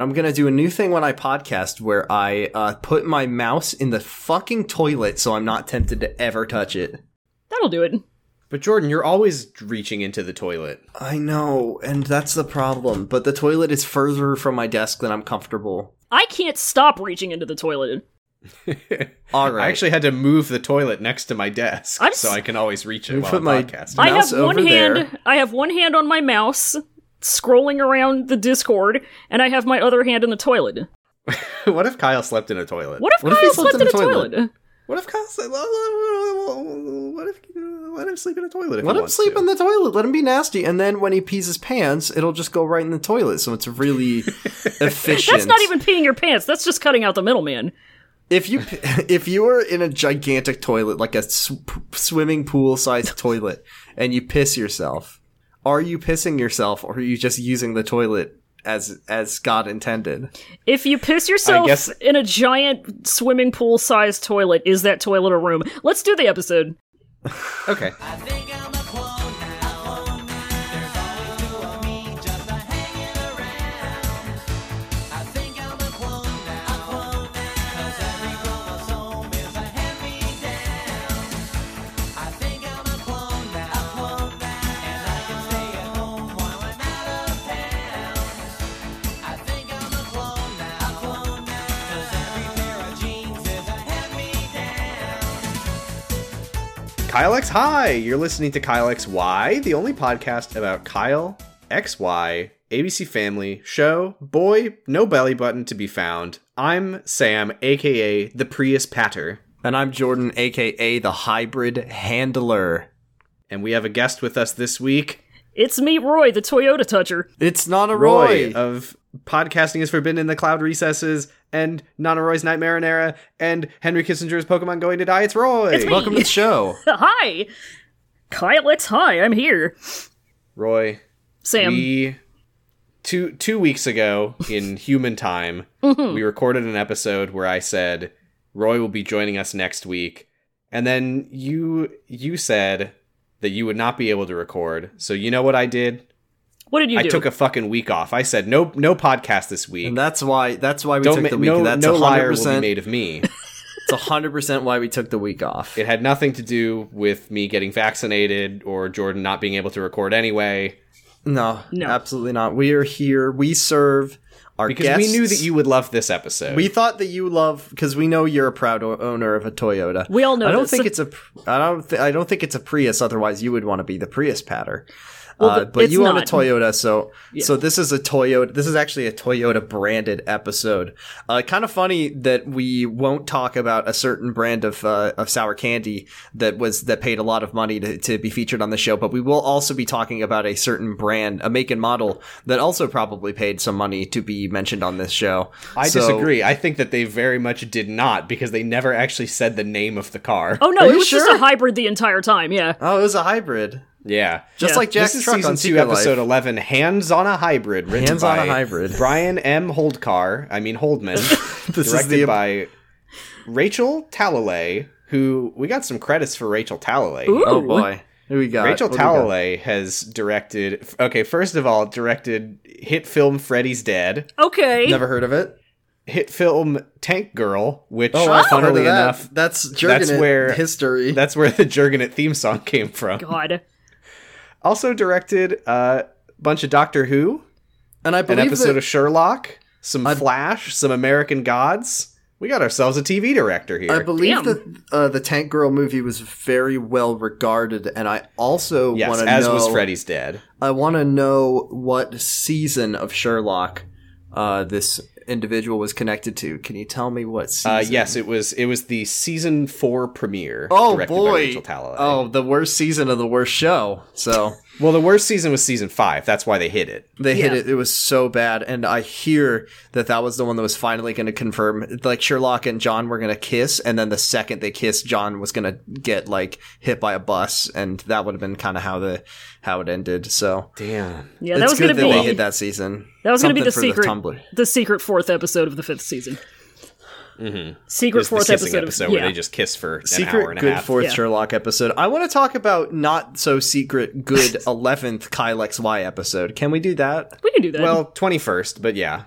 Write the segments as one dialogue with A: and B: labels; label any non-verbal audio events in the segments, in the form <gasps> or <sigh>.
A: I'm gonna do a new thing when I podcast where I uh, put my mouse in the fucking toilet so I'm not tempted to ever touch it.
B: That'll do it.
C: But Jordan, you're always reaching into the toilet.
A: I know, and that's the problem. But the toilet is further from my desk than I'm comfortable.
B: I can't stop reaching into the toilet.
A: All right.
C: I actually had to move the toilet next to my desk
B: I'm s-
C: so I can always reach it
A: You
C: while
A: put
C: I'm
A: my-
C: podcasting. <laughs>
B: I
A: Mouse
B: have one
A: over
B: hand.
A: there.
B: I have one hand on my mouse, scrolling around the Discord, and I have my other hand in the toilet.
C: what if Kyle slept in a toilet?
B: What if
A: What if he
B: Kyle
A: slept
B: slept
A: in
B: in a
A: the toilet?
B: toilet?
C: What if Kyle slept? What if let him sleep in a toilet? If
A: let
C: he
A: him
C: wants
A: sleep
C: to.
A: in the toilet. Let him be nasty, and then when he pees his pants, it'll just go right in the toilet. So it's
C: <laughs>
A: really efficient.
B: That's not even peeing your pants. That's just cutting out the middleman.
A: if you <laughs> if you were in a gigantic toilet, like a sw- swimming pool sized toilet, and you piss yourself. Are you pissing yourself, or are you just using the toilet as as God intended?
B: If you piss yourself
C: guess-
B: in a giant swimming pool sized toilet, is that toilet a room? Let's do the episode.
C: Okay. Kyle X Hi. You're listening to Kyle X Y, the only podcast about Kyle X Y, ABC Family show. Boy, no belly button to be found. I'm Sam, aka the Prius Patter,
A: And I'm Jordan, aka the hybrid handler.
C: and we have a guest with us this week,
B: It's me, Roy, the Toyota Toucher. <laughs>
A: It's not a Roy.
C: Roy, of Podcasting is Forbidden in the Cloud Recesses, and Nana Roy's Nightmare and Era, and Henry Kissinger's Pokemon Going to Die. It's Roy.
B: It's me.
A: Welcome to the show.
B: Hi! Kyle X, hi, I'm here.
C: Roy,
B: Sam,
C: we two two weeks ago
A: <laughs>
C: in human time
A: Mm-hmm.
C: we recorded an episode where i said roy will be joining us next week and then you you said that you would not be able to record so you know what i did
B: what did you
C: i
B: do?
C: took a fucking week off i said no no podcast this week
A: And that's why that's why we
C: don't
A: took
C: ma-
A: the week.
C: no,
A: that's
C: no
A: 100%,
C: liar will be made
A: <laughs>
C: of me
A: It's 100% why we took the week off.
C: it had nothing to do with me getting vaccinated or jordan not being able to record anyway
A: No,
B: No.
A: absolutely not. We are here. We serve our
C: because
A: guests.
C: we knew that you would love this episode
A: We thought that you love because we know you're a proud o- owner of a Toyota.
B: We all know
A: I don't
B: this.
A: think it's a. Pr- I don't. Th- I don't think it's a Prius. Otherwise, you would want to be the Prius patter.
B: Well,
A: uh,
B: th-
A: but
B: it's
A: you own a
B: not.
A: Toyota, so so this is a Toyota. This is actually a Toyota branded episode. Uh, kind of funny that we won't talk about a certain brand of uh, of sour candy that was that paid a lot of money to, to be featured on the show, but we will also be talking about a certain brand, a make and model that also probably paid some money to be mentioned on this show.
C: I
A: So-
C: disagree. I think that they very much did not because they never actually said the name of the car.
B: oh no,
A: Are
B: it
A: you
B: was just
A: sure?
B: a hybrid the entire time, yeah.
A: Oh, it was a hybrid.
C: Yeah.
A: Just
B: Yeah.
A: like Jack's
C: this is
A: truck
C: season
A: on
C: two,
A: Secret
C: episode
A: Life.
C: eleven. Hands on a hybrid. Written
A: Hands on a
C: by
A: Hybrid.
C: Brian M. Holdcar. I mean Holdman.
A: <laughs> This is
C: directed
A: the-
C: by Rachel Talalay, who we got some credits for Rachel Talalay.
B: Ooh.
A: Oh boy, who we got?
C: Rachel
A: What do we got?
C: Talalay has directed. Okay, first of all, directed hit film Freddy's Dead,
B: Okay.
A: Never heard of it.
C: hit film Tank Girl, which
A: I've heard of
C: funnily
A: that.
C: enough
A: that's
C: that's
A: Jurgenit
C: where-
A: history.
C: That's where the Jurgenit theme song came from.
B: God.
C: Also directed uh, a bunch of Doctor Who,
A: and I
C: an
A: believe
C: episode
A: that,
C: of Sherlock, some
A: I-
C: Flash, some American Gods. We got ourselves a TV director here.
A: I believe
B: Damn.
A: that uh, the Tank Girl movie was very well regarded, and I also
C: yes,
A: want to
C: as
A: know.
C: was Freddy's Dead.
A: I want to know what season of Sherlock uh, this individual was connected to. Can you tell me what season?
C: Uh, yes, it was. It was the season four premiere.
A: Oh
C: directed
A: boy!
C: by Rachel Talalay.
A: oh, the worst season of the worst show. So.
C: well, the worst season was season five. That's why they hit it.
A: They hit
B: Yeah.
A: it. It was so bad, and I hear that that was the one that was finally going to confirm. Like Sherlock and John were going to kiss, and then the second they kissed, John was going to get like hit by a bus, and that would have been kind of how the how it ended. So
C: Damn.
B: Yeah, that
A: it's
B: was gonna
A: good that they
B: be
A: hit that season.
B: That was gonna be
A: Something
B: the
A: for
B: secret
A: Tumblr.
B: the secret fourth episode of the fifth season. Secret
C: There's Mm-hmm. the
B: fourth
C: kissing
B: episode,
C: episode,
B: of
C: where
B: yeah.
C: they just kiss for an hour
A: Secret
C: and a
A: good
C: half.
A: fourth
B: Yeah.
A: Sherlock episode. I want to talk about not so secret
B: <laughs>
A: good eleventh Kylex Y episode. Can we do that?
B: we can do that.
C: well, twenty first, but yeah.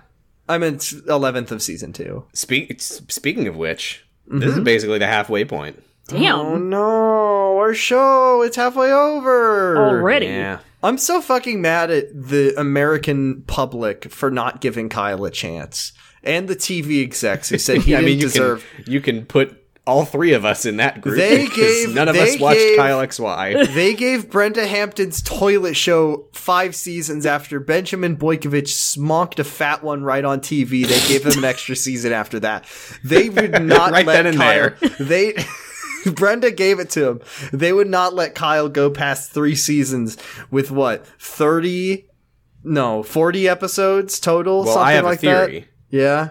A: I'm in eleventh of season two.
C: Speak, speaking of which, this is
A: Mm-hmm.
C: basically the halfway point.
B: Damn.
A: Oh no, our show it's halfway over
B: Already.
C: Yeah.
A: I'm so fucking mad at the American public for not giving Kyle a chance, and the TV execs who said he
C: <laughs> I
A: didn't
C: mean, you
A: deserve.
C: can you can put all three of us in that group.
A: They
C: because
A: gave-
C: none of
A: they
C: us watched
A: gave-
C: Kyle X
A: <laughs>
C: Y.
A: They gave Brenda Hampton's toilet show five seasons after Benjamin Boykovich smonked a fat one right on TV. They gave him an
C: <laughs>
A: extra season after that. They would not
C: Right
A: let
C: then and
A: Kyle. <laughs> They. Brenda gave it to him. They would not let Kyle go past three seasons with what thirty, no forty episodes total.
C: Well,
A: something
C: I have
A: like
C: a
A: that.
C: theory.
A: Yeah.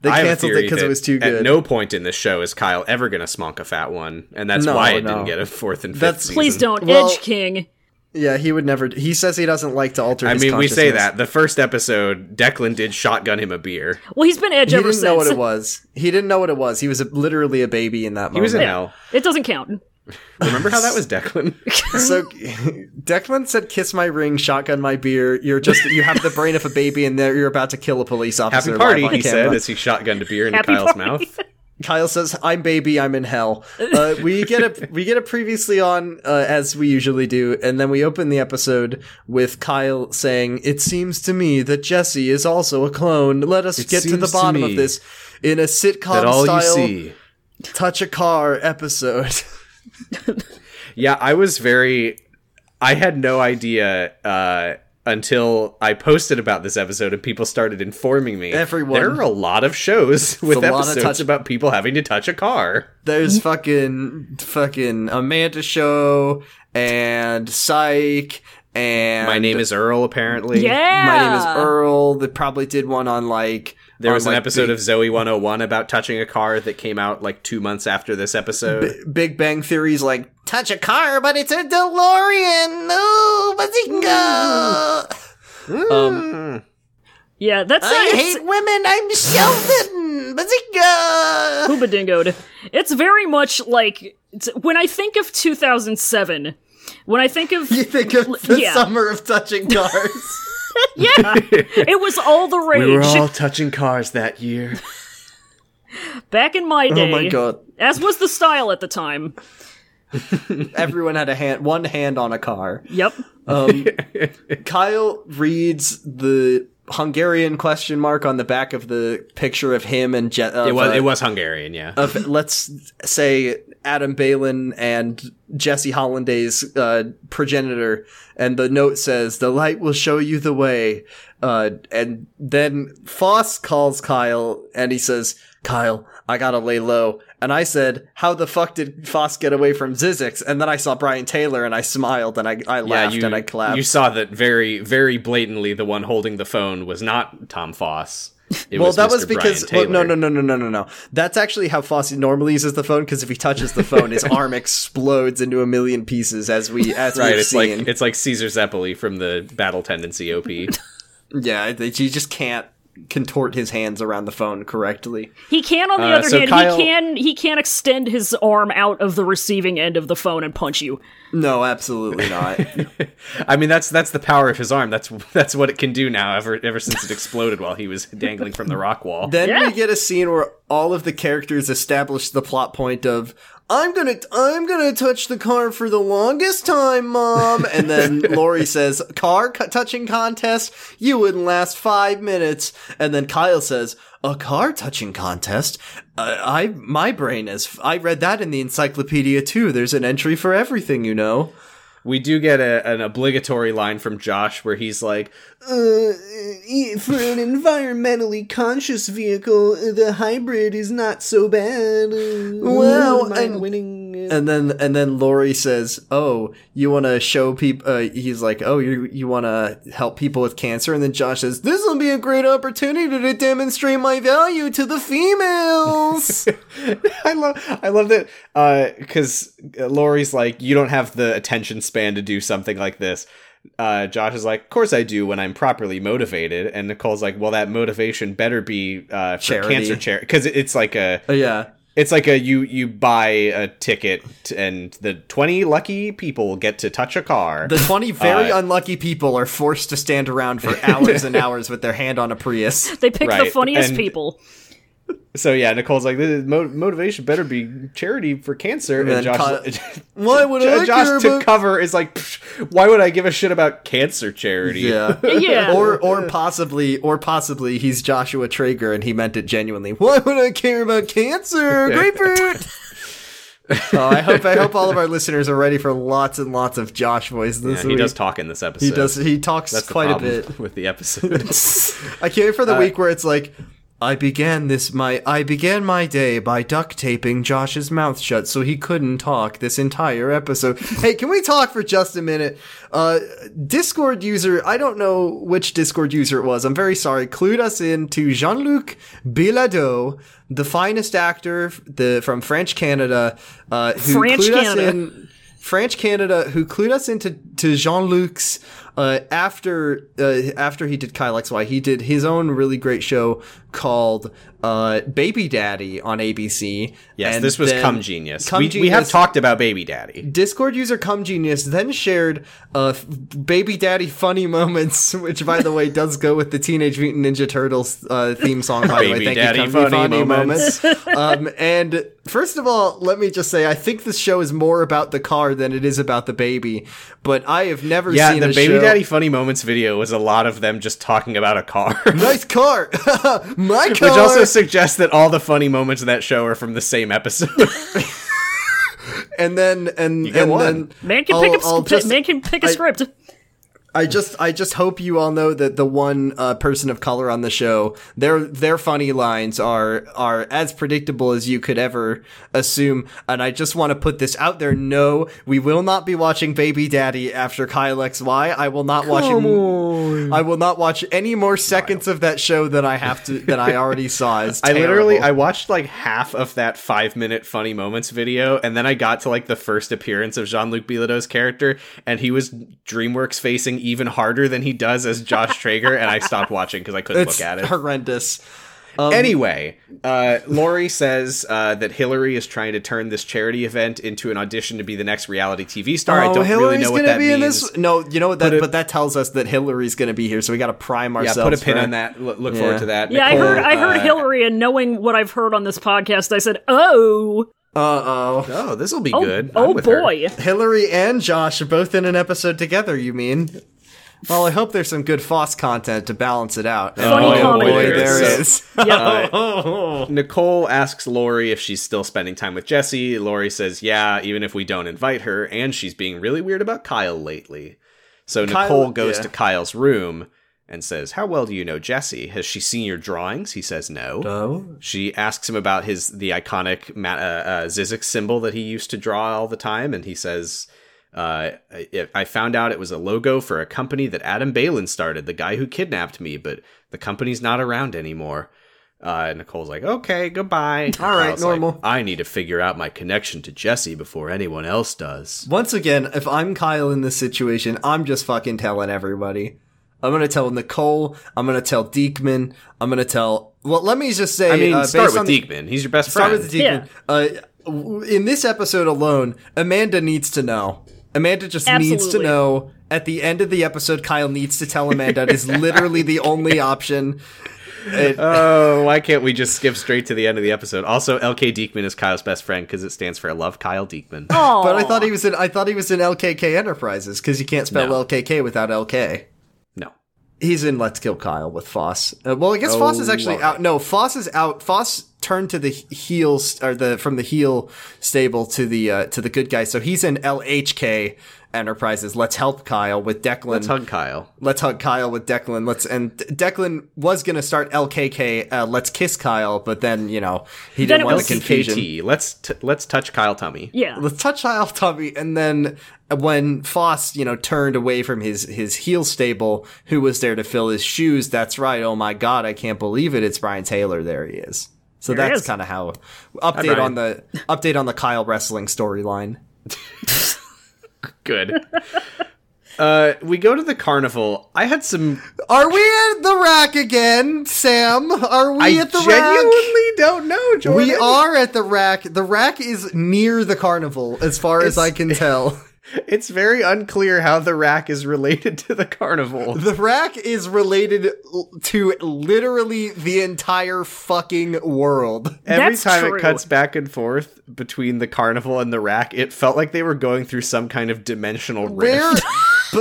A: They
C: I have a
A: canceled it
C: theory
A: because it
C: that
A: was too
C: At
A: good.
C: no point in this show is Kyle ever going to smunk a fat one, and that's
A: No,
C: why it
A: no.
C: didn't get a fourth and fifth.
A: That's-
C: season.
B: Please don't.
A: Well-
B: Edge King.
A: yeah, he would never. He says he doesn't like to alter.
C: I
A: his
C: mean, we say
A: consciousness.
C: that the first episode, Declan did shotgun him a beer.
B: Well, he's been Edge
A: He
B: ever
A: didn't
B: since.
A: know what it was. He didn't know what it was. He was a, literally a baby in that
C: He was
A: moment.
C: in hell.
B: It doesn't count.
C: Remember how that
A: <laughs>
C: was Declan?
A: so <laughs> Declan said, "Kiss my ring, shotgun my beer. You're just you have the brain of a baby, and there you're about to kill a police officer."
C: Happy
A: live
C: party,
A: on
C: he
A: camera.
C: said as he shotgunned a beer into
B: Happy
C: Kyle's
B: party. <laughs>
C: mouth.
A: Kyle says, "I'm baby. I'm in hell." Uh, we get a we get a previously on uh, as we usually do, and then we open the episode with Kyle saying, "It seems to me that Jesse is also a clone. Let us get to
C: seems
A: the
C: to
A: bottom
C: me
A: of this in a
C: That
A: sitcom
C: all
A: style
C: you see.
A: touch a car episode."
C: Yeah, I was very. uh, I had no idea uh, until I posted about this episode and people started informing me.
A: Everyone.
C: There are a lot of shows with
A: a lot of
C: episodes
A: touch-
C: about people having to touch a car.
A: There's fucking fucking Amanda Show and Psych and
C: My name is Earl, apparently.
B: Yeah.
A: My Name is Earl. That probably did one on like
C: There
A: on,
C: was an
A: like,
C: episode of Zoe 101 about touching a car that came out like two months after this episode.
A: Big, Big Bang Theory's like touch a car, but it's a DeLorean. No, bazinga! Um,
B: Yeah, that's
A: I
B: it's-
A: hate women. I'm Sheldon. Bazinga!
B: Hooba dingoed. It's very much like it's- when I think of 2007. When I
A: <laughs>
B: think of
A: You think of the
B: Yeah.
A: summer of touching cars?
B: yeah, it was all the rage <laughs>
C: touching cars that year.
B: back in my day.
A: oh my god!
B: As was the style at the time.
A: Everyone had a hand, one hand on a car.
B: Yep.
C: <laughs>
A: Um, Kyle reads the Hungarian question mark on the back of the picture of him and Je- of,
C: It was
A: uh,
C: it was Hungarian, yeah.
A: of let's say Adam Balin and Jesse Hollanday's uh, progenitor, and the note says, "The light will show you the way." Uh, and then Foss calls Kyle, and he says, "Kyle, I gotta lay low." And I said, "How the fuck did Foss get away from Zizix?" And then I saw Brian Taylor, and I smiled, and I, I laughed, and I clapped.
C: You saw that very, very blatantly. The one holding the phone was not Tom Foss. It
A: well,
C: was
A: that
C: Mr.
A: was because
C: Brian
A: well,
C: Taylor.
A: no, no, no, no, no, no, no. That's actually how Fosse normally uses the phone. Because if he touches the phone, his
C: <laughs>
A: arm explodes into a million pieces, as we as
C: Right,
A: we've
C: it's
A: seen.
C: like it's like Caesar Zeppeli from the Battle Tendency OP.
A: yeah, they- he just can't contort his hands around the phone correctly.
B: He can, on the
C: Uh,
B: other
C: so
B: hand,
C: Kyle-
B: he can he can extend his arm out of the receiving end of the phone and punch you.
A: No, absolutely not.
C: I mean, that's that's the power of his arm. That's that's what it can do now. Ever ever since it exploded while he was dangling from the rock wall.
A: then
B: Yeah.
A: we get a scene where all of the characters establish the plot point of. I'm gonna, I'm gonna touch the car for the longest time, mom. And then Lori says, "Car cu- touching contest? You wouldn't last five minutes." And then Kyle says, "A car touching contest? Uh, I, my brain is. I read that in the encyclopedia too. There's an entry for everything, you know."
C: We do get a, an obligatory line from Josh where he's like,
D: uh, e- for an environmentally conscious vehicle, uh, the hybrid is not so bad.
A: Well, and-
D: and winning.
A: And then and then Lori says, "Oh, you want to show people?" Uh, he's like, "Oh, you you want to help people with cancer?" And then Josh says, "This will be a great opportunity to demonstrate my value to the <laughs> females."
C: <laughs> I love, I love that, because Lori's like, you don't have the attention span to do something like this. Uh, Josh is like, of course I do when I'm properly motivated, and Nicole's like, well, that motivation better be uh, for
A: Charity.
C: cancer charity, because it's like a
A: Uh, yeah,
C: It's like a you you buy a ticket and the 20 lucky people get to touch a car.
A: The 20 very unlucky people are forced to stand around for hours <laughs> and hours with their hand on a Prius.
B: They pick the
C: Right,
B: funniest
C: and-
B: people.
C: so yeah, Nicole's like "This mo- motivation better be charity for cancer and,
A: And
C: Josh <laughs>
A: co- Why would I care
C: Josh to
A: about-
C: cover is like "Psh, why would I give a shit about cancer charity?
A: Yeah.
C: <laughs>
B: Yeah.
A: Or or possibly or possibly he's Joshua Traeger and he meant it genuinely. Why would I care about cancer?
C: <laughs>
A: Grapefruit. oh, I hope I hope all of our listeners are ready for lots and lots of Josh voice this
C: Yeah,
A: week.
C: he does talk in this episode.
A: he does he talks
C: That's the
A: quite a
C: problem
A: bit.
C: <laughs> with the episode.
A: I can't wait for the week where it's like I began this my I began my day by duct taping Josh's mouth shut so he couldn't talk this entire episode. hey, can we talk for just a minute? Uh Discord user, I don't know which Discord user it was. I'm very sorry. Clued us in to Jean-Luc Biladeau, the finest actor f- the from French Canada, uh who
B: French
A: clued
B: Canada.
A: us in French Canada, who clued us into to Jean Luc's uh, after uh, after he did Kyle XY, he did his own really great show called uh, Baby Daddy on ABC.
C: yes,
A: And
C: this was
A: then
C: Cum Genius.
A: Cum
C: we, we have
A: Genius-
C: talked about Baby Daddy.
A: Discord user Cum Genius then shared uh, f- Baby Daddy funny moments, <laughs> which by the way does go with the Teenage Mutant Ninja Turtles uh, theme song. By the way,
C: Baby
A: thank
C: Daddy
A: you, Cum
C: funny
A: funny
C: moments.
A: moments. um, and first of all, let me just say, I think this show is more about the car than it is about the baby. But I have never
C: Yeah,
A: seen
C: the
A: a
C: Baby
A: show-
C: Daddy Funny Moments video was a lot of them just talking about a car.
A: <laughs>
C: <laughs>
A: Nice car, <laughs> my car.
C: Which also suggests that all the funny moments in that show are from the same episode.
A: and then and
C: get
A: and
C: one.
A: then
B: Man can
A: I'll-
B: pick
A: I'll
B: up
A: just-
B: man can pick a
A: I-
B: script.
A: I just I just hope you all know that the one uh, person of color on the show their their funny lines are are as predictable as you could ever assume and I just want to put this out there no we will not be watching Baby Daddy after Kyle XY I will not watch an, I will not watch any more seconds of that show that I have to that I already
C: <laughs>
A: saw It's
C: <laughs> I literally
A: terrible.
C: I watched like half of that five minute funny moments video, and then I got to like the first appearance of Jean Luc Bilodeau's character, and he was DreamWorks facing even harder than he does as Josh Traeger, and I stopped watching because I couldn't
A: it's
C: look at it.
A: horrendous
B: Um,
C: anyway, uh, Lori says uh, that Hillary is trying to turn this charity event into an audition to be the next reality TV star.
B: Oh,
C: I don't really know what that means.
A: No, you know what that,
C: it-
A: but that tells us that Hillary's going to be here, so we got to prime
C: yeah,
A: ourselves.
C: put a pin
A: for-
C: on that. L- look
A: Yeah.
C: forward to that.
B: Yeah, I
C: Nicole,
B: heard I heard
C: uh,
B: Hillary and knowing what I've heard on this podcast, I said, "Oh,
A: Uh oh.
C: Oh, this will be
B: oh,
C: good. I'm
B: oh
C: with <laughs> her.
B: boy."
A: Hillary and Josh are both in an episode together, you mean? Well, I hope there's some good Foss content to balance it out. And
B: Funny
A: boy, oh
B: comedy.
A: boy,
C: There
A: there
C: is.
A: is.
B: Yeah.
C: Nicole asks Lori if she's still spending time with Jesse. Lori says, "Yeah, even if we don't invite her, and she's being really weird about Kyle lately." So
A: Kyle-
C: Nicole goes
A: yeah.
C: to Kyle's room and says, "How well do you know Jesse? Has she seen your drawings?" He says, "No."
A: Oh.
C: She asks him about his the iconic ma- uh, uh, Zizek symbol that he used to draw all the time, and he says, uh, I- "I found out it was a logo for a company that Adam Balin started, the guy who kidnapped me, but the company's not around anymore." Uh, and Nicole's like, "Okay, goodbye."
A: <laughs>
C: And
A: All right,
C: Kyle's like,
A: normal.
C: I need to figure out my connection to Jesse before anyone else does.
A: Once again, if I'm Kyle in this situation, I'm just fucking telling everybody. I'm gonna tell Nicole. I'm gonna tell Deekman. I'm gonna tell. Well, let me just say.
C: I mean,
A: uh,
C: start
A: based
C: with
A: on the-
C: Deekman. He's your best
A: Start
C: friend.
A: with the Deacon. Uh, w- in this episode alone, Amanda needs to know. Amanda just needs to
B: Absolutely.
A: know. At the end of the episode, Kyle needs to tell Amanda it is literally the
B: <laughs>
A: only option. It-
C: Oh, why can't we just skip straight to the end of the episode? Also, LK Deekman is Kyle's best friend because it stands for I love Kyle Deekman.
B: Aw.
A: but I thought he was in. I thought he was in LKK Enterprises because you can't spell
C: No.
A: LKK without LK.
C: No.
A: He's in Let's Kill Kyle with Foss. Uh, well, I guess
C: Oh,
A: Foss is actually
C: wow.
A: out. No, Foss is out. Foss turned to the heels or the from the heel stable to the uh, to the good guy. So he's in LHK Enterprises. Let's help Kyle with Declan.
C: Let's hug Kyle.
A: Let's hug Kyle with Declan. Let's and Declan was gonna start LKK. Uh, let's kiss Kyle, but then you know he didn't
B: Then it
A: want the
B: was-
A: confusion.
C: LCKT. Let's t- let's touch Kyle tummy.
B: yeah.
A: Let's touch Kyle Tubby, and then uh, when Foss you know turned away from his his heel stable, who was there to fill his shoes? That's right. Oh my God, I can't believe it. It's Brian Taylor. There he is. So
B: There he
A: that's
B: is.
A: kind of how update
C: Brian.
A: on the update on the Kyle wrestling storyline.
C: Good. <laughs> Uh, we go to the carnival. I had some.
A: Are we at the rack again, Sam? Are we
C: I
A: at the rack?
C: genuinely don't know, Jordan.
A: We are at the rack. The rack is near the carnival, as far as
C: It's-
A: I can tell.
C: It's very unclear how the rack is related to the carnival.
A: <laughs> The rack is related l- to literally the entire fucking world.
C: Every
B: That's
C: time
B: true.
C: it cuts back and forth between the carnival and the rack, it felt like they were going through some kind of dimensional
A: <laughs>
C: rift.
A: Where,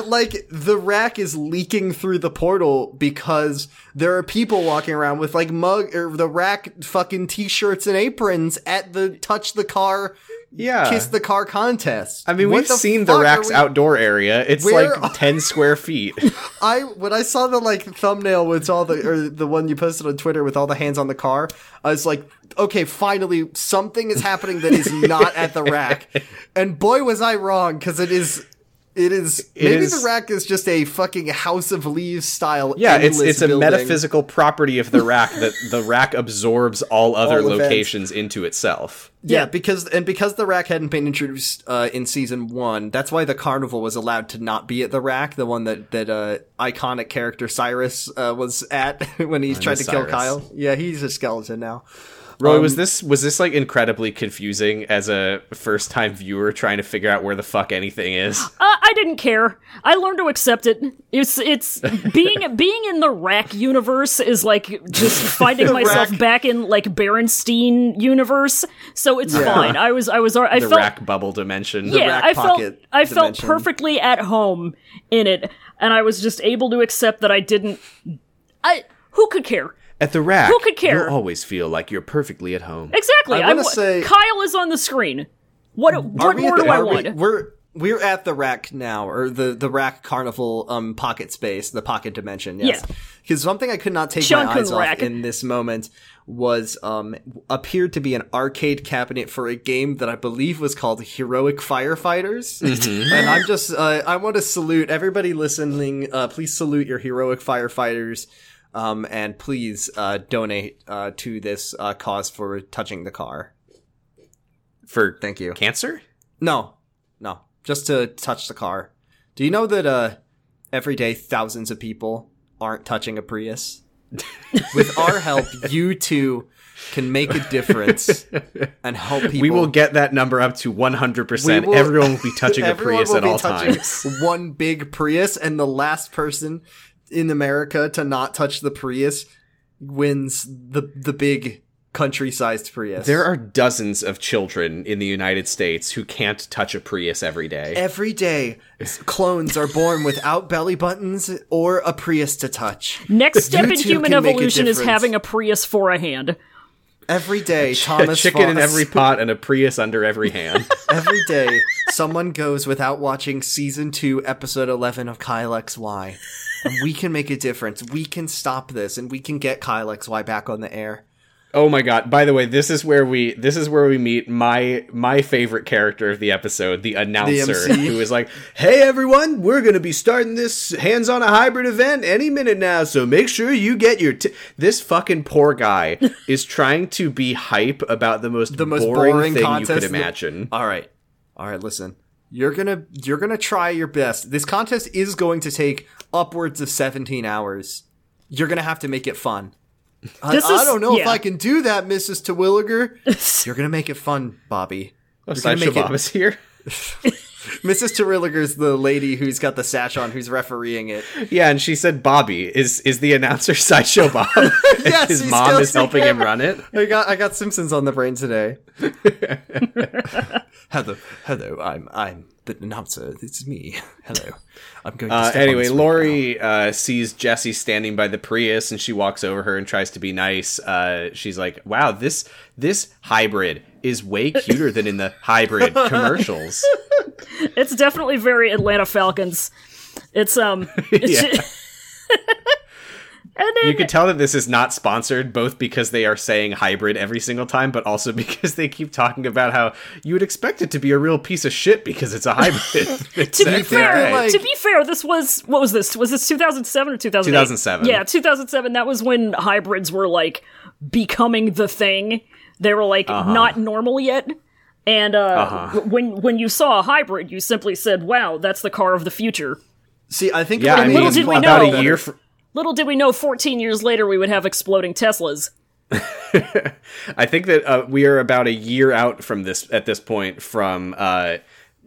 A: but like the rack is leaking through the portal because there are people walking around with like mug or the rack fucking t-shirts and aprons at the touch the car,
C: Yeah.
A: kiss the car contest.
C: I mean,
A: What
C: we've
A: the
C: seen the
A: fuck are
C: rack's
A: we-
C: outdoor area. It's
A: Where
C: like
A: are-
C: 10
A: <laughs>
C: square feet.
A: I when I saw the like thumbnail with all the or the one you posted on Twitter with all the hands on the car, I was like, okay, finally something is happening that is not at the rack. And boy was I wrong because it is. It is
C: It
A: maybe
C: is-
A: the rack is just a fucking House of Leaves style.
C: Yeah, it's
A: endless
C: it's a
A: building.
C: metaphysical property of the rack that the rack absorbs all other
A: events.
C: locations into itself.
A: Yeah, because and because the rack hadn't been introduced uh, in season one, that's why the carnival was allowed to not be at the rack, the one that that uh, iconic character Cyrus uh, was at <laughs> when he tried to kill
C: Cyrus.
A: Kyle. Yeah, he's a skeleton now.
C: Roy,
A: Um,
C: was this was this like incredibly confusing as a first time viewer trying to figure out where the fuck
B: <gasps>
C: anything is?
B: Uh, I didn't care. I learned to accept it.
A: <laughs>
B: It's it's being being in the rack universe is like
A: <laughs>
B: just finding myself
A: rack.
B: back in like Berenstein universe. So it's fine. I was I was alri- I
C: The
B: felt
C: rack bubble dimension.
B: yeah
A: rack
B: I felt
A: pocket
B: I felt
A: dimension.
B: perfectly at home in it, and I was just able to accept that I didn't. I who could care
C: At the rack,
B: Who could care?
C: You'll always feel like you're perfectly at home.
B: exactly.
A: I wanna
B: wa-
A: say-
B: Kyle is on the screen. What what
A: we at
B: more
A: the-
B: do I
A: are we-
B: want?
A: We're we're at the rack now, or the the rack carnival um pocket space, the pocket dimension. Yes,
B: Yeah.
A: because something I could not take
B: Shonkun
A: my eyes off
B: rack.
A: in this moment was um appeared to be an arcade cabinet for a game that I believe was called Heroic Firefighters. and I'm just uh, I want to salute everybody listening. Uh, please salute your heroic firefighters. Um, and please uh, donate uh, to this uh, cause for touching the car.
C: For
A: Thank you.
C: cancer?
A: No, no, just to touch the car. Do you know that uh, every day thousands of people aren't touching a
C: <laughs>
A: Prius? With our help, you two can make a
C: <laughs>
A: difference and help people.
C: We will get that number up to 100%.
A: We will- <laughs>
C: Everyone will be touching a
A: everyone
C: Prius
A: will
C: at
A: be
C: all
A: touching
C: times.
A: <laughs> One big Prius, and the last person in America to not touch the Prius wins the the big country-sized Prius.
C: There are dozens of children in the United States who can't touch a Prius every day.
A: Every day, s- clones are born without belly buttons or a Prius to touch. <laughs>
B: Next step in
A: two
B: human
A: can make a
B: evolution is
A: difference.
B: having a Prius for a hand.
A: Every day,
C: A
A: Thomas
C: chicken in
A: Voss-
C: every pot and a Prius under
A: <laughs>
C: every hand.
A: every day, someone goes without watching season two, episode eleven of Kyle XY, and we can make a difference. We can stop this, and we can get Kyle XY back on the air.
C: oh my god! By the way, this is where we this is where we meet my my favorite character of the episode, the announcer,
A: MC.
C: who is like, "Hey everyone, we're gonna be starting this hands on a hybrid event any minute now, so make sure you get your." T-. This fucking poor guy
A: <laughs>
C: is trying to be hype about the most
A: The most
C: boring,
A: boring,
C: thing you
A: contest.
C: could
A: in the-
C: imagine.
A: All right, all right. Listen, you're gonna you're gonna try your best. This contest is going to take upwards of seventeen hours. You're gonna have to make it fun. I,
B: This
A: I
B: is-
A: don't know if
B: yeah.
A: I can do that, Mrs.
B: <laughs>
A: Terwilliger. you're gonna make it fun, Bobby.
C: Oh,
A: You're gonna
C: Sideshow
A: make it-
C: Bob
A: <laughs>
C: is here. <laughs>
A: Mrs. Terwilliger's the lady who's got the sash on, who's refereeing it.
C: Yeah, and she said Bobby is is the announcer <laughs> sideshow Bob. and
A: <laughs> Yes,
C: his
A: he's
C: mom
A: still
C: is helping him run it.
A: I got I got Simpsons on the brain today.
C: <laughs>
A: hello, hello. I'm I'm the announcer. It's me. Hello. I'm going. to
C: Uh,
A: step on
C: anyway,
A: this right now.
C: Lori uh, sees Jesse standing by the Prius, and she walks over her and tries to be nice. Uh, she's like, "Wow, this this hybrid is way cuter than
A: <laughs>
C: in the hybrid commercials."
B: It's definitely very Atlanta Falcons. It's
C: <laughs>
B: um it's
C: Yeah.
B: ju- And
C: You
B: then
C: can tell that this is not sponsored, both because they are saying hybrid every single time, but also <laughs> because they keep talking about how you would expect it to be a real piece of shit because it's a hybrid.
B: <laughs> to be
C: Exactly
B: fair,
C: right.
A: like-
B: to be fair, this was what was this? Was this 2007 or 2008?
C: 2007.
B: Yeah, 2007. That was when hybrids were like becoming the thing. They were like
C: Uh-huh.
B: not normal yet. And uh, w- when when you saw a hybrid, you simply said, "Wow, that's the car of the future."
A: See, I think
C: Yeah,
A: it
C: I
A: would
C: mean,
B: Little did
A: a
B: we
A: lot
B: know.
C: about
A: better.
C: a year. fr
B: Little did we know 14 years later we would have exploding Teslas.
C: I think that uh, we are about a year out from this at this point from uh,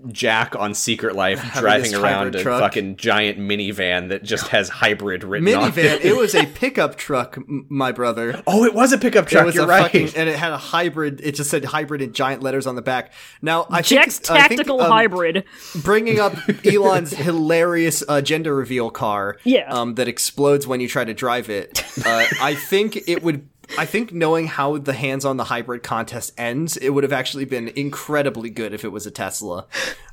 C: Jack on Secret Life driving
A: his
C: around
A: hybrid
C: a
A: truck.
C: fucking giant minivan that just has hybrid written on
A: minivan.
C: it.
A: it was a pickup truck, m- my brother.
C: <laughs> Oh, it was a pickup
A: It
C: truck.
A: was
C: you're
A: a
C: right.
A: fucking, and it had a hybrid. It just said hybrid in giant letters on the back. Now, I
B: Jack's
A: think, I think,
B: tactical
A: um,
C: <laughs>
B: hybrid.
A: bringing
B: <laughs>
A: up Elon's hilarious uh, gender reveal car,
B: Yeah.
A: um, that explodes when you try to drive it.
B: <laughs>
A: Uh, I think it would. I think knowing how the hands on the hybrid contest ends, it would have actually been incredibly good if it was a Tesla.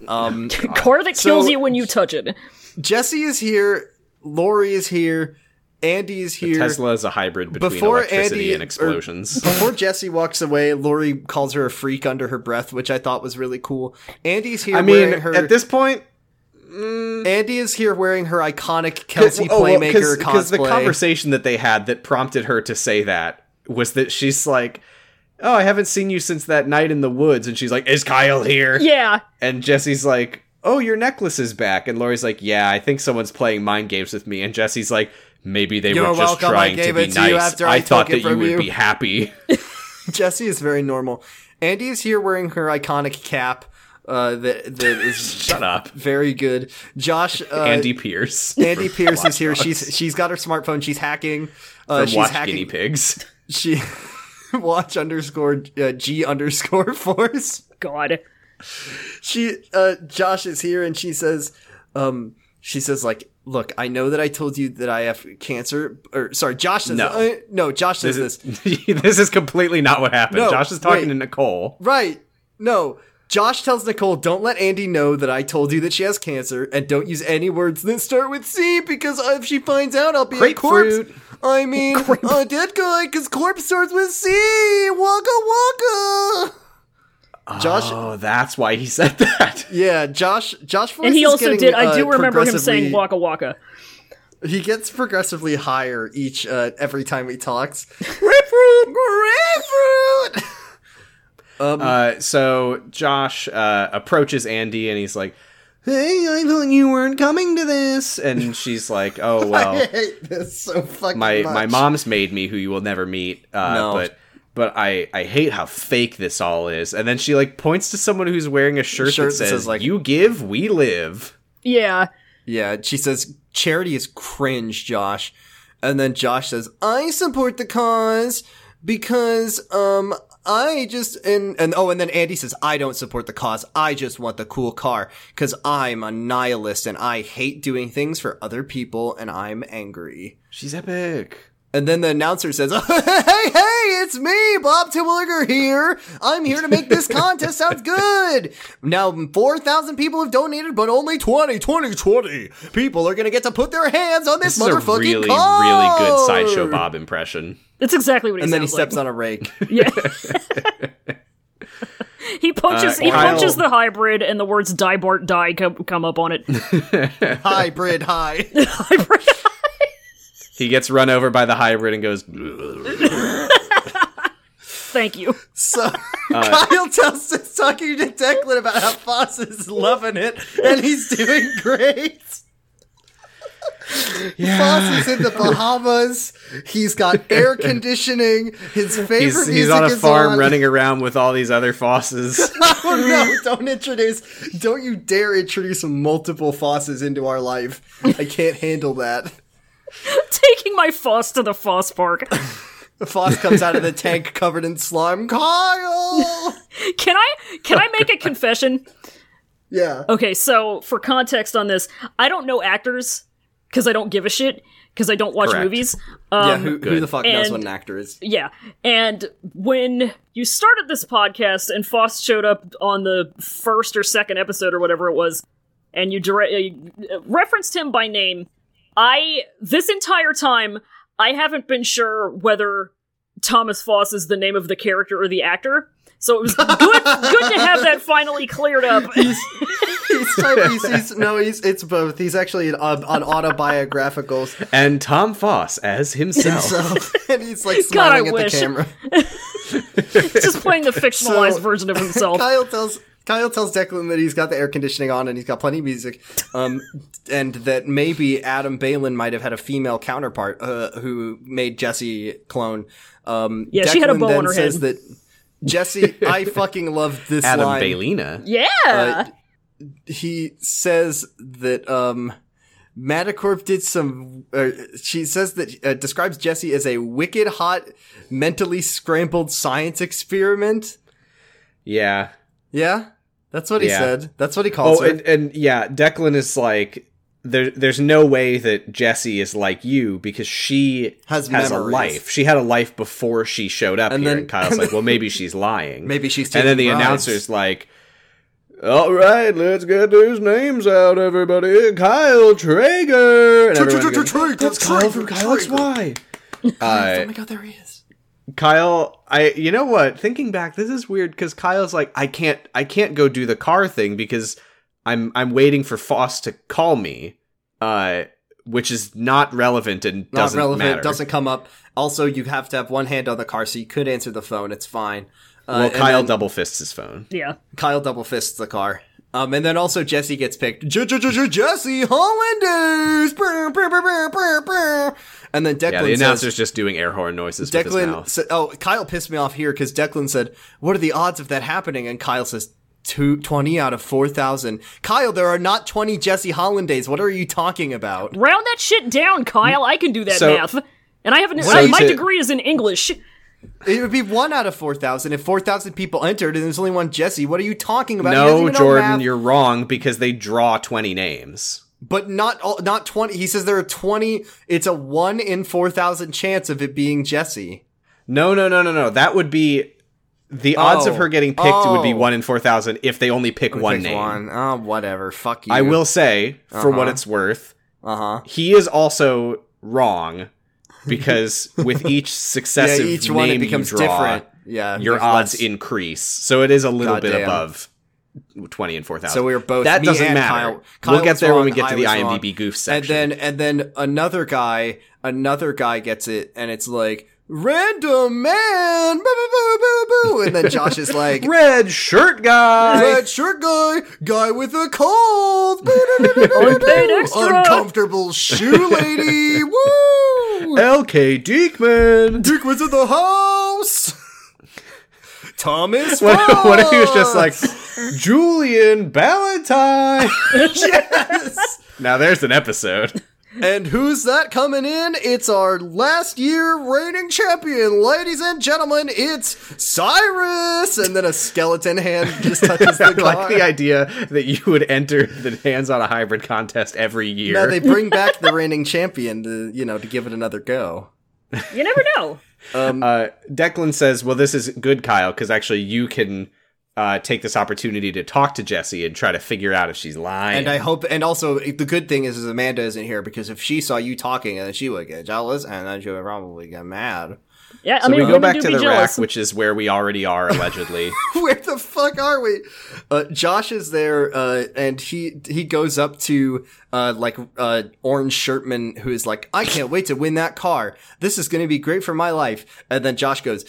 A: Um,
B: Car that kills
A: So-
B: you when you touch it.
A: Jesse is here. Lori is here. Andy is here.
C: Tesla is a hybrid between
A: Before
C: electricity
A: Andy-
C: and
A: or-
C: explosions.
A: Before Jesse walks away, Lori calls her a freak under her breath, which I thought was really cool. Andy's here
C: I mean,
A: wearing her
C: at this point,
A: Andy is here wearing her iconic Kelsey
C: Oh, well,
A: Playmaker
C: the
A: cosplay. <laughs>
C: conversation that they had that prompted her to say that was that she's like, "Oh, I haven't seen you since that night in the woods," and she's like, "Is Kyle here?"
B: Yeah.
C: And Jesse's like, "Oh, your necklace is back." And Lori's like, "Yeah, I think someone's playing mind games with me." And Jesse's like, "Maybe they
A: You're
C: were just
A: welcome, I
C: trying to
A: gave
C: be
A: it to you
C: nice.
A: after I
C: I thought
A: took
C: that
A: it
C: you
A: from
C: would
A: you."
C: be happy." <laughs>
A: Jesse is very normal. Andy is here wearing her iconic cap uh, that that is <laughs>
C: Shut up,
A: very good. Josh uh,
C: Andy
A: <laughs>
C: Pierce.
A: Andy Pierce is here. She's she's got her smartphone. She's hacking. Uh,
C: From
A: she's
C: Watch
A: hacking.
C: Guinea Pigs.
A: She watch underscore uh, g underscore <laughs> force.
B: God.
A: she uh Josh is here and she says um she says like look I know that I told you that I have cancer or sorry Josh says
C: No.
A: uh, no Josh says <laughs> this,
C: <laughs> this is completely not what happened.
A: No,
C: Josh is talking
A: wait.
C: to Nicole.
A: right no Josh tells Nicole don't let Andy know that I told you that she has cancer and don't use any words that start with C because if she finds out I'll be a
C: Grapefruit.
A: corpse
C: <laughs>
A: I mean a dead guy because corpse starts with C waka waka Josh
C: Oh, that's why he said that. <laughs>
A: yeah Josh Josh Forrest
B: And he
A: is
B: also
A: getting,
B: did. I do
A: uh,
B: remember him saying
A: progressively-
B: waka waka.
A: He gets progressively higher each uh, every time he talks. <laughs> grapefruit, grapefruit.
C: Uh, so Josh uh, approaches Andy and he's like,
D: Hey, I thought you weren't coming to this.
C: "This," and she's like,
A: <laughs>
C: "Oh
A: I
C: well,
A: hate this so fucking
C: my
A: much.
C: my mom's made me, who you will never meet." Uh,
A: No.
C: But but I I hate how fake this all is. And then she like points to someone who's wearing a shirt,
A: Shirt
C: that says,
A: like-
C: "You give, we live."
B: Yeah.
A: Yeah, she says charity is cringe, Josh. And then Josh says, "I support the cause because um I just and and oh and then Andy says, "I don't support the cause. I just want the cool car cuz I'm a nihilist and I hate doing things for other people and I'm angry."
C: She's epic.
A: And then the announcer says, <laughs> "Hey, hey, it's me, Bob Terwilliger here. I'm here to make
C: <laughs>
A: this contest sounds good. Now, 4,000 people have donated, but only 20, 20, 20 people are going to get to put their hands on this,
C: This is a
A: motherfucking
C: really
A: car."
C: really good sideshow Bob impression.
B: That's exactly what he
A: And then he steps
B: sounds like.
A: on a
B: <laughs>
A: rake.
B: Yeah.
A: <laughs>
B: he punches.
C: Uh,
B: he
C: Kyle-
B: punches the hybrid, and the words "die Bart die" come, come
A: <laughs>
B: up on it.
A: Hybrid high.
B: Hybrid.
C: He gets run over by the hybrid and goes.
B: Thank you.
A: So Kyle tells us talking to Declan about how Foss is loving it and he's doing great. Foss is in the Bahamas. He's got <laughs> air conditioning. His favorite
C: He's,
A: music
C: he's on a
A: is
C: farm
A: on.
C: running around with all these other fosses.
A: <laughs> Oh no! Don't introduce. Don't you dare introduce multiple Fosses into our life. I can't handle that.
B: Taking my Foss to the Foss Park.
A: Foss comes out of the tank covered in slime.
B: <laughs>
A: Kyle.
B: Can I? Can I make a confession?
A: Yeah.
B: Okay, so for context on this, I don't know actors because I don't give a shit because I don't watch
C: Correct.
B: movies. Um,
A: yeah. Who, who the fuck knows
B: and-
A: what an actor is?
B: Yeah. And when you started this podcast and Foss showed up on the first or second episode or whatever it was, and you dire- uh, referenced him by name, I, this entire time, I haven't been sure whether Thomas Foss is the name of the character or the actor. So it was
A: <laughs>
B: good, good to have that finally cleared
A: <laughs>
B: up.
A: he's,
B: <laughs>
A: so- he's, he's- no, he's it's both. He's actually an, um, an autobiographical
B: <laughs>
C: and Tom Foss as
A: <laughs>
C: himself.
A: himself, and he's like
B: God, I
A: smiling at
B: <laughs> wish.
A: the camera.
B: <laughs> Just playing the fictionalized
A: So- <laughs>
B: version of himself.
A: Kyle tells Kyle tells Declan that he's got the air conditioning on and he's got plenty of music, um, and that maybe Adam Balin might have had a female counterpart uh, who made Jesse clone. Um,
B: Yeah, she had a
A: Declan
B: bow on
A: then
B: her
A: says
B: head.
A: that Jesse,
B: <laughs>
A: I fucking love this
C: Adam
A: line.
C: Balina.
B: Yeah.
A: Uh, he says that um Matacorp did some. Uh, she says that uh, describes Jesse as a wicked hot, mentally scrambled science experiment.
C: Yeah.
A: Yeah, that's what he
C: Yeah.
A: said. That's what he calls
C: Oh,
A: her.
C: and, and yeah, Declan is like there. There's no way that Jesse is like you because she
A: Has
C: a
A: memories.
C: life. She had a life before she showed up
A: And
C: here.
A: then- <laughs>
C: and Kyle's like, well, maybe she's lying.
A: Maybe she's
C: and then the
A: taking bribes.
C: announcer's like. All right, let's get these names out, everybody. Kyle Traeger. And everyone goes, That's Kyle from Kyle XY. Uh,
A: Oh my god, there he is.
C: Kyle, I you know what? Thinking back, this is weird because Kyle's like, I can't, I can't go do the car thing because I'm, I'm waiting for Foss to call me, uh, which is not relevant and
A: Not
C: doesn't
A: relevant.
C: matter.
A: Doesn't come up. Also, you have to have one hand on the car, so you could answer the phone. It's fine. Uh,
C: well,
A: and
C: Kyle
A: then-
C: double fists his phone.
B: yeah.
A: Kyle double fists the car. Um, and then also Jesse gets picked. J- J- J- J- Jesse Hollanders. Brr, brr, brr, brr, brr, brr. And then Declan
C: Yeah, the announcer's
A: says.
C: just doing air horn noises with his
A: Declan.
C: mouth.
A: Sa- oh, Kyle pissed me off here because Declan said, "What are the odds of that happening?" And Kyle says. Two, 20 out of 4,000. Kyle, there are not 20 Jesse Hollandays. What are you talking about?
B: Round that shit down, Kyle. I can do that
C: So-
B: math. And I have an,
C: So
B: I- my
C: to-
B: degree is in English.
A: It would be one out of 4,000 if 4,000 people entered and there's only one Jesse. What are you talking about? He doesn't
C: No,
A: even know
C: Jordan,
A: math.
C: you're wrong because they draw twenty names.
A: But not all, not 20. He says there are 20. It's a 1 in 4,000 chance of it being Jesse.
C: No, no, no, no, no. That would be the odds of
A: Oh.
C: her getting picked would be
A: Oh.
C: one in four thousand if they only pick one
A: Pick
C: name.
A: One. Oh, whatever. Fuck you.
C: I will say, for
A: Uh-huh.
C: what it's worth,
A: Uh huh.
C: he is also wrong
A: <laughs>
C: because with each
A: Yeah,
C: successive
A: each
C: name
A: one it becomes
C: you draw,
A: different. Yeah.
C: your
A: there's
C: odds
A: less-
C: increase. So it is a little bit
A: Goddamn.
C: above twenty and four thousand.
A: So we were both.
C: that
A: me
C: doesn't
A: and
C: matter.
A: Kyle-
C: we'll
A: Kyle
C: get
A: was
C: there when we
A: wrong,
C: get to
A: I
C: the
A: was
C: IMDb
A: wrong.
C: goof section.
A: And then and then another guy, another guy gets it, and it's like random man, boo boo boo boo boo, and then Josh is like.
C: red shirt guy.
A: <laughs> Red shirt guy, guy with a
C: <laughs>
A: cold, boo, doo, doo, doo, doo,
B: Unpaid
A: doo,
B: extra.
A: uncomfortable shoe
C: <laughs>
A: lady, woo!
C: LK Diekman.
A: Dick was in the house. Thomas.
C: What,
A: Fox!
C: <laughs> what if he was just like Julian Ballantyne?
A: <laughs>
C: <laughs>
A: yes?
C: now there's an episode.
A: And who's that coming in? It's our last year reigning champion, ladies and gentlemen. It's Cyrus. And then a skeleton hand just touches <laughs> the
C: I
A: car.
C: <laughs> like the idea that you would enter the hands on a hybrid contest every year.
A: now they bring back the reigning champion to you know to give it another go.
B: You never
C: <laughs>
B: know.
C: uh, Declan says, "Well, this is good, Kyle, because actually you can uh, take this opportunity to talk to Jesse and try to figure out if she's lying."
A: And I hope, and also the good thing is, is Amanda isn't here because if she saw you talking, then she would get jealous, and then she would probably get mad. <laughs>
B: Yeah, I
C: so
B: mean,
C: we go
B: women
C: back
B: do
C: to
B: be
C: the
B: jealous.
C: rack, which is where we already
A: <laughs>
C: are allegedly.
A: where the fuck are we? Uh, Josh is there, uh, and he he goes up to uh, like uh, Orange Shirtman, who is like, "I can't wait to win that car. This is going to be great for my life." And then Josh goes.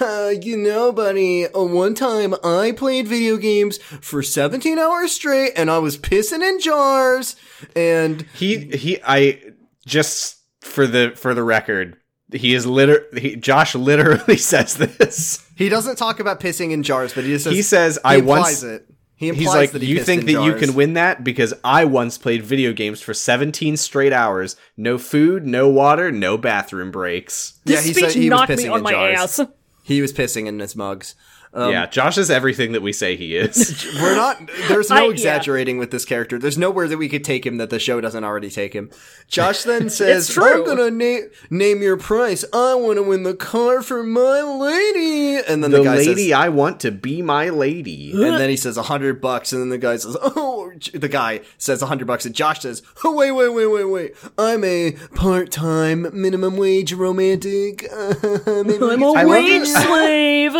A: Uh, you know, buddy, uh, one time I played video games for 17 hours straight and I was pissing in jars. And
C: he he, I just for the for the record, he is liter. He, Josh literally <laughs> says this.
A: he doesn't talk about pissing in jars, but he just says,
C: He says, "I
A: implies
C: once."
A: it. He implies
C: He's like,
A: that he
C: you
A: pissed
C: think
A: in
C: that you
A: jars."
C: can win that because I once played video games for 17 straight hours, no food, no water, no bathroom breaks.
A: Yeah,
B: this
A: he
B: speech
A: said he was
B: knocked me
A: pissing
B: on
A: in <laughs>
B: my
A: jars.
B: ass.
A: He was pissing in his
B: <laughs>
A: mugs. Um,
C: yeah, Josh is everything that we say he is.
A: We're not. There's no
B: I- yeah.
A: exaggerating with this character. There's nowhere that we could take him that the show doesn't already take him. Josh
B: <laughs>
A: then says,
B: true.
A: "I'm gonna name name your price. I want to win the car for my lady." And then <laughs> the,
C: the
A: guy
C: lady
A: says,
C: I want to be my lady.
A: and then he says a hundred bucks. And then the guy says, "Oh." The guy says a hundred bucks, and Josh says, oh, "Wait, wait, wait, wait, wait. I'm a part time minimum wage romantic. <laughs> Maybe we
B: I'm
A: could-
B: a <laughs>
C: love
B: wage
C: that-
B: slave.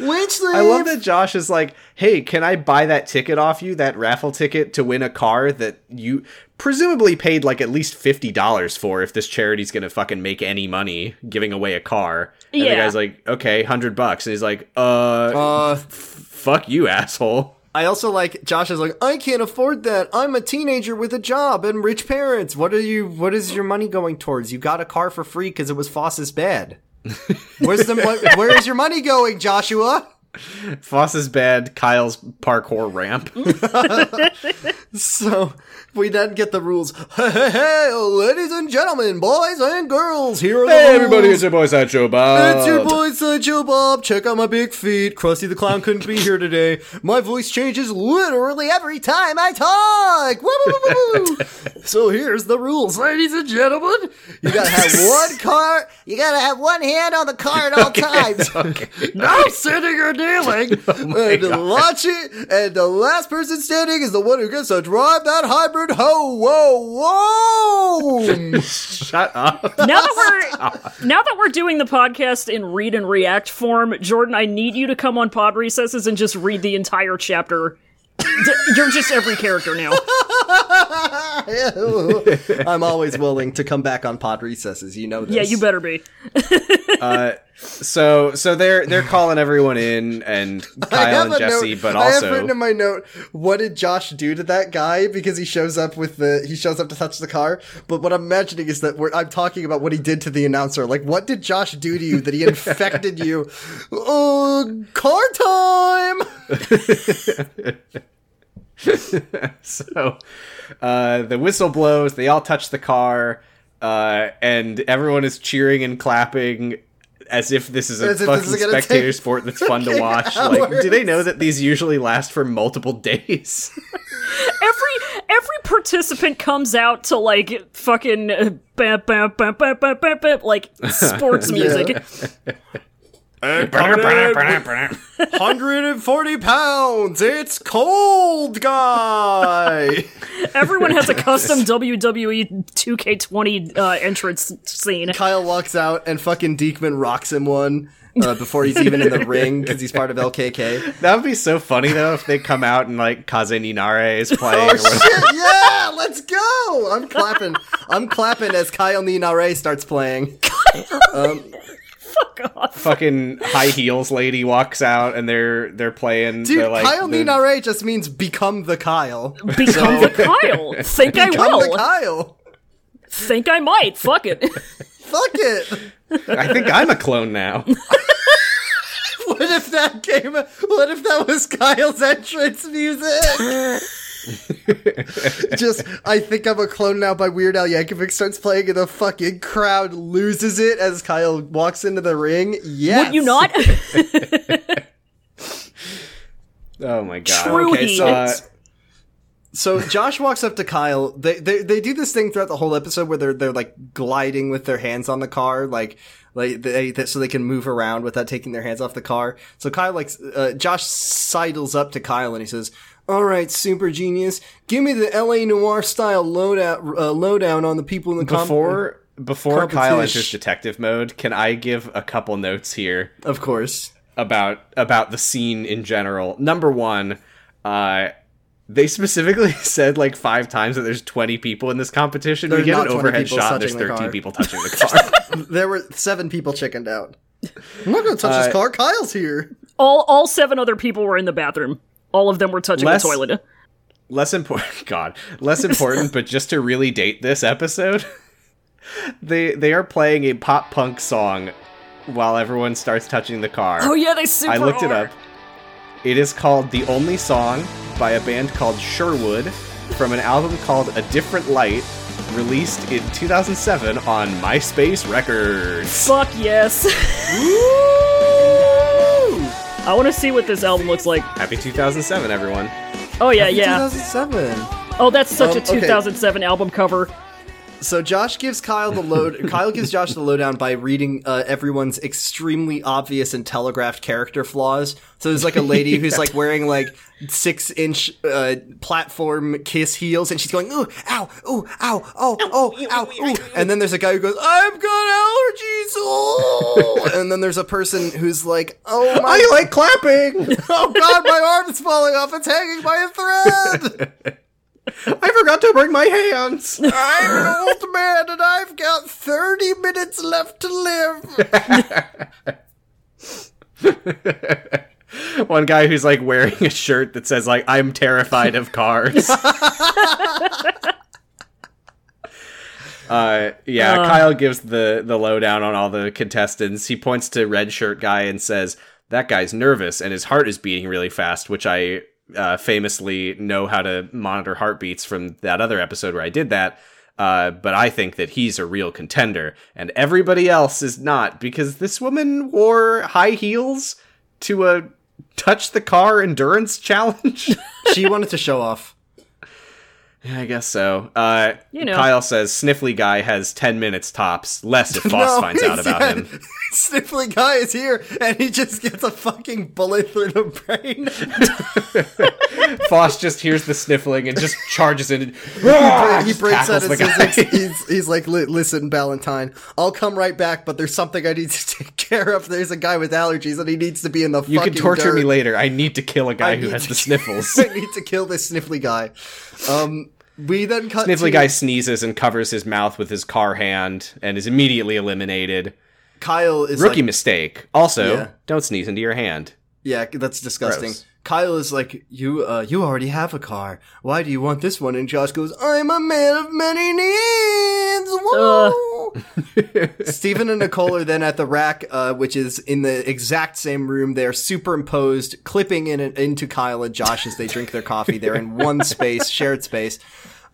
A: wage
C: I
A: slave."
C: love that Josh is like, "Hey, can I buy that ticket off you? That raffle ticket to win a car that you presumably paid like at least fifty dollars for if this charity's going to fucking make any money giving away a car." And the
B: Yeah.
C: guy's like, "Okay, hundred bucks," and he's like, "Uh,
A: Uh,
C: fuck you, asshole."
A: I also like Josh is like, I can't afford that. I'm a teenager with a job and rich parents. What are you? What is your money going towards? You got a car for free because it was Foss's
C: <laughs>
A: bad. Where's the? what, where is your money going, Joshua?
C: Foss's bed, Kyle's parkour ramp.
A: So we then get the rules. Hey, hey, hey, ladies and gentlemen, boys and girls, here are the
C: hey everybody,
A: rules.
C: it's your boy Sideshow Bob.
A: It's your boy Sideshow Bob. Check out my big feet. Krusty the Clown couldn't be here today. My voice changes literally every time I talk. Woo, woo, woo, woo, woo. <laughs> so here's the rules, ladies and gentlemen. You gotta <laughs> have one card. You gotta have one hand on the car at all times. No sitting or <laughs> kneeling. Oh and launch it. And the last person standing is the one who gets to drive that hybrid hoe. Whoa, <laughs> whoa.
C: <laughs> Shut up.
B: Now
A: <laughs> Ah.
B: that we're now that we're doing the podcast in read and react form, Jordan, I need you to come on pod recesses and just read the entire chapter. D- You're just every character
A: <laughs>
B: now.
A: I'm always willing to come back on pod recesses. You know this.
B: Yeah, you better be.
C: Uh, So so they're they're calling everyone in and
A: I have
C: Kyle and
A: a
C: Jesse,
A: note-
C: but
A: I have written
C: also
A: in my note, what did Josh do to that guy? Because he shows up with the he shows up to touch the car. But what I'm imagining is that we're, I'm talking about what he did to the announcer. Like, what did Josh do to you that he infected you? <laughs> Oh, car time!
C: <laughs> so uh, the whistle blows. They all touch the car, uh, and everyone is cheering and clapping. As if this is a
A: As if
C: fucking
A: this is gonna <laughs>
C: spectator
A: take
C: sport that's fun to
A: fucking
C: watch. Like, do they
A: hours.
C: know that these usually last for multiple days? <laughs>
B: Every every participant comes out to like fucking uh, bah, bah, bah, bah, bah, bah, bah, like
C: <laughs>
B: sports music.
A: Hundred and forty pounds. It's cold, <laughs> guy.
B: Everyone has a custom
C: <laughs>
B: E WWE 2K20 uh, entrance scene.
A: Kyle walks out and fucking Deekman rocks him one uh, before he's even in
C: <laughs>
A: the ring because he's part of LKK.
C: That would be so funny though if they come out and like Kaze Ninare is playing. or
A: <laughs> Oh
C: whatever.
A: shit! Yeah, let's go. I'm clapping. I'm clapping as Kyle Ninare starts playing.
C: Fucking high heels lady walks out and they're they're playing.
A: Dude,
C: they're like,
A: Kyle
C: the-
A: Ninare just means become the Kyle.
B: Become the Kyle.
C: <laughs>
B: Think I
A: Become the
B: will.
A: Kyle.
B: Think I might. Fuck it.
A: Fuck it.
C: I think I'm a clone now. <laughs>
A: What if that came? What if that was Kyle's entrance music? Just, I think I'm a clone now. By Weird Al Yankovic starts playing, and the fucking crowd loses it as Kyle walks into the ring. Yes,
B: Would you not? <laughs>
C: Oh my god.
B: True
A: okay,
B: heat.
A: so,
C: Uh,
A: So Josh walks up to Kyle. They, they they do this thing throughout the whole episode where they're they're like gliding with their hands on the car, like like they that, so they can move around without taking their hands off the car. So Kyle like uh, Josh sidles up to Kyle and he says, "All right, super genius, give me the L.A. noir style loadout uh, lowdown on the people in the com-
C: before before Kyle
A: competition.
C: enters detective mode, can I give a couple notes here
A: of course."
C: about about the scene in general? Number one, uh, they specifically <laughs> said like five times that there's 20 people in this competition. we
A: There's
C: get an
A: not 20
C: overhead
A: people
C: shot. and There's
A: touching the
C: 13
A: car.
C: people
A: <laughs>
C: touching the car.
A: There were seven people chickened out. Uh, I'm not gonna touch this car. Kyle's here.
B: all all seven other people were in the bathroom. All of them were touching
C: Less-
B: the toilet.
C: less important <laughs> god less important but just to really date this episode <laughs> they they are playing a pop punk song while everyone starts touching the car
B: Oh yeah, they super.
C: i looked it
B: are.
C: up it is called the only song by a band called sherwood from an album called a different light released in 2007 on myspace records
B: Fuck yes. <laughs> I want to see what this album looks like.
C: happy 2007 everyone
B: Oh yeah, yeah.
A: 2007.
B: Oh, that's such
A: Um,
B: a
A: okay.
B: 2007 album cover.
A: So Josh gives Kyle the
C: <laughs>
A: load. Kyle gives Josh the lowdown by reading uh, everyone's extremely obvious and telegraphed character flaws. So there's like a lady
C: <laughs>
A: who's like wearing like six inch uh, platform kiss heels, and she's going ooh ow ooh ow oh oh ow ooh, and then there's a guy who goes I've got allergies oh, and then there's a person who's like
C: <laughs>
A: oh my
C: i like clapping
A: <laughs>
C: <laughs>
A: oh god my arm is falling off it's hanging by a thread.
C: <laughs> i forgot to bring my hands
A: I'm an old man and I've got 30 minutes left to live.
C: one guy who's like wearing a shirt that says like I'm terrified of cars. Uh, yeah,
B: Uh.
C: Kyle gives the the lowdown on all the contestants. He points to red shirt guy and says, "That guy's nervous and his heart is beating really fast," which I uh, famously know how to monitor heartbeats from that other episode where I did that. Uh, but I think that he's a real contender, and everybody else is not because this woman wore high heels to a touch the car
A: <laughs>
C: endurance challenge.
A: she wanted to show off.
C: Yeah, I guess so. Uh,
B: You know.
C: Kyle says Sniffly guy has ten minutes tops, less
A: <laughs>
C: if Foss finds out about him.
A: Sniffly guy is here, and he just gets a fucking bullet through the
C: <laughs>
A: brain.
C: <laughs> Foss just hears the sniffling and just charges in.
A: <laughs>
C: And
A: he breaks out
C: tackles
A: and
C: the
A: says,
C: guy.
A: "Ex- <laughs> he's, he's like, "Li- listen, Valentine, I'll come right back, but there's something I need to <laughs> take care of. There's a guy with allergies, and he needs to be in the
C: <laughs> "You
A: fucking
C: can torture
A: dirt.
C: me later. I need to kill a guy
A: I
C: who
A: need
C: has
A: to-
C: the
A: <laughs>
C: sniffles."
A: I need to kill this sniffly guy. Um, we then cut to-
C: <laughs> sniffly guy sneezes and covers his mouth with his car hand and is immediately eliminated.
A: Kyle is
C: Rookie
A: like,
C: mistake. Also,
A: Yeah.
C: don't sneeze into your hand.
A: yeah, that's disgusting.
C: Gross.
A: Kyle is like, you, uh, you already have a car. Why do you want this one? And Josh goes, I'm a man of many needs.
C: <laughs>
A: Woo! Stephen and Nicole are then at the rack, uh, which is in the exact same room. They're superimposed, clipping in into Kyle and Josh as they drink their coffee. They're in
C: <laughs>
A: one space, shared space.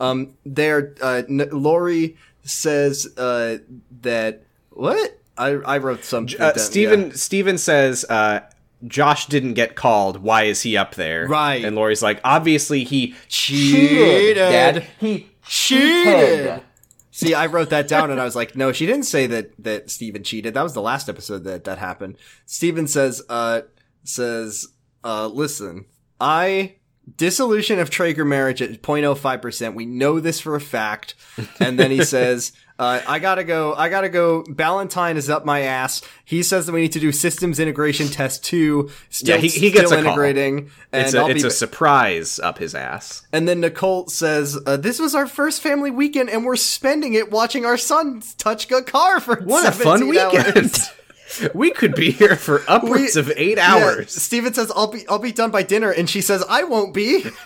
A: Um, there, uh, N- Lori says uh, that what I I wrote something.
C: Uh,
A: down,
C: Steven,
A: yeah.
C: Steven says, uh, Josh didn't get called. Why is he up there?
A: Right.
C: And Lori's like, obviously he
A: Cheated.
C: Dad. He
A: cheated. See, I wrote that down and I was like, no, she didn't say that that Steven cheated. That was the last episode that that happened. Steven says uh says uh listen, I dissolution of Traeger marriage at 0.05%. We know this for a fact. And
C: <laughs>
A: then he says uh, I gotta go. I gotta go. Valentine is up my ass. He says that we need to do systems integration test two. Still,
C: Yeah, he- he gets
A: still
C: a call.
A: integrating. And
C: It's, a,
A: I'll
C: it's
A: be
C: a surprise up his ass.
A: and then Nicole says, uh, "This was our first family weekend, and we're spending it watching our son touch a car for
C: What a
A: 17 <laughs>
C: fun
A: hours."
C: weekend. <laughs> we could be here for upwards of eight
A: Yeah,
C: hours.
A: Steven says, "I'll be, I'll be done by dinner," and she says, "I won't be. <laughs>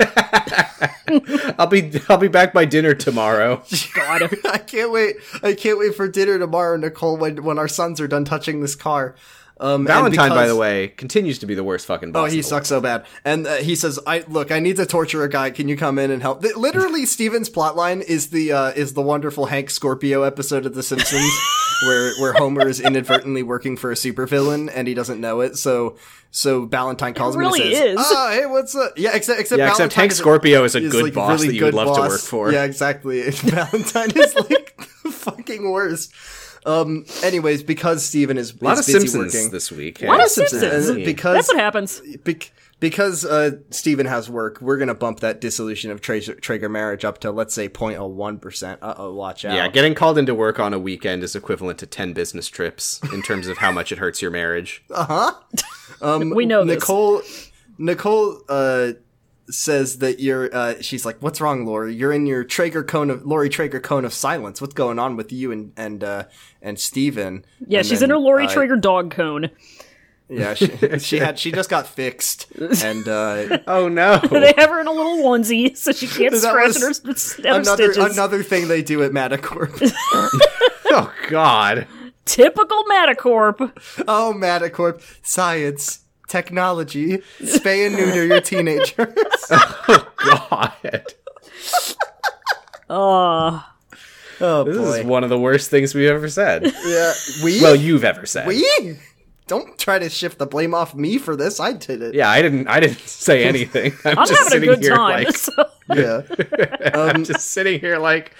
C: I'll be I'll be back by
A: <laughs>
C: dinner tomorrow.
B: God.
A: I can't wait. I can't wait for dinner tomorrow, Nicole. When when our sons are done touching this car." Um, and
C: Valentine, by
A: because-
C: the way, continues to be the worst fucking boss.
A: Oh,
C: in
A: he
C: the
A: sucks so bad. And uh, he says, "I look, I need to torture a guy. Can you come in and help?" Th-
C: <laughs>
A: Literally, Steven's plotline is the uh, is the wonderful Hank Scorpio episode of The
C: <laughs>
A: Simpsons, where where Homer is inadvertently working for a supervillain and he doesn't know it. So so Valentine calls him
B: really
A: and says,
B: is.
A: "Ah, hey, what's up?" Yeah, except except
C: Yeah, except
A: Valentine
C: Hank
A: is a-
C: Scorpio is a
A: is,
C: good
A: like,
C: boss
A: really
C: that you would
A: good
C: love to
A: boss.
C: work for.
A: Yeah, exactly. <laughs> Valentine is like <laughs> the fucking worst. Um. Anyways, because Steven is
C: A lot of
A: is busy
C: Simpsons
A: working,
C: this week.
B: What
C: yeah.
B: is Simpsons?
A: and because
B: That's what happens.
A: Bec- because uh, Steven has work, we're going to bump that dissolution of tra- Traeger marriage up to, let's say, 0.01%. Uh oh, watch out.
C: Yeah, getting called into work on a weekend is equivalent to 10 business trips in terms of how much it hurts your marriage.
B: We know this.
A: um, Nicole, Nicole uh, says that you're, uh, she's like, what's wrong, Lori? You're in your Traeger cone of, Lori Traeger cone of silence. What's going on with you and, and, uh, and Steven?
B: Yeah,
A: And
B: she's
A: then,
B: in her Lori
A: uh,
B: Traeger dog cone.
A: Yeah, she, she had,
B: <laughs>
A: she just got fixed. And, uh,
C: Oh no.
B: They have her in a little onesie <laughs> so she can't
A: That
B: scratch
A: was
B: at her, s- at her
A: another,
B: stitches.
A: another thing they do at Matacorp.
C: <laughs> oh god.
B: Typical Matacorp.
A: Oh, Matacorp, science, technology, spay and neuter your
C: <laughs>
A: teenagers.
C: God.
B: Uh,
A: oh
C: This is one of the worst things we've ever said.
A: yeah, we,
C: well, you've ever said.
A: we. Don't try to shift the blame off me for this. I did it.
C: Yeah, I didn't I didn't <laughs> say anything. I'm,
B: I'm
C: just
B: having
C: sitting
B: a good
C: here
B: time. <laughs>
C: like
B: so-
A: Yeah.
C: I'm just sitting here like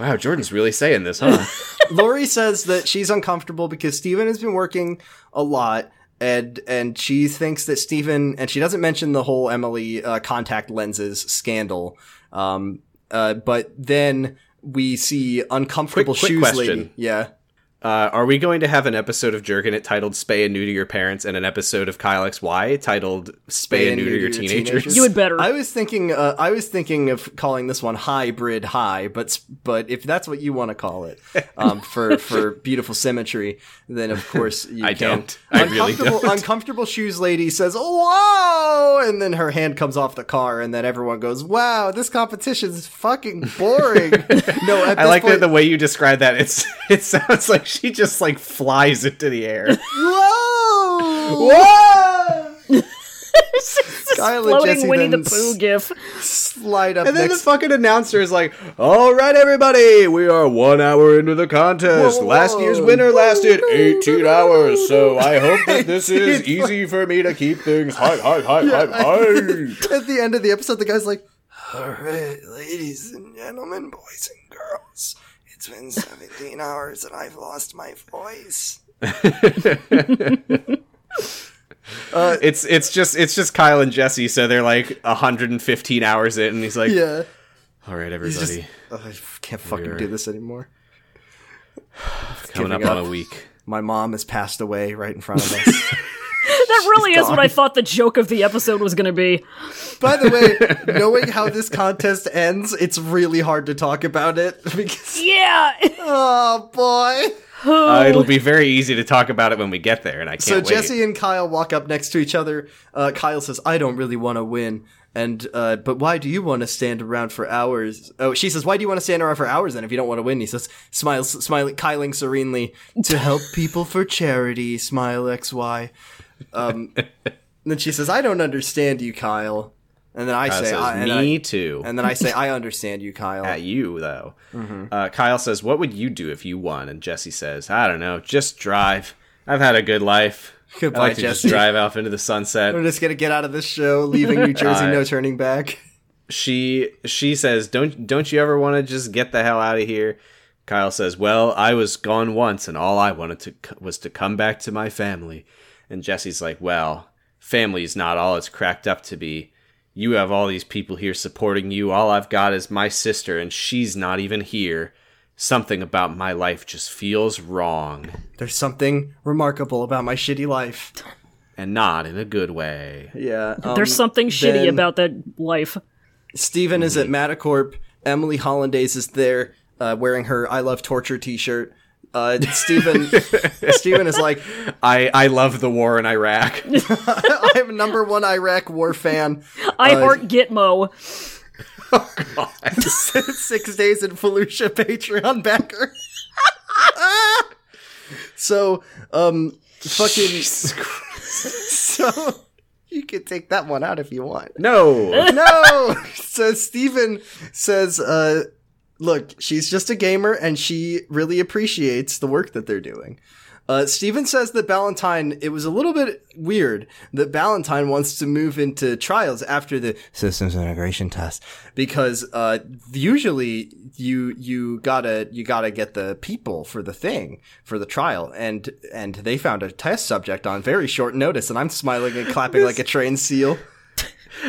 C: wow, Jordan's really saying this, huh?
A: Lori says that she's uncomfortable because Steven has been working a lot. And, and she thinks that Steven, and she doesn't mention the whole Emily uh, contact lenses scandal. Um, uh, but then we see uncomfortable
C: Quick- quick
A: shoes
C: question.
A: lady. Yeah.
C: Uh, are we going to have an episode of Jerkin it titled "Spay and Neuter Your Parents" and an episode of Kyle XY titled "Spay, and Neuter, Your, teenagers.
B: You would better.
A: I was thinking. Uh, I was thinking of calling this one hybrid high, but s- but if that's what you want to call it, um,
C: <laughs>
A: for for beautiful symmetry, then of course you
C: <laughs> I
A: can.
C: don't. I really
A: uncomfortable,
C: don't.
A: uncomfortable shoes lady says, "Whoa!" and then her hand comes off the car, and then everyone goes, "Wow, this competition's fucking boring."
C: <laughs>
A: no, at
C: I
A: this
C: like
A: point,
C: that the way you describe that. It's <laughs> it sounds like she just like flies into
A: <laughs>
C: the air. <laughs>
A: Whoa!
C: Whoa!
B: It's just
A: Kyle and
B: floating
A: Jesse
B: Winnie the
A: then
B: Pooh gif. <laughs>
A: Slide up
C: And then
A: next.
C: the fucking announcer is like, "All right, everybody, we are one hour into the contest.
A: Whoa,
C: Last
A: whoa.
C: year's winner lasted 18 hours, so I hope
A: <laughs>
C: that this is easy for me to keep things hot, hot, hot, hot,
A: Oh. <laughs>
C: hot."
A: at the end of the episode, the guy's like, "All right, ladies and gentlemen, boys and girls, it's been 17 hours and I've lost my voice." <laughs>
C: It's it's just it's just Kyle and Jesse, so they're like 115 hours in, and he's like,
A: Yeah,
C: "All right,
A: he's just.
C: everybody,
A: "Ugh, I can't fucking
C: Weird.
A: do this anymore.
C: coming up
A: giving
C: on
A: up.
C: a week."
A: My mom has passed away right in front of us.
B: That really is what
A: gone.
B: I thought the joke of the episode was going to be.
A: <laughs> By the way, knowing how this contest ends, it's really hard to talk about it <laughs> because <laughs>
B: Yeah.
A: oh boy.
C: Uh, it'll be very easy to talk about it when we get there, and I can't
A: Oh. So
C: wait.
A: Jesse and Kyle walk up next to each other. Uh, Kyle says, "I don't really want to win." And uh, but why do you want to stand around for hours? Oh, she says, "Why do you want to stand around for hours then if you don't want to win?" He says, "Smiles, smiling, Kyling serenely to help people for charity." Smile X Y. Um,
C: <laughs>
A: and then she says, "I don't understand you, Kyle." And then I
C: Kyle
A: say,
C: says,
A: I, and,
C: Uh, "Me
A: I,
C: too."
A: and then I say, "I understand you, Kyle." Mm-hmm.
C: at you though. Uh, Kyle says, "What would you do if you won?" And Jesse says, "I don't know. Just drive. I've had a good life.
A: Goodbye,
C: I like to
A: Jesse."
C: just drive off into the
A: We're <laughs>
C: sunset."
A: just gonna get out of this show, leaving
C: <laughs>
A: New Jersey, no turning back.
C: She she says, "Don't don't you ever want to just get the hell out of here?" Kyle says, "Well, I was gone once, and all I wanted to c- was to come back to my family." And Jesse's like, "Well, family's not all it's cracked up to be." You have all these people here supporting you. All I've got is my sister, and she's not even here. Something about my life just feels wrong.
A: There's something remarkable about my shitty life.
C: and not in a good way.
A: Yeah. um,
B: There's something shitty
A: then Uh,
B: about that life.
A: Steven is at Matacorp. Emily Hollandaise is there uh, wearing her I Love Torture t shirt.
B: <laughs>
A: Uh, Steven, Steven is like, <laughs>
C: I I love the war in Iraq.
A: I'm a number one Iraq war fan. <laughs>
B: I heart Gitmo.
A: Six days in Fallujah Patreon backer. <laughs> so, um, fucking. <laughs> so, you can take that one out if you want.
C: no.
A: no. So Steven says, uh, look, she's just a gamer and she really appreciates the work that they're doing. Uh, Steven says that Ballantyne, it was a little bit weird that Ballantyne wants to move into trials after the systems integration test because, uh, usually you, you gotta, you gotta get the people for the thing, for the trial. And, and they found a test subject on very short notice and I'm smiling and clapping like a trained seal.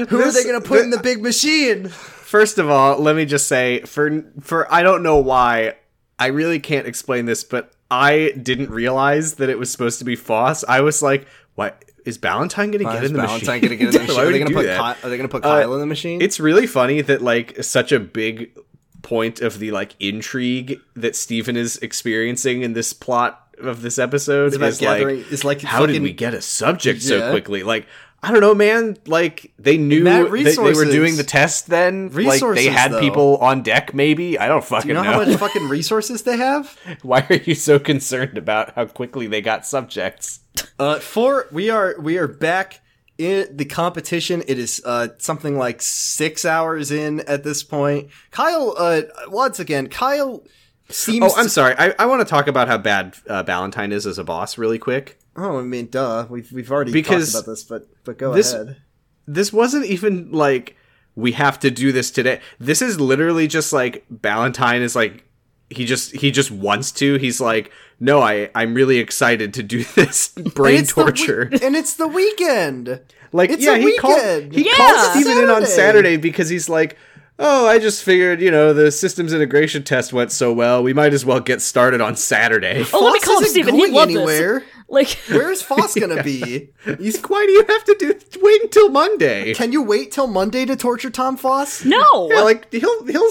A: Who are they going to put in the big machine?
C: First of all, let me just say for for I don't know why I really can't explain this, but I didn't realize that it was supposed to be Foss. I was like, "What is Ballantyne going to get
A: Is
C: in the
A: Valentine
C: machine?
A: going to
C: <laughs>
A: get in the
C: Why
A: machine?
C: would
A: Are they
C: he
A: going to
C: do
A: put
C: that? Uh,
A: Ky- Are they going to put Kyle in the machine?
C: It's really funny that like such a big point of the like intrigue that Steven is experiencing in this plot of this episode
A: about
C: is like
A: gathering- it's like
C: how did
A: fucking-
C: we get a subject
A: Yeah.
C: so quickly? Like I don't know, man. Like they knew
A: Mad
C: that they were
A: resources.
C: doing the test then. like
A: Resources,
C: they had
A: though.
C: people on deck. Maybe I don't fucking
A: you know
C: know.
A: how much fucking resources they have?
C: <laughs> Why are you so concerned about how quickly they got subjects?
A: Uh, four. We are we are back in the competition. It is uh something like six hours in at this point. Kyle, uh, once again, Kyle seems.
C: Oh, I'm sorry. I, I want to talk about how bad uh, Valentine is as a boss really quick.
A: oh, I mean, duh. We've we've already
C: Because
A: talked about this, but but go
C: this-
A: ahead.
C: this wasn't even like we have to do this today. This is literally just like Ballantyne is like he just he just wants to. He's like, no, I I'm really excited to do <laughs> this
A: And
C: brain
A: it's the wee-
C: torture.
A: <laughs> and it's the weekend.
C: like
A: it's
C: yeah,
A: a
C: he
A: weekend.
C: called he
B: Yeah!
C: called Steven in on
A: Saturday.
C: Saturday because he's like. oh, I just figured, you know, the systems integration test went so well, we might as well get started
A: <laughs>
C: on Saturday. <laughs>
B: Oh, let me call up
A: isn't
B: Steven. He'd
A: going
B: love this.
A: anywhere.
B: Like, <laughs>
A: Where's Foss
C: <laughs>
A: gonna be?
C: He's, why do you have to do wait until Monday?
A: Can you wait till Monday to torture Tom Foss?
B: no.
C: Yeah, like he'll he'll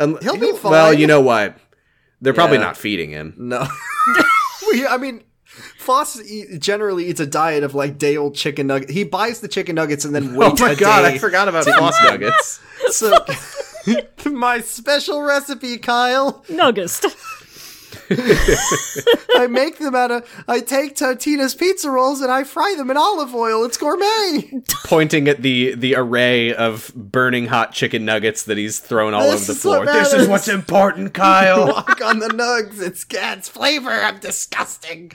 C: um,
A: He'll be
C: Well,
A: fine.
C: you know what? They're probably
A: Yeah.
C: not feeding him.
A: No. <laughs> we, I mean, Foss e- generally eats a diet of like day old chicken nuggets. He buys the chicken nuggets and then waits
C: oh my
A: a
C: god,
A: day.
C: I forgot about sauce nuggets.
A: So, <laughs> my special recipe, Kyle.
B: Nuggest.
A: I make them out of. I take Totino's pizza rolls and I fry them in olive oil. It's gourmet.
C: Pointing at the the array of burning hot chicken nuggets that he's thrown all
A: This
C: over the
A: is what
C: floor. This is
A: matters.
C: what's
A: <laughs>
C: important, Kyle.
A: Walk on the nugs. It's cat's flavor. I'm disgusting.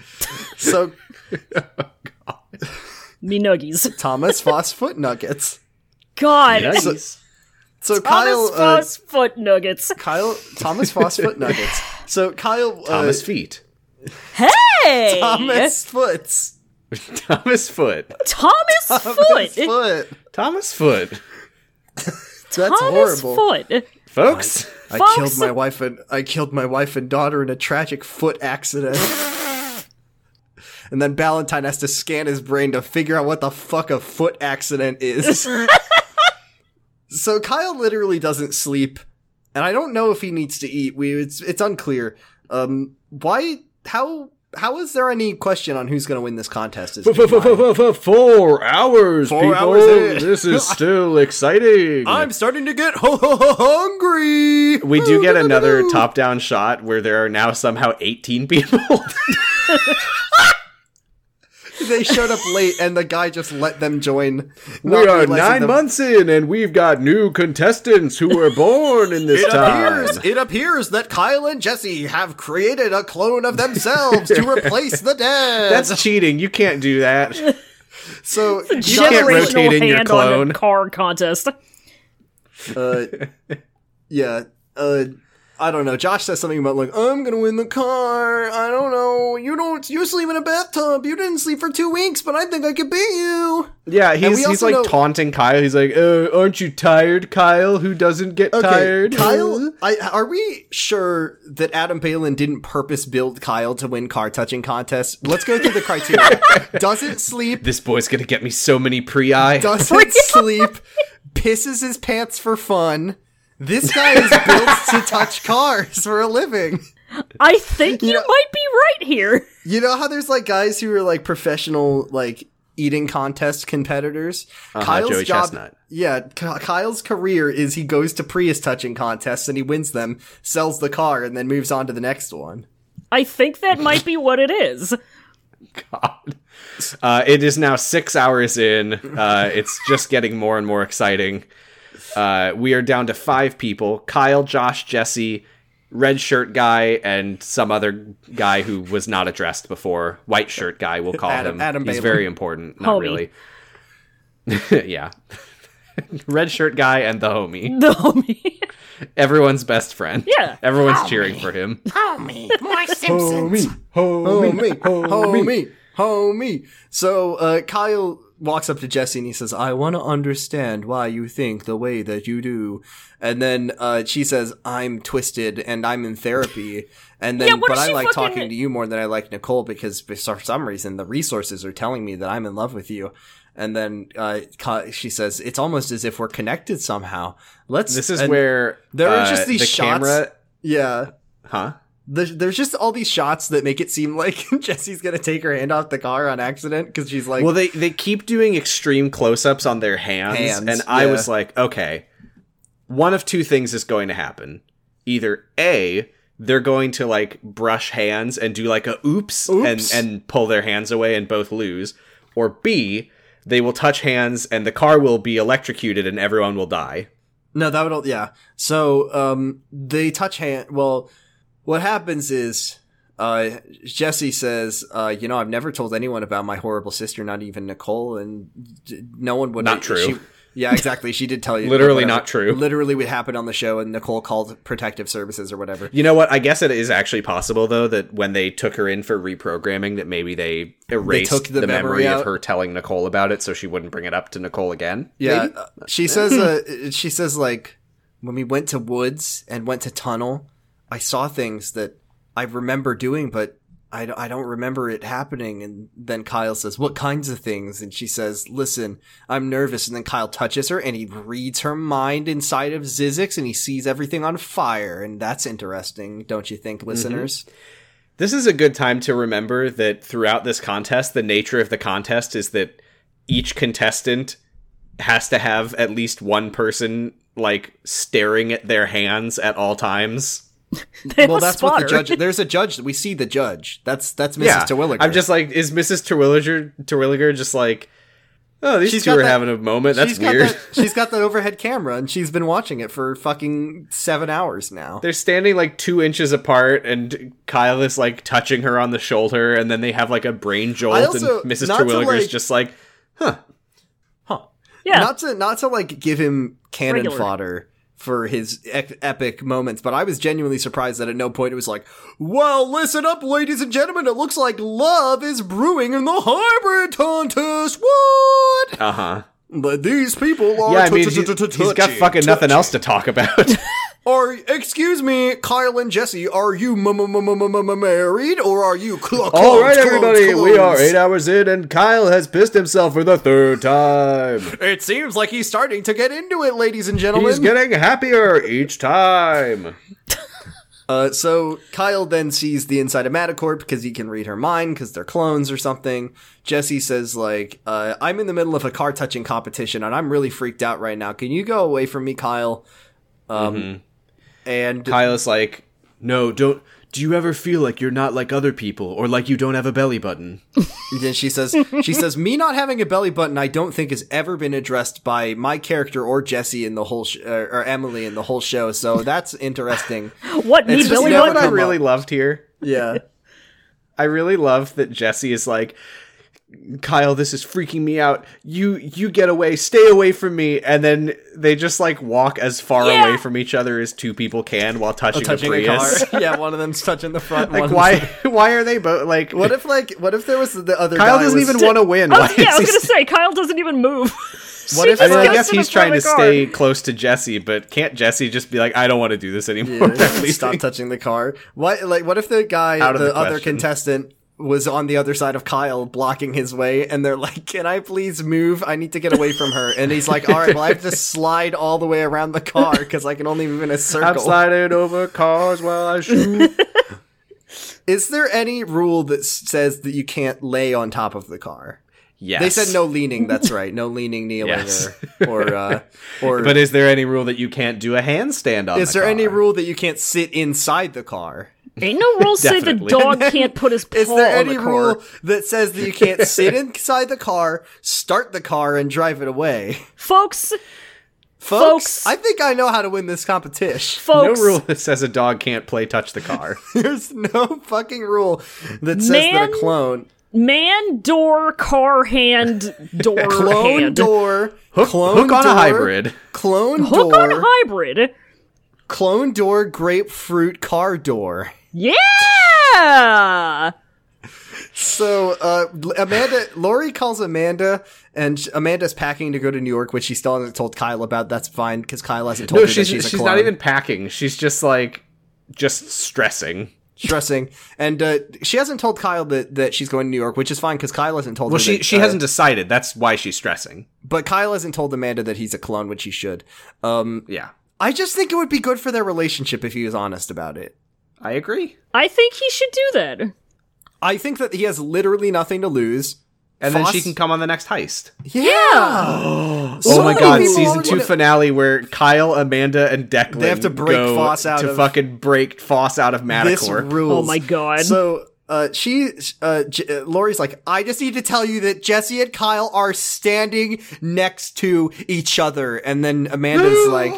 A: So
B: Me nuggies.
A: Thomas Foss foot nuggets.
B: God.
C: Nuggets.
A: So Kyle.
B: Thomas
A: uh,
B: Foss foot nuggets.
A: Kyle Thomas Foss foot nuggets. So Kyle uh,
C: Thomas Feet. <laughs>
B: Hey!
A: Thomas Foots.
C: Thomas Foot.
B: Thomas Foot.
A: Foot.
C: Thomas Foot.
A: That's
B: Thomas
A: horrible.
B: Foot.
C: Folks.
A: I
B: Folks-
A: killed my wife and I killed my wife and daughter in a tragic foot accident. and then Ballantyne has to scan his brain to figure out what the fuck a foot accident is. so Kyle literally doesn't sleep, and I don't know if he needs to eat. We it's it's unclear. Um, why? How? How is there any question on who's going to win this contest? Is my-
C: Four hours,
A: Four hours in. <laughs>
C: is still exciting.
A: I'm starting to get <laughs> ho ho ho hungry.
C: we do
A: <laughs>
C: get another top down shot where there are now somehow 18 people.
A: they showed up late and the guy just let them join.
C: we
A: not
C: are
A: realizing
C: nine
A: the-
C: months in and we've got new contestants who were born in <laughs> this
A: It
C: time.
A: appears, it appears that Kyle and Jesse have created a clone of themselves to replace the dead.
C: <laughs> That's cheating. You can't
A: <laughs>
C: do that.
A: so
C: You can't
B: Generational
C: rotate in your
B: hand on a
C: clone.
B: car contest.
A: uh, yeah. Uh, I don't know. Josh says something about like I'm gonna win the car. I don't know. You don't. You sleep in a bathtub. You didn't sleep for two weeks, but I think I could beat you.
C: Yeah, he's,
A: we
C: he's
A: also
C: like
A: know-
C: taunting Kyle. He's like, uh, aren't you tired, Kyle? Who doesn't get tired?
A: Kyle, I, are we sure that Adam Palin didn't purpose build Kyle to win car touching contests? Let's go through the <laughs> criteria. doesn't sleep,
C: This boy's gonna get me so many pre-eye.
A: doesn't sleep, pisses his pants for fun. This guy is built to touch cars for a living.
B: I think you might be right here.
A: You know how there's like guys who are like professional like eating contest competitors.
C: Uh-huh, Joey Chestnut.
A: yeah, Ky- Kyle's career is he goes to Prius touching contests and he wins them, sells the car, and then moves on to the next one.
B: I think that might be what it is. <laughs>
C: God. Uh, it is now six hours in. Uh, it's just getting more and more exciting. Uh, we are down to five people Kyle, Josh, Jesse, red shirt guy, and some other guy who was not addressed before. White shirt guy, we'll call
A: Adam-
C: him.
A: Adam
C: He's
A: Bailey.
C: very important. Not
B: Homie.
C: really. <laughs> yeah. red shirt guy and the homie.
B: The homie.
C: Everyone's best friend.
B: Yeah.
C: Everyone's cheering for him.
A: Homie, homie, homie, homie. So uh, Kyle walks up to Jesse and he says, "I want to understand why you think the way that you do." And then uh, she says, "I'm twisted and I'm in therapy." And then,
B: Yeah, what
A: but
B: if
A: I
B: she
A: like
B: fucking-
A: talking to you more than I like Nicole because for some reason the resources are telling me that I'm in love with you. And then uh, Ky- she says, "It's almost as if we're connected somehow." Let's.
C: This is
A: and-
C: where
A: there are
C: uh,
A: just these
C: the
A: shots-
C: camera.
A: yeah
C: Huh?
A: there's, there's just all these shots that make it seem <laughs> like Jesse's gonna take her hand off the car on accident because she's like,
C: well they they keep doing extreme close-ups on their hands,
A: Hands,
C: and i
A: yeah.
C: was like okay one of two things is going to happen either a they're going to like brush hands and do like a oops,
A: Oops.
C: and and pull their hands away and both lose or b they will touch hands and the car will be electrocuted and everyone will die
A: no, that would all, yeah. So um, they touch hand. Well, what happens is uh, Jesse says, uh, you know, I've never told anyone about my horrible sister, not even Nicole, and d- no one would.
C: Not true.
A: she- yeah, exactly. She did tell you.
C: <laughs> Literally
A: whatever.
C: not true.
A: Literally, what happened on the show, and Nicole called protective services or whatever.
C: you know what i guess it is actually possible though that when they took her in for reprogramming that maybe they erased
A: took
C: the,
A: the
C: memory,
A: memory
C: of
A: out.
C: her telling nicole about it so she wouldn't bring it up to nicole again
A: Yeah,
C: <laughs> Maybe?
A: uh, she says. Uh, she says like, when we went to woods and went to tunnel, I saw things that I remember doing, but I, d- I don't remember it happening. And then Kyle says, What kinds of things? And she says, Listen, I'm nervous. And then Kyle touches her and he reads her mind inside of Zizix and he sees everything on fire. And that's interesting, don't you think,
C: Mm-hmm.
A: listeners?
C: This is a good time to remember that throughout this contest, the nature of the contest is that each contestant has to have at least one person like staring at their hands at all times.
B: They have
A: Well,
B: a
A: that's what the
B: spotter.
A: judge. There's a judge. We see the judge. That's that's Mrs. Terwilliger.
C: I'm just like, is Mrs. Terwilliger Terwilliger just like, oh, these
A: She's
C: two
A: got
C: are
A: that-
C: having a moment. That's
A: She's
C: weird.
A: Got that, she's got the overhead camera, and she's been watching it for fucking seven hours now.
C: <laughs> They're standing like two inches apart, and Kyle is like touching her on the shoulder, and then they have like a brain jolt,
A: also-
C: and Mrs.
A: not to,
C: Terwilliger is
A: like-
C: just like,
A: Huh.
B: Yeah.
A: Not to not to like give him cannon
B: Regular.
A: fodder for his ec- epic moments, but I was genuinely surprised that at no point it was like, "Well, listen up, ladies and gentlemen. It looks like love is brewing in the hybrid contest." What?
C: uh huh.
A: But these people are.
C: Yeah, I mean,
A: t-
C: he-
A: t- t- t-
C: he's got
A: touchy,
C: fucking nothing
A: touchy.
C: else to talk about. <laughs>
A: Or excuse me, Kyle and Jesse, are you m- m- m- m- m- married or are you? Cl-
C: All
A: clones,
C: right,
A: clones,
C: everybody, we are
A: clones?
C: eight hours in, and Kyle has pissed himself for the
A: <laughs>
C: third time.
A: It seems like he's starting to get into it, ladies and gentlemen.
C: He's getting happier each time.
A: uh, so Kyle then sees the inside of Mattercorp because he can read her mind because they're clones or something. Jesse says, like, uh, I'm in the middle of a car touching competition and I'm really freaked out right now. Can you go away from me, Kyle? Um, And
C: Kyle's like, no, don't. Do you ever feel like you're not like other people, or like you don't have a belly button?
A: <laughs> then she says, she says, me not having a belly button, I don't think has ever been addressed by my character or Jesse in the whole, sh- or, or Emily in the whole show. So that's interesting.
B: What me
A: It's just-
B: Billy
A: you know
B: Button?
A: what
C: I
A: Come
C: really
A: up.
C: loved here.
A: Yeah.
C: I really love that Jesse is like, Kyle, this is freaking me out. You you get away, stay away from me, and then they just like walk as far
B: Yeah.
C: away from each other as two people can while touching,
A: touching
C: a
A: a car.
C: <laughs> Prius.
A: yeah, one of them's touching the front.
C: like
A: one's-
C: why <laughs> why are they both like?
A: <laughs> What if like what if there was the other
C: Kyle
A: guy
C: doesn't
A: was-
C: even
A: <laughs>
C: want to win?
B: I
C: Why
B: was, <laughs> Oh, yeah, I
C: is
B: was
C: he
B: gonna say Kyle doesn't even move. <laughs>
A: What
B: She
A: if-
C: I
B: just
C: mean, I
B: goes
C: guess
B: to the
C: he's
B: front
C: trying
B: of
C: to
B: the car.
C: stay close to Jesse, but can't Jesse just be like, I don't want to do this anymore? <laughs> At least
A: stop touching the car? What like what if the guy
C: Out of
A: the,
C: the
A: other
C: question.
A: contestant was on the other side of Kyle blocking his way and they're like, "Can I please move? I need to get away from her." And he's like, "All right, well I have to slide all the way around the car cuz I can only move in a
C: I'm
A: circle."
C: sliding over cars while <laughs> I shoot.
A: Is there any rule that s- says that you can't lay on top of the car?
C: yes,
A: They said no leaning, that's right. No leaning, kneeling
C: Yes.
A: or or uh or
C: But is there any rule that you can't do a handstand on?
A: is
C: the
A: there any
C: car?
A: rule that you can't sit inside the car?
B: Ain't no rules say the
C: Definitely.
B: dog
A: And then,
B: can't put his paw
A: Is there
B: on
A: any
B: the car.
A: rule that says that you
B: <laughs>
A: can't sit inside the car, start the car, and drive it away?
B: Folks,
A: Folks,
B: Folks.
A: I think I know how to win this competition. <laughs>
C: No
B: folks,
C: rule that says a dog can't play touch the <laughs> car.
A: There's no fucking rule that says that
B: Man.
A: a clone,
B: man, door, car, hand, door,
A: clone
B: hand.
A: door, clone
C: Hook on a
A: door,
C: hybrid.
A: clone
B: Hook
A: door,
B: on hybrid.
A: clone door, grapefruit car door.
B: Yeah.
A: So uh, L- Amanda, Lori calls Amanda, and sh- Amanda's packing to go to New York, which she still hasn't told Kyle about. That's fine because Kyle hasn't told
C: No,
A: her that
C: she's
A: she's a
C: she's
A: clone.
C: not even packing. She's just like just stressing.
A: stressing, and uh, she hasn't told Kyle that, that she's going to New York, which is fine because Kyle hasn't told.
C: Well,
A: her
C: she
A: that,
C: she
A: uh,
C: hasn't decided. That's why she's stressing.
A: But Kyle hasn't told Amanda that he's a clone, which he should. Um,
C: Yeah,
A: I just think it would be good for their relationship if he was honest about it.
C: I agree.
B: I think he should do that.
A: I think that he has literally nothing to lose,
C: And then she
A: Foss-
C: can come on the next heist.
A: Yeah.
B: <gasps>
C: Oh my god,
A: people
C: season
A: already-
C: two finale where Kyle, Amanda, and Declan
A: They have to break
C: go
A: Foss out
C: to
A: of-
C: fucking break Foss out of
A: This
C: Mattercorp.
A: rules.
B: Oh my god.
A: So uh, she, uh, J- uh, Lori's like, I just need to tell you that Jesse and Kyle are standing next to each other, and then Amanda's like,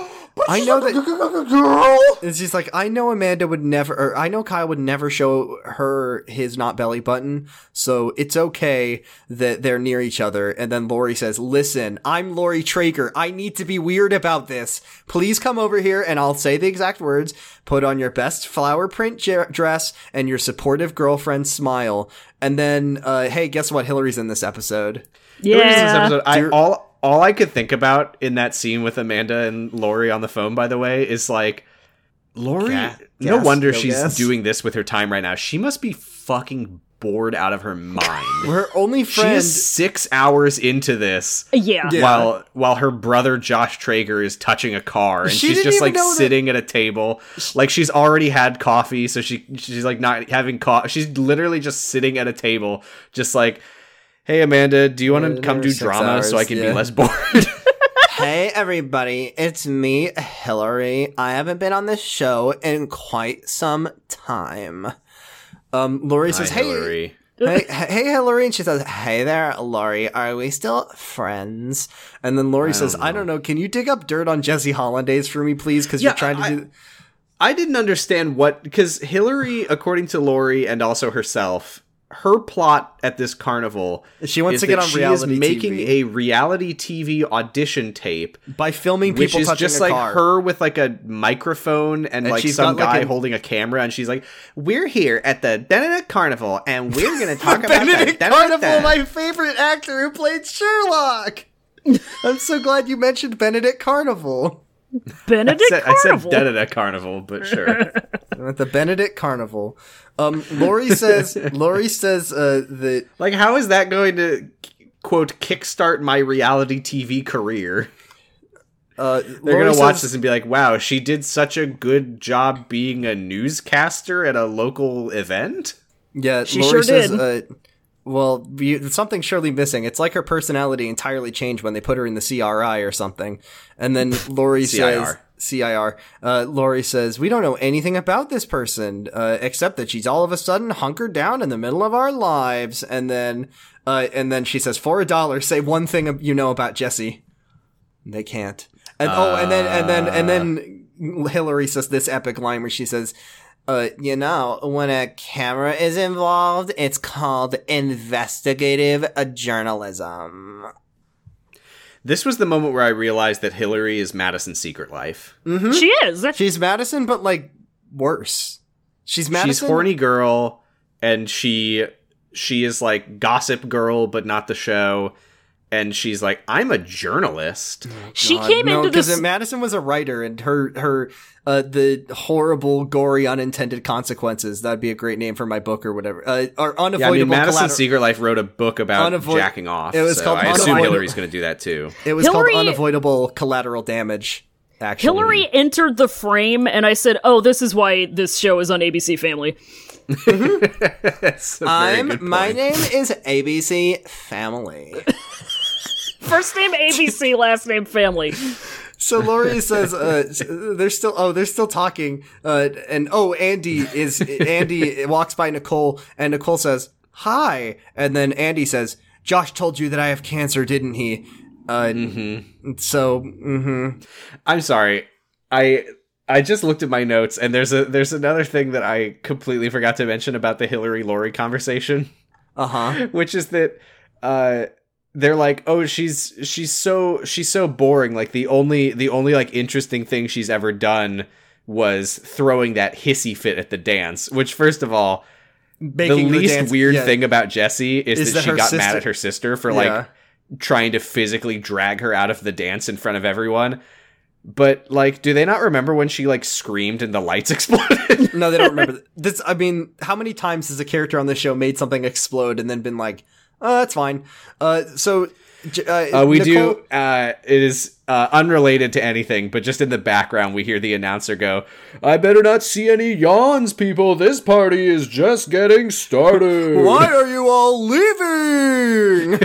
A: I know that. And she's like, I know Amanda would never, or I know Kyle would never show her his not belly button, so it's okay that they're near each other. And then Lori says, Listen, I'm Lori Traeger. I need to be weird about this. Please come over here and I'll say the exact words. Put on your best flower print j- dress and your supportive girlfriend smile. And then, uh, hey, guess what? Hillary's in this episode.
C: The reason this
B: yeah.
C: episode- I all all I could think about in that scene with Amanda and Lori on the phone, by the way, is like Lori.
A: Ga-
C: no
A: gas,
C: wonder
A: no
C: she's
A: gas.
C: doing this with her time right now. She must be fucking bored out of her mind.
A: Her only
C: she
A: <laughs> friend.
C: is six hours into this.
B: Yeah.
A: Yeah.
C: While while her brother Josh Traeger is touching a car and
A: She
C: she's
A: didn't
C: just
A: even
C: like
A: know that-
C: sitting at a table, like she's already had coffee, so she she's like not having coffee. She's literally just sitting at a table, just like, "Hey Amanda, do you want
A: Another
C: to come do
A: six
C: drama so
A: hours,
C: I can
A: yeah.
C: be less bored?"
A: hey everybody, it's me, Hillary. I haven't been on this show in quite some time. Um, Lori says, "Hey,
C: Hillary.
A: hey, hey, Hillary," and she says, "Hey there, Lori. Are we still friends?" And then Lori says, "I don't know. Can you dig up dirt on Jesse Hollandaise for me, please? Because
C: Yeah,
A: you're trying to
C: I-
A: do."
C: I didn't understand what because Hillary, according to Lori and also herself, her plot at this carnival
A: She wants
C: is
A: to get
C: that
A: on
C: she
A: reality
C: is making
A: TV.
C: a reality TV audition tape,
A: by filming
C: which
A: people
C: is
A: touching
C: just
A: a
C: like
A: car.
C: her with like a microphone and,
A: And
C: like
A: she's
C: some
A: got, like,
C: guy
A: an-
C: holding a camera, and she's like, "We're here at the Benedict Carnival, and we're going to talk about
A: Benedict
C: the
A: Carnival,
C: Benedict."
A: my favorite actor who played Sherlock. I'm so glad you mentioned Benedict Carnival.
B: Benedict
C: I said, I said
B: Carnival.
C: Benedict Carnival, but sure.
A: I'm At the Benedict Carnival, um, Lori
C: <laughs>
A: says. Lori says uh, that
C: like, how is that going to quote kickstart my reality TV career?
A: uh,
C: They're
A: Lori
C: gonna watch
A: says-
C: this and be like, "Wow, she did such a good job being a newscaster at a local event."
A: Yeah,
B: She
A: Lori
B: sure
A: says,
B: did.
A: Uh, well, you, something's surely missing. It's like her personality entirely changed when they put her in the CRI or something. And
B: <laughs>
A: then Lori says,
C: CIR.
A: CIR. Uh, Lori says, we don't know anything about this person, uh, except that she's all of a sudden hunkered down in the middle of our lives. And then, uh, and then she says, for a dollar, say one thing you know about Jesse. And They can't. And oh, and then and then and
B: Uh.
A: then Hillary says this epic line where she says, uh, "You know, when a camera is involved, it's called investigative uh, journalism."
C: This was the moment where I realized that Hillary is Madison's secret life.
B: She is.
A: She's Madison, but like worse. She's Madison.
C: She's horny girl, and she she is like gossip girl, but not the show. And she's like, "I'm a journalist."
A: Mm.
B: She
A: God,
B: came
A: no,
B: into
A: 'cause
B: this.
A: Madison was a writer, and her her uh, the horrible, gory, unintended consequences. That'd be a great name for my book or whatever. Uh, or
C: Yeah, I
A: unavoidable
C: mean, Madison's
A: collateral.
C: secret life wrote a book about
A: Unavoid-
C: jacking off.
A: It was
C: so
A: called
C: I assume
A: Unavoid-
C: Hillary's going to do that too.
A: it was
B: Hillary-
A: called unavoidable collateral damage. Actually,
B: Hillary entered the frame, and I said, "Oh, this is why this show is on ABC Family."
C: <laughs> That's a very
A: I'm.
C: good
A: My
C: point.
A: name is ABC Family.
B: First name ABC, last name Family.
A: So Lori says, uh, s- "They're still. Oh, they're still talking." Uh, and oh, Andy is. Andy walks by Nicole, and Nicole says, "Hi." And then Andy says, "Josh told you that I have cancer, didn't he?" Uh, So, hmm
C: Mm-hmm. I'm sorry. I I just looked at my notes and there's a there's another thing that I completely forgot to mention about the Hillary Lori conversation,
A: uh huh.
C: which is that uh they're like, "Oh, she's she's so she's so boring. Like the only the only like interesting thing she's ever done was throwing that hissy fit at the dance." Which first of all, the least weird thing about Jessie is,
A: Is
C: that,
A: that
C: she
A: her
C: got
A: sister-
C: mad at her sister for
A: Yeah.
C: like trying to physically drag her out of the dance in front of everyone. But like, do they not remember when she like screamed and the lights <laughs> exploded?
A: No, they don't remember th- this. I mean, how many times has a character on the show made something explode and then been like, "Oh, that's fine." Uh, so. J-
C: uh, we
A: Nicole-
C: do. Uh, it is uh, unrelated to anything, but just in the background, we hear the announcer go, uh, "I better not see any yawns, people. This party is just getting started."
A: Why are you all
C: <laughs>
A: leaving?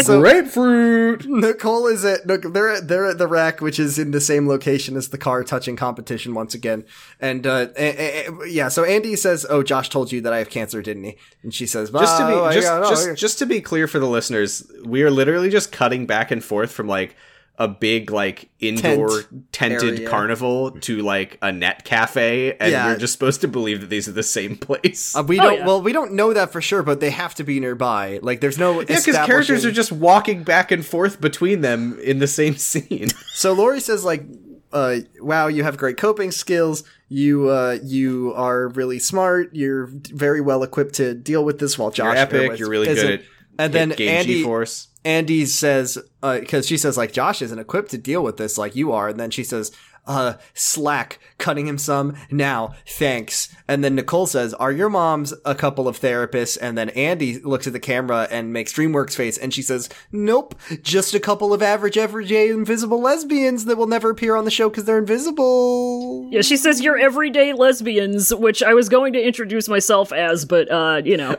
C: Grapefruit.
A: Nicole is at Nic- they're at, they're at the rack, which is in the same location as the car touching competition once again. And uh, a- a- a- yeah, so Andy says, "Oh, Josh told you that I have cancer, didn't he?" And she says,
C: just to be
A: "Oh,
C: just
A: yeah, no,
C: just
A: yeah."
C: just to be clear for the listeners, we are literally just cutting back and forth from like a big like indoor tented
A: area.
C: carnival to like a net cafe, and
A: Yeah.
C: we're just supposed to believe that these are the same place.
A: Uh, we
B: Oh,
A: don't
B: yeah.
A: well, we don't know that for sure, but they have to be nearby. Like, there's no
C: yeah, because characters
A: establishing-
C: are just walking back and forth between them in the same <laughs> scene.
A: So Lori says like, uh, "Wow, you have great coping skills. You uh, you are really smart. You're very well equipped to deal with this." While Josh
C: You're epic.
A: Irwin
C: You're really
A: isn't."
C: good at
A: And then
C: game
A: Andy
C: G-force.
A: Andy says, because she says, like, Josh isn't equipped to deal with this like you are. And then she says, uh, slack, cutting him some now, thanks. And then Nicole says, Are your moms a couple of therapists? And then Andy looks at the camera and makes DreamWorks face, and she says, Nope, just a couple of average, everyday, invisible lesbians that will never appear on the show because they're invisible. <laughs>
B: Yeah, she says, You're everyday lesbians, which I was going to introduce myself as, but, uh, you know.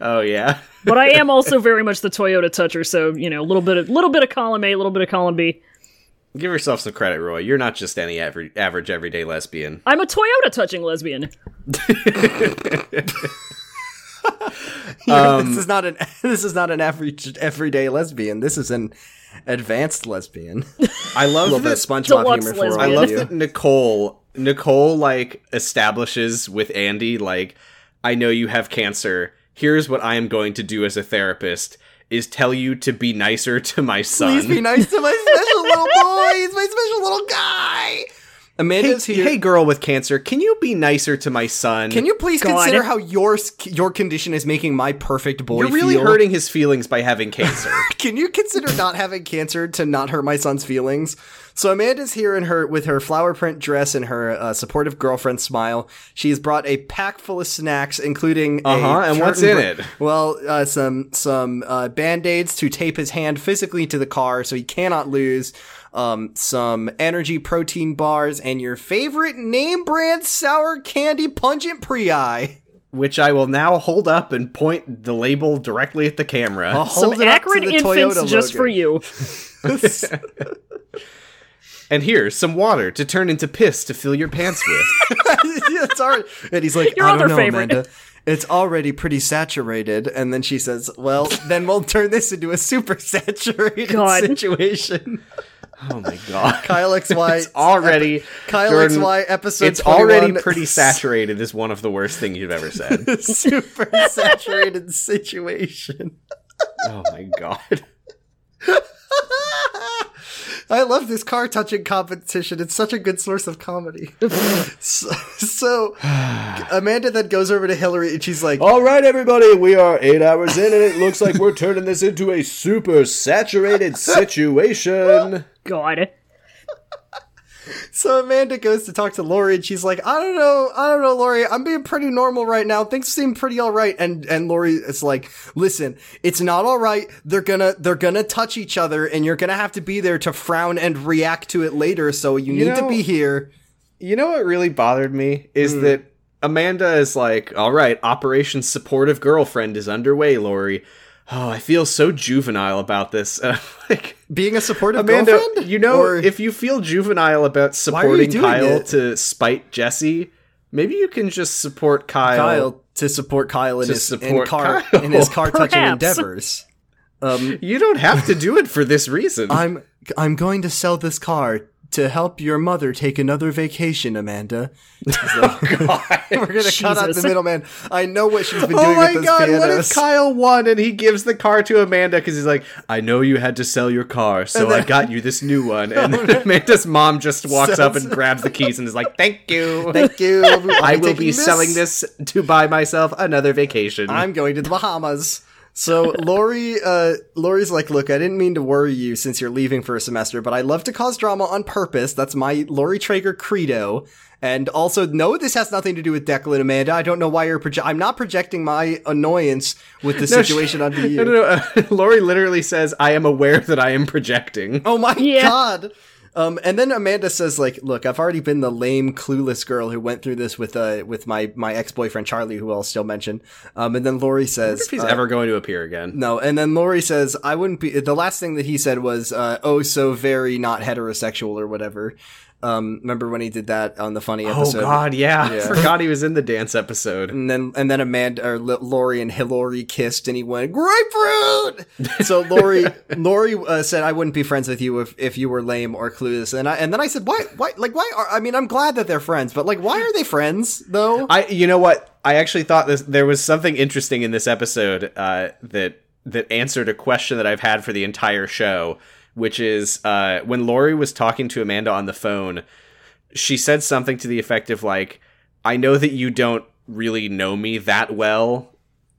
C: oh yeah.
B: but I am also very much the Toyota toucher, so you know, a little bit of little bit of column A, a little bit of column B.
C: Give yourself some credit, Roy. You're not just any average, average everyday lesbian.
B: I'm a Toyota touching lesbian. Um,
A: Yeah, this is not an <laughs> this is not an average everyday lesbian. This is an advanced
B: <laughs>
A: lesbian.
C: I
A: A
C: love
A: little bit
C: that.
A: of SpongeBob
B: Deluxe
A: humor for
C: I
A: all
B: lesbian.
A: of
C: love
A: you.
C: that Nicole Nicole like establishes with Andy like I know you have cancer. Here's what I am going to do as a therapist is tell you to be nicer to my son.
A: Please be nice to my
C: <laughs>
A: special little boy. He's my special little guy. Amanda's
C: hey,
A: here.
C: hey girl with cancer, can you be nicer to my son?
A: Can you please
B: God.
A: consider how your sk- your condition is making my perfect boy
C: You're really
A: feel?
C: hurting his feelings by having cancer.
A: <laughs> Can you consider not having cancer to not hurt my son's feelings? So Amanda's here in her with her flower print dress and her uh, supportive girlfriend smile. She's brought a pack full of snacks, including a
C: Uh-huh, and
A: curtain
C: what's in it?
A: Well, uh, some some uh, band aids to tape his hand physically to the car so he cannot lose. Um, some energy protein bars and your favorite name brand sour candy pungent pre-eye.
C: which I will now hold up and point the label directly at the camera.
A: I'll
B: Some
A: hold it up to
B: accurate
A: the
B: infants
A: Toyota
B: just for
A: logo.
B: you.
A: <laughs>
C: And here's some water to turn into piss to fill your pants with.
A: <laughs> it's already, and he's like,
B: Your
A: I don't
B: other
A: know,
B: favorite."
A: Amanda. It's already pretty saturated. And then she says, Well, then we'll turn this into a super
B: <laughs>
A: saturated
B: God.
C: <laughs>
A: situation.
C: oh my god.
A: Kyle XY.
C: It's already
A: Kyle
C: Jordan,
A: XY episode
C: It's already
A: 21. <laughs>
C: pretty saturated is one of the worst things you've ever said. <laughs>
A: super saturated situation.
C: oh my god.
A: I love this car touching competition. It's such a good source of
B: <laughs>
A: comedy. so, so Amanda then goes over to Hillary and she's like,
C: All right, everybody, we are eight hours in, and it looks like we're turning this into a
A: <laughs>
C: super saturated situation.
B: God.
A: So Amanda goes to talk to Lori and she's like, I don't know, I don't know, Lori, I'm being pretty normal right now. Things seem pretty alright. And and Lori is like, listen, it's not alright. They're gonna they're gonna touch each other and you're gonna have to be there to frown and react to it later, so you, need to
C: know-
A: be here.
C: You know what really bothered me
A: Hmm.
C: is that Amanda is like, "All right, Operation Supportive Girlfriend is underway, Lori." Oh, I feel so juvenile about this. <laughs> Uh, like
A: Being a supportive
C: Amanda,
A: girlfriend?
C: you know,
A: Or-
C: if you feel juvenile about supporting
A: doing
C: Kyle
A: it?
C: to spite Jesse, maybe you can just support Kyle.
A: Kyle to support Kyle in
C: To
A: his in
C: support
A: car
C: Kyle,
A: in his car touching
B: perhaps.
A: endeavors. Um
C: You don't have to do it for this reason.
A: I'm I'm going to sell this car to help your mother take another vacation,
C: <laughs>
A: Amanda.
C: Oh,
A: We're gonna cut out the
B: Jesus.
A: middleman. I know what she's
C: <laughs>
A: been
C: Oh
A: doing
C: my
A: with those
C: god,
A: pianos.
C: what if Kyle won and he gives the car to Amanda because he's like, I know you had to sell your car, so I got you this new <laughs> one. And then Amanda's mom just walks up and grabs the keys and is like, <laughs> Thank you.
A: Thank you.
C: I will be selling this to buy myself another vacation.
A: I'm going to the Bahamas. So
C: <laughs>
A: Lori, uh, Lori's like, look, I didn't mean to worry you since you're leaving for a semester, but I love to cause drama on purpose. That's my Lori Traeger credo. And also, no, this has nothing to do with Declan, Amanda. I don't know why you're project. I'm not projecting my annoyance with the
C: No, she-
A: situation onto
C: <laughs>
A: you.
C: <laughs> No, no, no. Lori literally says, I am aware that I am projecting.
A: Oh my
B: Yeah.
A: god. Um, and then Amanda says, like, look, I've already been the lame, clueless girl who went through this with uh with my my ex boyfriend Charlie, who I'll still mention. Um, and then Lori says,
C: If he's
A: uh,
C: ever going to appear again.
A: no. And then Lori says, I wouldn't be. The last thing that he said was, uh, oh, so very not heterosexual or whatever. Um, remember when he did that on the funny
C: Oh
A: episode?
C: god, yeah.
A: Yeah.
C: I <laughs> forgot he was in the dance episode.
A: And then and then Amanda or L- Lori and Hillary kissed, and he went
C: <laughs>
A: grapefruit. So Lori Lori uh, said, "I wouldn't be friends with you if, if you were lame or clueless." And I and then I said, "Why? Why? Like why are? I mean, I'm glad that they're friends, but like, why are they friends though?"
C: I you know what I actually thought this there was something interesting in this episode uh, that that answered a question that I've had for the entire show, which is uh, when Lori was talking to Amanda on the phone, she said something to the effect of like, "I know that you don't really know me that well."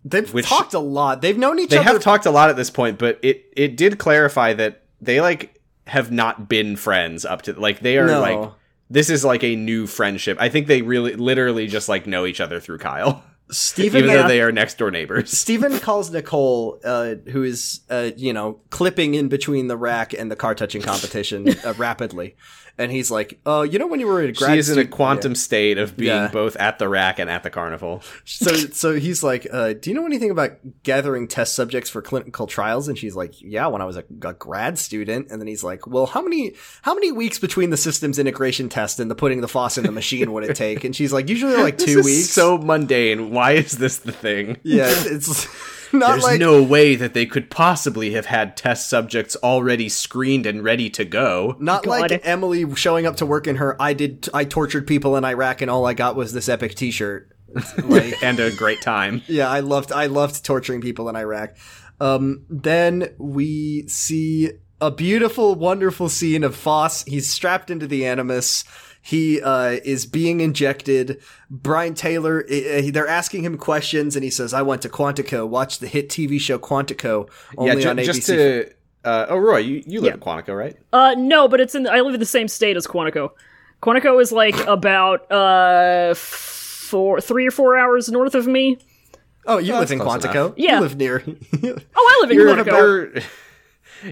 A: They've
C: Which-
A: talked a lot. They've known each
C: They
A: other.
C: have talked a lot at this point, but it it did clarify that they like have not been friends up to like they are
A: No.
C: like this is like a new friendship. I think they really literally just like know each other through Kyle, <laughs> even,
A: Stephen
C: though they are next door <laughs> neighbors.
A: Stephen calls Nicole, uh, who is, uh, you know, clipping in between the rack and the car touching
C: <laughs>
A: competition uh, rapidly, and he's like, "Oh, you know, when you were a grad
C: she is in a
A: student-
C: quantum state of being
A: Yeah.
C: both at the rack and at the carnival.
A: So, so he's like, uh, "Do you know anything about gathering test subjects for clinical trials?" And she's like, "Yeah, when I was a, a grad student." And then he's like, "Well, how many how many weeks between the systems integration test and the putting the FOSS in the machine would it take?" And she's like, "Usually like
C: <laughs> This
A: two
C: is
A: weeks."
C: So mundane. Why is this the thing?
A: yeah, it's <laughs> not
C: There's
A: like
C: no way that they could possibly have had test subjects already screened and ready
A: <laughs>
C: to go.
A: Not
B: God.
A: like Emily showing up to work in her I did I tortured people in Iraq and all I got was this epic t-shirt. Like
C: and a great time.
A: yeah, I loved I loved torturing people in Iraq. Um then we see a beautiful wonderful scene of Foss. He's strapped into the Animus. He uh, is being injected. Brian Taylor, eh, eh, they're asking him questions, and he says, "I went to Quantico. Watch the hit TV show Quantico only
C: ju-
A: on ABC."
C: just to. Uh, oh, Roy, you, you live in Quantico, right?
B: Uh, no, but it's in. I live in the same state as Quantico. Quantico is like about uh four, three or four hours north of me.
A: oh, you live
C: that's
A: in
C: close
A: Quantico.
C: enough.
B: Yeah.
A: you live near.
B: Oh, I live in
C: You're,
B: Quantico.
C: you're, <laughs>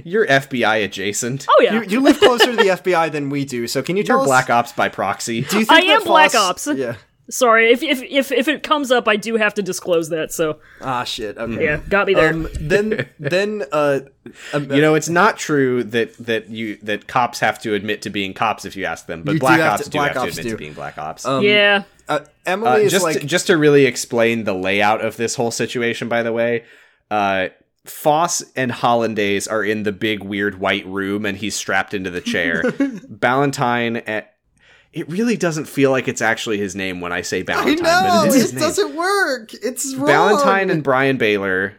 C: you're FBI adjacent.
B: oh yeah,
A: you, you live closer to the FBI than we do, so can you tell
C: You're
A: us?
C: Black Ops by
A: <laughs>
C: proxy.
A: Do you think
B: I am
A: that
B: Black
A: Foss-
B: Ops.
A: Yeah.
B: Sorry, if, if if if it comes up, I do have to disclose that. So
A: Ah, shit. Okay.
B: yeah, got me there.
A: Um, then, then, uh, um,
C: You know, it's not true that that you that cops have to admit to being cops if you ask them, but
A: You do
C: Black
A: have
C: Ops
A: to-
C: do
A: Black
C: have to
A: Ops
C: admit
A: do.
C: to being Black Ops.
B: yeah,
A: uh, Emily
C: Uh,
A: is
C: just
A: like,
C: to, just to really explain the layout of this whole situation, by the way, uh, Foss and Hollandaise are in the big weird white room, and he's strapped into
A: <laughs>
C: the chair. Ballantyne, at, it really doesn't feel like it's actually his name when I say
A: I
C: Ballantyne.
A: know
C: but it is his
A: it
C: name.
A: doesn't work. It's wrong.
C: Ballantyne and Brian Baylor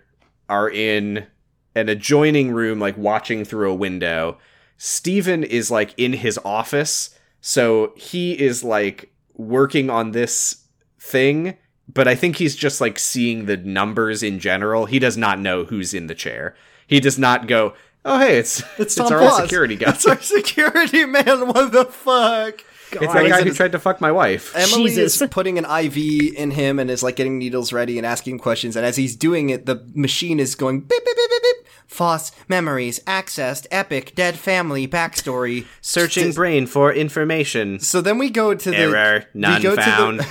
C: are in an adjoining room, like watching through a window. Steven is like in his office, so he is like working on this thing, but I think he's just like seeing the numbers in general. He does not know who's in the chair. He does not go, Oh hey, it's it's,
A: Tom
C: our
A: Foss.
C: security
A: <laughs>
C: guy.
A: That's our security man. What the fuck?
C: It's that
A: God.
C: guy who tried to fuck my wife.
A: Emily is
B: Jesus. <laughs>
A: putting an IV in him and is like getting needles ready and asking questions. And as he's doing it, the machine is going beep beep beep beep beep. Foss memories accessed. Epic dead family backstory. Searching
C: brain for information.
A: So then we go to the
C: Error.
A: we
C: None
A: go to the-
C: found.
A: <laughs>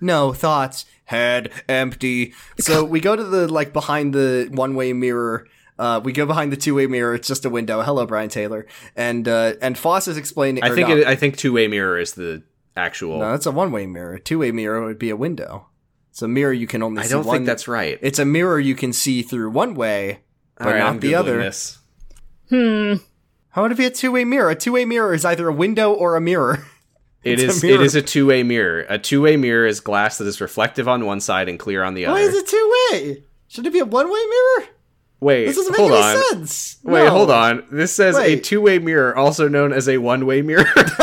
A: no thoughts. Head empty. <laughs> So we go to the like behind the one way mirror. Uh, we go behind the two way mirror. It's just a window. Hello, Brian Taylor. And uh, and Foss is explaining.
C: I
A: or
C: think
A: no,
C: it, I think two way mirror is the actual
A: no, that's a one way mirror. Two way mirror would be a window. It's a mirror you can only.
C: I
A: see
C: don't
A: one-
C: think that's right.
A: It's a mirror you can see through one way, but
C: All right,
A: not
C: I'm
A: the
C: Googling
A: other.
C: This.
A: How would it be a two way mirror? A two way mirror is either a window or a mirror.
C: It
A: It's a
C: is
A: mirror.
C: it is a two way mirror. A two way mirror is glass that is reflective on one side and clear on the other.
A: Why is it two way? Should it be a one way mirror?
C: Wait,
A: This doesn't make
C: hold
A: any
C: on.
A: sense.
C: Wait,
A: No.
C: hold on. This says a
A: Wait.
C: two way mirror, also known as a one way mirror. <laughs>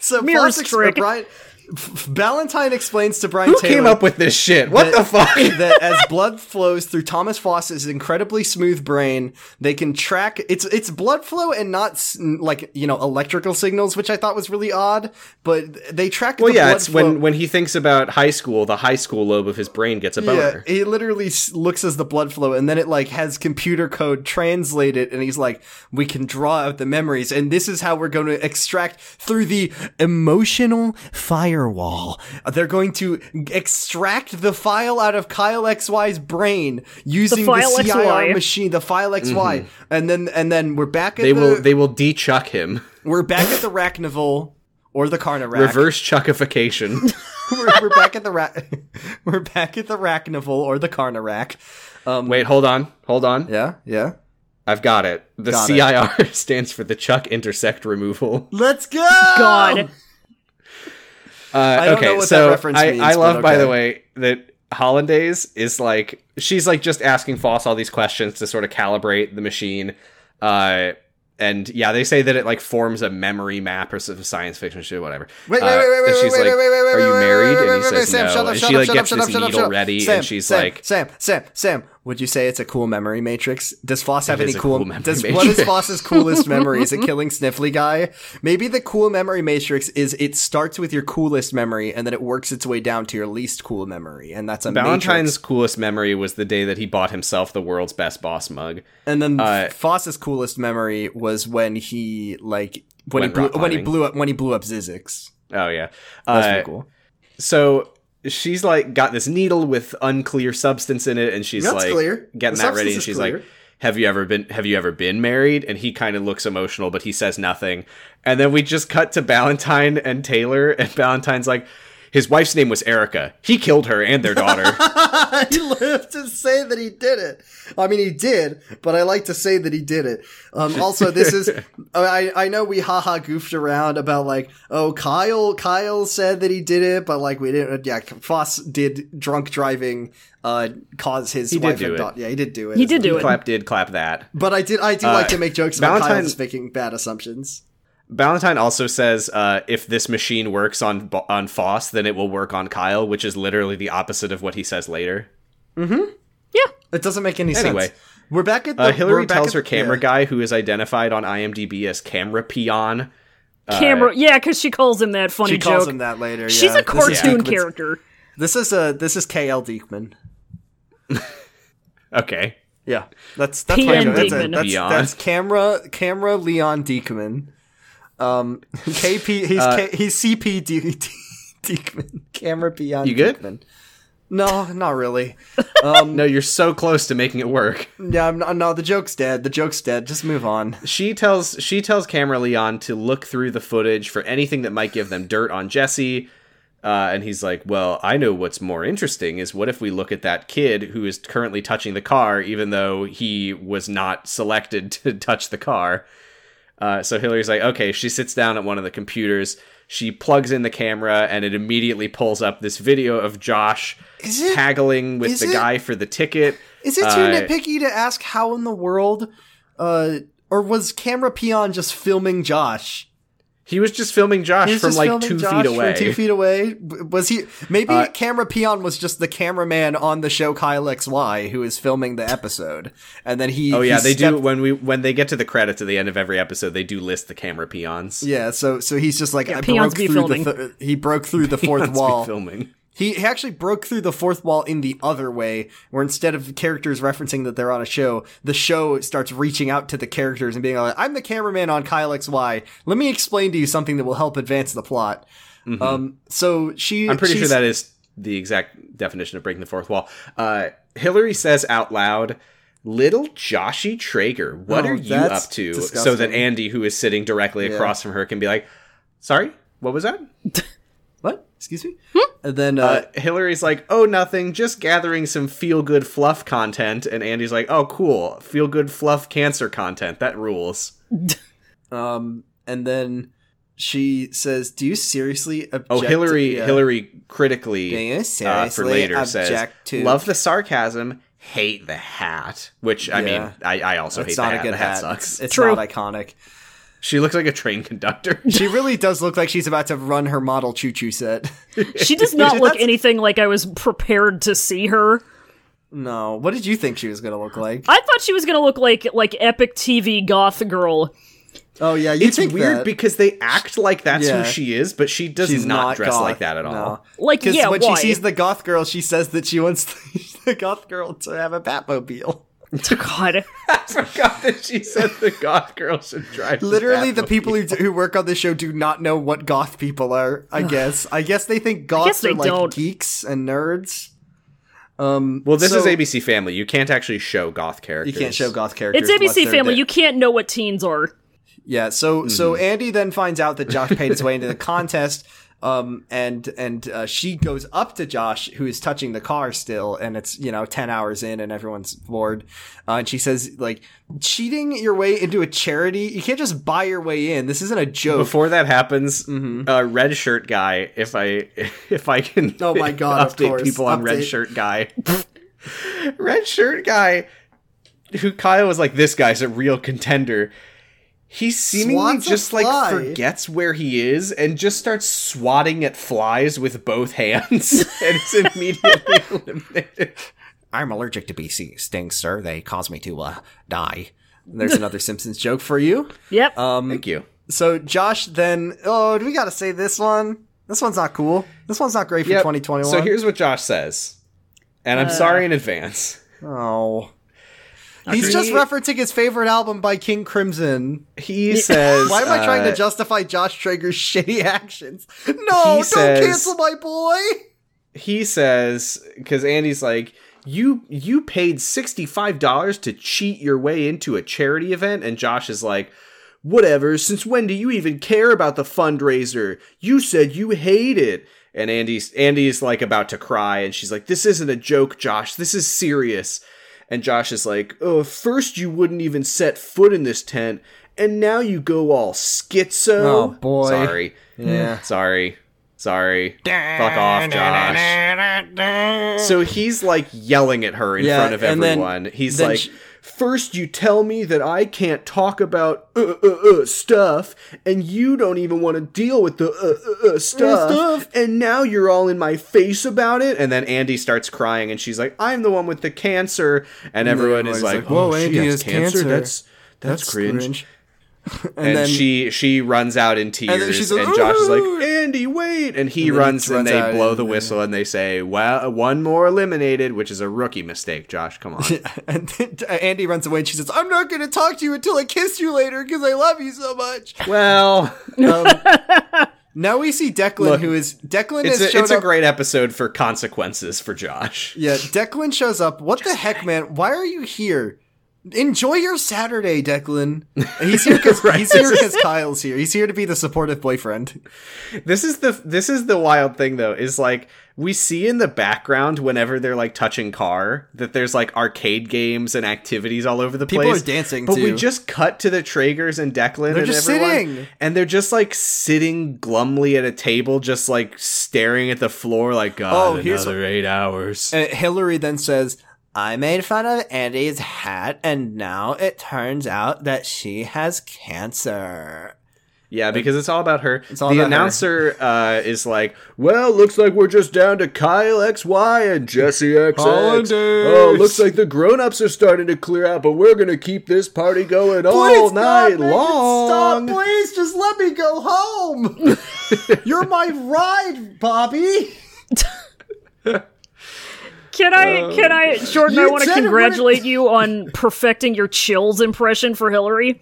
A: So
B: Mirror's
A: Foss ex-
B: trick.
A: Brian, F- Valentine explains to Brian
C: Who
A: Taylor
C: came up with this shit? What
A: <laughs>
C: the fuck?
A: that as blood flows through Thomas Foss's incredibly smooth brain, they can track it's it's blood flow and not s- like you know electrical signals, which I thought was really odd. But they track.
C: Well,
A: the
C: yeah,
A: blood
C: it's
A: flow-
C: when when he thinks about high school, the high school lobe of his brain gets a boner.
A: Yeah, he literally s- looks as the blood flow, and then it like has computer code translate it, and he's like, "We can draw out the memories, and this is how we're going to extract through the emotional firewall. Uh, They're going to extract the file out of Kyle XY's brain using the,
B: file
A: CIR
B: XY.
A: machine, the file XY, and then and then we're back at
C: Mm-hmm. They
A: the
C: will they will de chuck
A: <laughs>
C: him.
A: we're back at the Racknival or the Carnarack.
C: Reverse chuckification.
A: <laughs> we're, we're back at the ra- <laughs> we're back at the Racknival or the Carnarack. Um,
C: Wait, hold on, hold on.
A: Yeah, yeah.
C: I've got it. The
A: Got
C: CIR <laughs> stands for the Chuck Intersect Removal.
A: Let's go! um.
B: God.
C: Uh,
A: don't
C: okay,
A: know what that
C: so
A: reference
C: I,
A: means,
C: I love,
A: but
C: by
A: okay.
C: the way, that Hollandaise is like she's like just asking Foss all these questions to sort of calibrate the machine, uh, And yeah, they say that it like forms a memory map or some science fiction shit, whatever.
A: Wait, wait,
C: Uh,
A: wait, wait,
C: and
A: wait,
C: she's
A: wait, wait, wait,
C: like,
A: wait,
C: "Are you
A: wait, wait,
C: married?"
A: wait, wait,
C: And he
A: wait, wait,
C: says
A: Sam,
C: no.
A: shut up,
C: And
A: shut
C: she
A: up,
C: like
A: shut
C: gets
A: up,
C: this
A: shut up, shut up,
C: needle
A: shut up.
C: ready,
A: Sam,
C: and she's
A: Sam,
C: like,
A: Sam, Sam, Sam, would you say it's a cool memory matrix? Does Foss have
C: It
A: any
C: is a
A: cool?
C: cool memory
A: does what is
C: matrix. <laughs>
A: Foss's coolest memory? Is it killing Sniffly guy? Maybe the cool memory matrix is it starts with your coolest memory and then it works its way down to your least cool memory, and that's a
C: Valentine's
A: matrix.
C: coolest memory was the day that he bought himself the world's best boss mug.
A: And then
C: uh,
A: Foss's coolest memory was when he like when he
C: Went
A: blew,
C: rock
A: when he
C: climbing.
A: blew up when he blew up Zizix.
C: Oh yeah,
A: That's
C: Uh,
A: pretty cool.
C: So she's like got this needle with unclear substance in it, and she's
D: That's
C: like
D: clear.
C: getting
D: The
C: that
D: substance
C: ready, and
D: is
C: she's like,
D: clear.
C: "Have you ever been? Have you ever been married?" And he kind of looks emotional, but he says nothing. And then we just cut to Valentine and Taylor, and Valentine's like, "His wife's name was Erica. He killed her and their daughter."
D: <laughs>
A: <laughs>
D: I love to say that he did it. I mean, he did, but I like to say that he did it.
A: Um, also, this
C: <laughs>
A: is I I know we haha goofed around about like oh Kyle Kyle said that he did it, but like we didn't. uh, Yeah, Foss did drunk driving uh cause his
C: He did
A: wife
C: do
A: and
C: it.
A: daughter. Yeah, he did do it.
B: He did do it.
C: clap did clap that.
A: But I did I do like
C: Uh,
A: to make jokes about
C: Valentine-
A: Kyle's making bad assumptions.
C: Valentine also says uh, if this machine works on Bo- on Foss, then it will work on Kyle, which is literally the opposite of what he says later.
B: Yeah.
A: It doesn't make any
C: Anyway.
A: sense. We're back at the
C: Uh,
A: we're
C: Hillary
A: back
C: tells
A: at-
C: her camera
A: yeah.
C: guy, who is identified on IMDb as camera peon.
B: Camera. yeah, because she calls him that funny
A: She calls
B: joke.
A: him that later.
B: She's
A: yeah. This
B: a
A: is
B: cartoon
A: Diekman's-
B: character.
A: This is a this is KL Diekman.
C: Okay,
A: Yeah, that's that's
B: P.N.
A: my- that's, a-
B: Diekman.
A: that's,
C: Leon.
A: that's camera camera Leon Diekman.
C: <laughs>
A: Um, KP he's
C: Uh,
A: K, he's CP D, D, Diekman. Camera Beyond.
C: You good?
A: Diekman. No, not really.
C: no, you're so close to making it work.
A: Yeah, I'm not, no. The joke's dead. The joke's dead. Just move on.
C: She tells she tells camera Leon to look through the footage for anything that might give them dirt on Jesse. Uh, and he's like, "Well, I know what's more interesting is what if we look at that kid who is currently touching the car, even though he was not selected <laughs> to touch the car." Uh, so Hillary's like, okay, she sits down at one of the computers. She plugs in the camera, and it immediately pulls up this video of Josh
A: Is it-
C: haggling with
A: is
C: the
A: it-
C: guy for the ticket.
A: Is it too
C: Uh,
A: nitpicky to ask how in the world, uh, or was camera peon just filming Josh?
C: He was just filming Josh
A: He was
C: from
A: just
C: like
A: filming
C: two
A: Josh
C: feet
A: from
C: away. <laughs>
A: Two feet away. W- Was he? Maybe
C: Uh,
A: camera peon was just the cameraman on the show Kyle XY who is filming the episode, and then he.
C: Oh yeah,
A: he
C: they do
A: stepped-
C: when we when they get to the credits at the end of every episode, they do list the camera peons.
A: Yeah, so so he's just like I broke
B: peons be
A: through
B: filming.
A: the th- he broke through
C: <laughs>
A: the fourth
C: Let's be
A: wall.
C: filming.
A: He, he actually broke through the fourth wall in the other way, where instead of characters referencing that they're on a show, the show starts reaching out to the characters and being like, "I'm the cameraman on Kyle XY. Let me explain to you something that will help advance the plot." Um, so she,
C: Mm-hmm. I'm pretty sure
A: she's-
C: that is the exact definition of breaking the fourth wall. Uh, Hillary says out loud, "Little Joshy Traeger, what
A: Oh,
C: are you
A: that's
C: up to?" So
A: disgusting.
C: that Andy, who is sitting directly across from her, can be like, "Sorry, what was that?"
A: What? Excuse me? And then, uh,
C: Uh, Hillary's like, "Oh, nothing, just gathering some feel good fluff content," and Andy's like, "Oh, cool, feel good fluff cancer content. That rules." Uh,
A: um, and then she says, "Do you seriously object?"
C: Oh, Hillary,
A: yeah.
C: Hillary critically
A: Do you
C: uh, for
A: seriously
C: later
A: object
C: says,
A: to-
C: love the sarcasm, hate the hat. Which I
A: Yeah.
C: mean, I, I also hate
A: It's
C: the
A: not
C: hat.
A: a good
C: the
A: hat.
C: hat, sucks.
A: It's, it's
B: True.
A: not iconic.
C: she looks like a
A: <laughs>
C: train conductor.
A: She really does look like she's about to run her model choo choo set. <laughs>
B: She does not look
A: That's-
B: anything like I was prepared to see her.
A: no, what did you think she was gonna look like?
B: I thought she was gonna look like like epic TV goth girl.
A: Oh yeah, you
C: it's
A: think
C: weird
A: that.
C: because they act like that's
A: Yeah.
C: who she is, but she does
A: she's
C: not,
A: not
C: dress
A: goth.
C: like that at all.
B: Like,
A: Because
B: yeah,
A: when
B: why?
A: she sees the goth girl, she says that she wants <laughs> the goth girl to have a Batmobile.
B: <laughs> God,
C: <laughs> I forgot that she said the goth girl should drive.
A: Literally,
C: the
A: the people who, who work on this show do not know what goth people are. I guess. I guess they think goths
B: they
A: are like
B: don't.
A: geeks and nerds. Um.
C: Well, this
A: so
C: is ABC Family. You can't actually show goth characters.
A: You can't show goth characters.
B: it's ABC
A: unless they're
B: Family.
A: dead.
B: You can't know what teens are.
A: Yeah. So so Andy then finds out that Josh paid his way into <laughs> the contest. Um and and uh, she goes up to Josh who is touching the car still and it's you know 10 hours in and everyone's bored uh, and she says like cheating your way into a charity you can't just buy your way in this isn't a joke
C: Before that happens,
A: Mm-hmm.
C: uh, red shirt guy. If I <laughs> if I can,
A: Oh my God, of
C: update
A: course.
C: people on red
A: Update.
C: shirt guy. <laughs> red shirt guy, who Kyle was like, this guy's a real contender. He seemingly
A: Swats a
C: just like
A: fly.
C: forgets where he is and just starts swatting at flies with both <laughs> hands and
A: <laughs>
C: is immediately eliminated.
A: I'm allergic to bee sting- stings, sir. They cause me to uh, die. There's
C: <laughs>
A: another Simpsons joke for you.
B: Yep.
A: Um,
C: Thank you.
A: so Josh, then oh, do we gotta say this one? This one's not cool. This one's not great for
C: Yep.
A: 2021.
C: So here's what Josh says, and I'm
A: Uh.
C: sorry in advance.
A: oh, he's
C: Okay.
A: just referencing his favorite album by King Crimson. <laughs>
C: He says,
A: Why am I trying
C: uh,
A: to justify Josh Traeger's <laughs> shitty actions? No, don't
C: says-
A: cancel my boy.
C: he says because Andy's like you you paid sixty five dollars to cheat your way into a charity event, and Josh is like, whatever. Since when do you even care about the fundraiser? You said you hate it. And Andy's Andy's like about to cry, and she's like, this isn't a joke, Josh. This is serious. And Josh is like, oh, first you wouldn't even set foot in this tent, and now you go all schizo.
A: Oh, boy.
C: sorry,
A: Yeah.
C: sorry, sorry. Fuck off, Josh. So he's like yelling at her in
A: Yeah,
C: front of
A: and then-
C: everyone. he's
A: then
C: like,
A: sh-
C: First, you tell me that I can't talk about uh, uh, uh, stuff, and you don't even want to deal with the uh, uh, uh, stuff, and now you're all in my face about it. And then Andy starts crying, and she's like, I'm the one with the cancer. And everyone is like,
A: everybody's like,
C: Whoa,
A: "Whoa,
C: Andy
A: Andy
C: has
A: has
C: cancer?
A: cancer.
C: That's, that's, cringe.
A: <laughs> And,
C: And,
A: then she
C: she she runs out in tears, and,
A: she's like,
C: Josh is like,
A: "Ooh."
C: "Andy, wait!" And he
A: And then
C: runs,
A: he
C: and
A: runs
C: they
A: out
C: blow
A: and
C: the
A: then-
C: whistle, and they say, "Well, one more eliminated," which is a rookie mistake. Josh,
A: <laughs>
C: come on.
A: and then uh, Andy runs away and she says, "I'm not going to talk to you until I kiss you later because I love you so much."
C: well,
A: Now we see Declan,
C: Look,
A: who is Declan
C: it's
A: has
C: a,
A: shown
C: it's a
A: up-
C: great episode for consequences for Josh.
A: Yeah, Declan shows up. What the heck, man? Why are you here? Enjoy your Saturday, Declan. And he's here
C: <laughs>
A: because he's here 'cause Kyle's here. He's here to be the supportive boyfriend.
C: This is the this is the wild thing though. Is like we see in the background whenever they're like touching car that there's like arcade games and activities all over the
A: People
C: place.
A: are dancing,
C: but we
A: too.
C: just cut to the Traegers and Declan.
A: They're
C: and
A: just
C: everyone,
A: sitting.
C: and they're just like sitting glumly at a table, just like staring at the floor, like God,
A: Oh, here's
C: another eight hours.
A: And Hillary then says, "I made fun of Andy's hat, and now it turns out that she has cancer."
C: Yeah, because it's all about her.
A: all about
C: the
A: her.
C: announcer uh, is like, "Well, looks like we're just down to Kyle X Y and Jesse X X.
A: Hollanders.
C: Oh, looks like the grown-ups are starting to clear out, but we're gonna keep this party going
A: Oh,
C: all night long."
A: Stop, please. Just let me go home. <laughs> You're my ride, Bobby.
B: Can I? can I, Jordan? I
A: uh, You
B: want to
A: said it <laughs>
B: congratulate you on perfecting your chills impression for Hillary.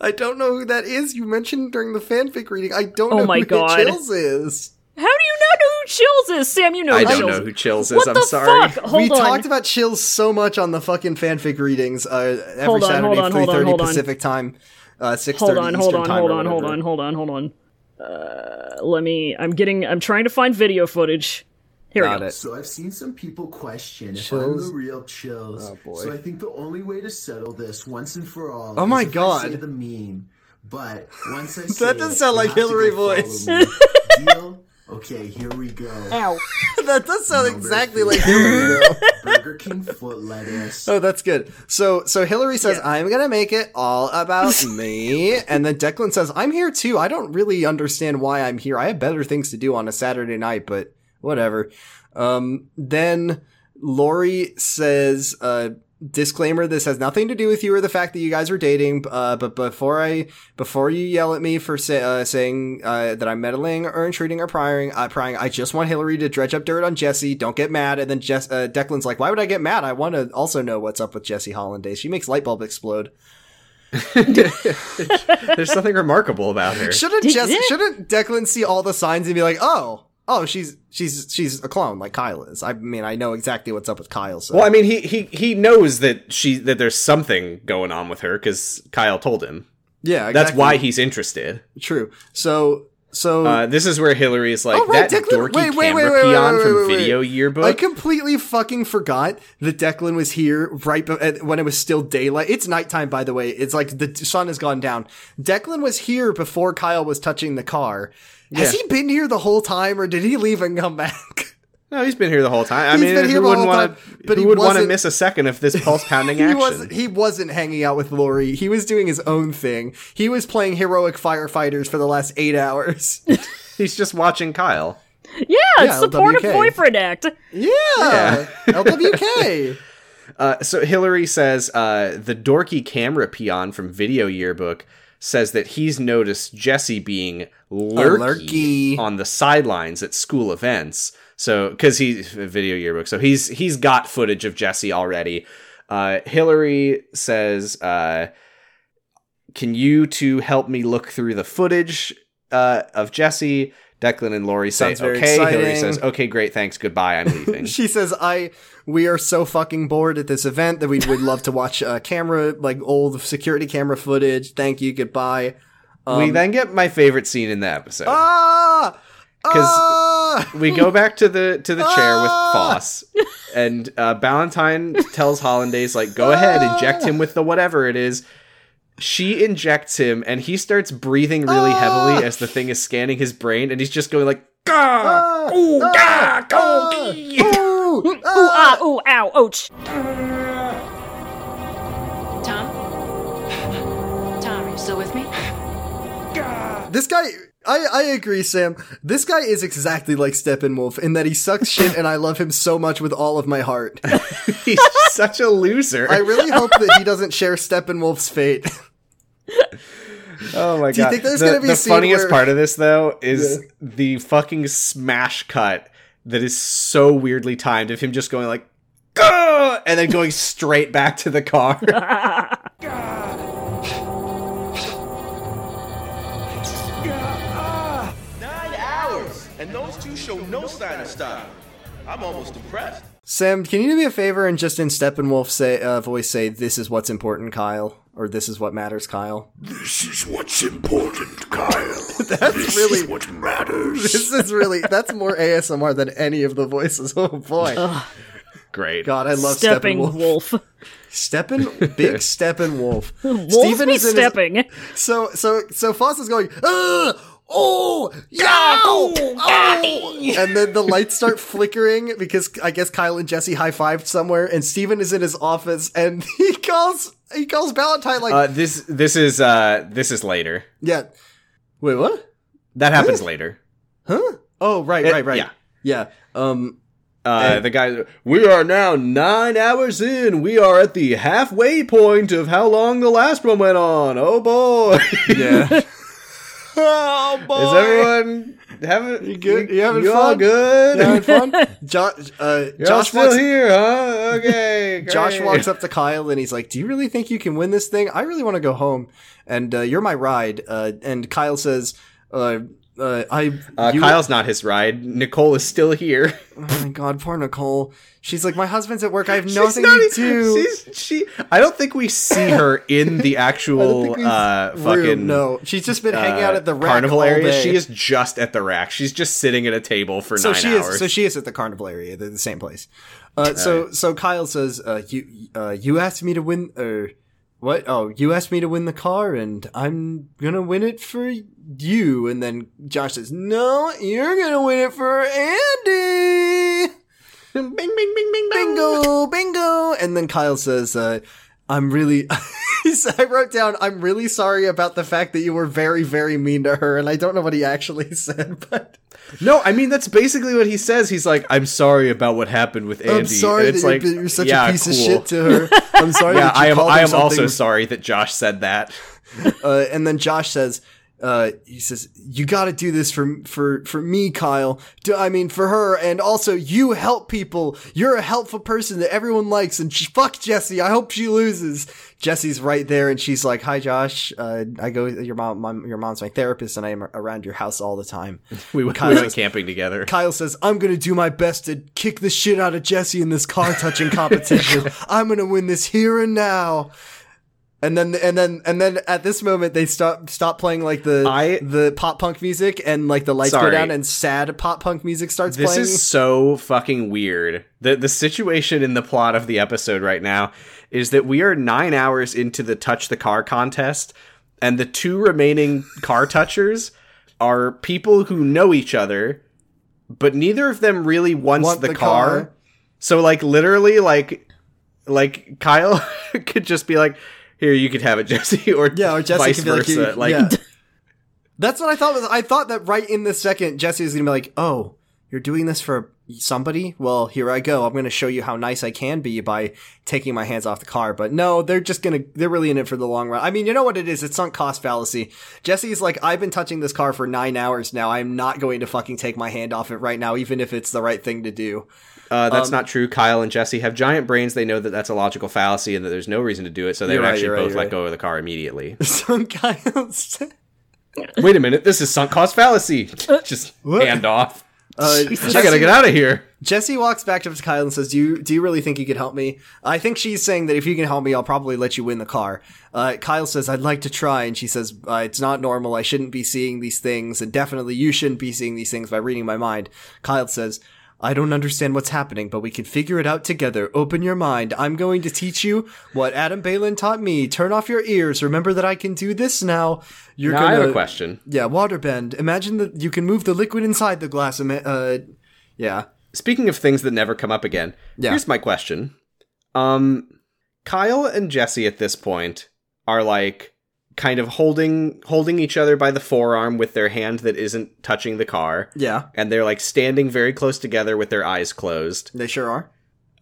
A: I don't know who that is. You mentioned during the fanfic reading. I don't
B: Oh
A: know
B: my
A: who
B: God.
A: Chills is.
B: How do you not know who chills is, Sam? You know
C: I
B: who
C: don't
B: chills.
C: know who Chills is.
B: what
C: I'm
B: the
C: sorry.
B: fuck? Hold
A: we
B: on.
A: talked about Chills so much on the fucking fanfic readings uh, every
B: Hold on,
A: Saturday
B: hold on, hold on,
A: at 3.30
B: hold on.
A: Pacific time, uh, 6.30
B: hold on,
A: Eastern
B: hold on,
A: time
B: hold
A: or
B: on, hold
A: whatever.
B: on, hold on, hold on. Uh, let me. I'm getting. I'm trying to find video footage. Here
A: Got
B: we go.
A: it.
E: So I've seen some people question if
A: Chills?
E: I'm the real chills.
A: Oh, boy.
E: So I think the only way to settle this once and for all.
A: Oh,
E: is
A: my
E: if I
A: God.
E: say the meme, but once
A: <laughs>
E: I say
A: doesn't
E: it,
A: sound
E: you
A: like
E: have to go
A: Hillary
E: follow
A: voice.
E: me. Deal? Okay, here we go.
A: <laughs> that does sound <laughs>
E: Number
A: exactly
E: three.
A: like <laughs> Hillary, though.
E: Burger King foot lettuce.
A: Oh, that's good. So, so Hillary says, "I'm gonna make it all about me," and then Declan says, "I'm here too. I don't really understand why I'm here. I have better things to do on a Saturday night, but whatever." Um, then Lori says, uh, "Disclaimer: This has nothing to do with you or the fact that you guys were dating. Uh, but before I, before you yell at me for say, uh, saying uh, that I'm meddling or intruding or prying, uh, prying, I just want Hillary to dredge up dirt on Jesse. Don't get mad." And then Jess, uh, Declan's like, "Why would I get mad? I want to also know what's up with Jesse Hollandaise. She makes light bulb explode.
C: There's nothing remarkable about her.
A: Shouldn't
B: Did-
A: Jesse?
B: yeah.
A: Shouldn't Declan see all the signs and be like, oh?" Oh, she's she's she's a clone like Kyle is. I mean, I know exactly what's up with Kyle. So.
C: Well, I mean, he he he knows that she that there's something going on with her because Kyle told him.
A: yeah,
C: That's
A: exactly.
C: why he's interested.
A: True. So so
C: Uh, this is where Hillary is like
A: Oh, right,
C: that
A: Declan-
C: dorky
A: wait, wait, wait,
C: camera
A: wait, wait,
C: peon
A: wait,
C: from
A: wait, wait.
C: Video
A: I
C: Yearbook.
A: completely fucking forgot that Declan was here right be- at- when it was still daylight. It's nighttime, by the way. It's like the t- sun has gone down. Declan was here before Kyle was touching the car. Has
C: Yeah.
A: he been here the whole time, or did he leave and come back? <laughs>
C: No, he's been here the whole time. I
A: He's
C: mean,
A: been here
C: who
A: the
C: wouldn't
A: whole
C: want
A: time,
C: to?
A: but
C: who
A: he
C: would want to
A: wasn't-
C: miss a second
A: <laughs>
C: of this pulse pounding
A: He
C: action?
A: wasn't, he wasn't hanging out with Lori. He was doing his own thing. He was playing heroic firefighters for the last eight hours. <laughs>
C: He's just watching Kyle.
B: Yeah, it's
A: Yeah,
B: supportive
A: LWK.
B: boyfriend act.
A: Yeah, LWK.
C: Uh, so Hillary says uh, the dorky camera peon from Video Yearbook says that he's noticed Jesse being lurky,
A: lurky.
C: on the sidelines at school events. So because he's Video Yearbook, so he's he's got footage of Jesse already. Uh, Hillary says, uh, "Can you two help me look through the footage uh, of Jesse?" Declan and Lori say,
A: Sounds very
C: "Okay." Hillary
A: exciting.
C: says, "Okay, great, thanks, goodbye, I'm
A: <laughs>
C: leaving."
A: She says, "I we are so fucking bored at this event that we would love to watch uh, camera like old security camera footage. Thank you, goodbye."
C: we
A: Um,
C: then get my favorite scene in the episode.
A: Ah,
C: 'Cause-
A: ah!
C: we go back to the to the chair with
A: Ah!
C: Foss, and uh, Ballantyne tells Hollandaise like, "Go ahead,
A: Ah."
C: inject him with the whatever it is." She injects him, and he starts breathing really
A: Ah.
C: heavily as the thing is scanning his brain, and he's just going like, <laughs> "Gah, ooh, gah, go, gee."
A: Ooh,
B: Ooh,
A: ah!
B: ah, ooh, ow, ouch.
F: Tom? Tom, are you still with me?
A: This guy, I, I agree, Sam. This guy is exactly like Steppenwolf in that he sucks shit, and I love him so much with all of my heart.
C: He's such a loser.
A: I
C: <laughs>
A: really hope that he doesn't share Steppenwolf's fate.
C: Oh my god!
A: you think there's
C: the,
A: gonna be
C: the
A: a scene
C: funniest
A: where-
C: part of this though is the fucking smash cut that is so weirdly timed of him just going like, "Gah!" and then going straight back to the car.
G: Nine hours, and those two show no sign of stopping. I'm almost impressed.
A: Sam, can you do me a favor and just in Steppenwolf say uh, voice say, "This is what's important, Kyle," or "This is what matters, Kyle."
H: This is what's important, Kyle.
A: <laughs> That's
H: this
A: really-
H: is what matters.
A: This is really that's more ASMR than any of the voices. Oh boy,
C: <laughs> Great.
A: God, I love
B: Stepping
A: Steppenwolf.
B: wolf.
A: Steppen, big
B: <laughs>
A: Steppenwolf.
B: Wolves be
A: is in his-
B: stepping.
A: So so so Foss is going, Ugh! oh yeah, oh, oh!" and then the lights start flickering because I guess Kyle and Jesse high fived somewhere, and Steven is in his office, and <laughs> he calls he calls Valentine like,
C: Uh, this this is uh this is later.
A: yeah, wait what?
C: That happens later.
A: Huh? Oh right
C: It-
A: right right
C: Eh,
A: yeah
C: yeah.
A: um
C: Uh, the guy, we are now nine hours in. We are at the halfway point of how long the last one went on. Oh boy!
A: yeah.
C: <laughs> oh boy! Is everyone having you
A: good? You having
C: all
A: fun?
C: good? <laughs>
A: having fun? Josh uh,
C: Josh
A: Josh walks,
C: here, huh? Okay.
A: <laughs> Josh walks up to Kyle and he's like, "Do you really think you can win this thing? I really want to go home, and uh, you're my ride." Uh, and Kyle says, "Uh, uh, I
C: <laughs> Uh,
A: you-
C: Kyle's not his ride. Nicole is still here. <laughs>
A: Oh my god, poor Nicole. She's like, my husband's at work. I have
C: She's
A: nothing
C: not
A: to
C: e-
A: do.
C: She's, she. I don't think we see her in
A: <laughs>
C: the actual uh,
A: Room,
C: fucking
A: no. She's just been hanging out
C: uh,
A: at the rack
C: carnival
A: all
C: area.
A: day.
C: She is just at the rack. She's just sitting at a table for
A: so
C: nine
A: she
C: hours.
A: is so she is at the carnival area. They're the same place. Uh, so so Kyle says, uh, you uh, you asked me to win or what? Oh, you asked me to win the car, and I'm gonna win it for you. And then Josh says, no, you're gonna win it for Andy.
C: bing, bing, bing, bing, bing.
A: bingo, bingo. And then Kyle says, uh, I'm really, <laughs> he said- I wrote down, I'm really sorry about the fact that you were very, very mean to her. And I don't know what he actually <laughs> said, but
C: No, I mean that's basically what he says. He's like, "I'm sorry about with happened with Andy."
A: I'm sorry
C: and
A: that
C: it's
A: you're,
C: like,
A: you're such
C: yeah,
A: a piece
C: cool.
A: of shit to
C: <laughs>
A: her. I'm sorry
C: Yeah,
A: that you
C: I am.
A: called
C: I
A: her
C: am also
A: something-
C: sorry that Josh said that. <laughs>
A: Uh, and then Josh says, uh, he says, you gotta do this for, for, for me, Kyle. Do, I mean, for her. And also, you help people. You're a helpful person that everyone likes. And sh- fuck Jesse. I hope she loses. Jesse's right there. And she's like, hi, Josh. Uh, I go, your mom, mom, your mom's my therapist and I am around your house all the time.
C: We went, we went camping together.
A: Kyle says, I'm gonna do my best to kick the shit out of Jesse in this car
C: <laughs>
A: touching competition. I'm gonna win this here and now. And then, and then, and then, at this moment, they stop stop playing like the
C: I-
A: the pop punk music, and like the lights go
C: Sorry.
A: down, and sad pop punk music starts
C: This
A: playing.
C: is so fucking weird. The the situation in the plot of the episode right now is that we are 9 hours into the touch the car contest and the two remaining car touchers are people who know each other but neither of them really wants
A: Want
C: the,
A: the
C: car.
A: car.
C: So like literally like like Kyle <laughs> could just be like here you could have it <laughs> Jesse or
A: Yeah, or Jesse
C: vice
A: could be like,
C: versa.
A: you-
C: <laughs>
A: yeah. That's what I thought was. I thought that right in this second, Jesse is gonna be like, "Oh, you're doing this for somebody? Well, here I go. I'm gonna show you how nice I can be by taking my hands off the car." But no, they're just gonna. They're really in it for the long run. I mean, you know what it is? It's sunk cost fallacy. Jesse's like, "I've been touching this car for nine hours now. I'm not going to fucking take my hand off it right now, even if it's the right thing to do." <laughs>
C: Uh, that's
A: Um,
C: not true. Kyle and Jesse have giant brains. They know that that's a logical fallacy and that there's no reason to do it. So they
A: You're
C: would
A: right,
C: actually
A: you're right,
C: both
A: you're
C: let
A: right.
C: go of the car immediately. <laughs>
A: So Kyle's.
C: Wait a minute, this is sunk cost fallacy. Just hand off.
A: Uh,
C: I gotta
A: Jesse-
C: get out of here.
A: Jesse walks back up to Kyle and says, "Do you do you really think you could help me?" I think she's saying that if you can help me, I'll probably let you win the car. Uh, Kyle says, "I'd like to try," and she says, uh, "It's not normal. I shouldn't be seeing these things, and definitely you shouldn't be seeing these things by reading my mind." Kyle says. I don't understand what's happening, but we can figure it out together. Open your mind. I'm going to teach you what Adam Balin taught me. Turn off your ears. Remember that I can do this now. You're
C: Now,
A: gonna
C: I have a question.
A: Yeah, waterbend. Imagine that you can move the liquid inside the glass. Ima- Uh, yeah.
C: Speaking of things that never come up again,
A: Yeah.
C: here's my question. Um, Kyle and Jesse at this point are like kind of holding holding each other by the forearm with their hand that isn't touching the car,
A: Yeah.
C: and they're like standing very close together with their eyes closed.
A: They sure are.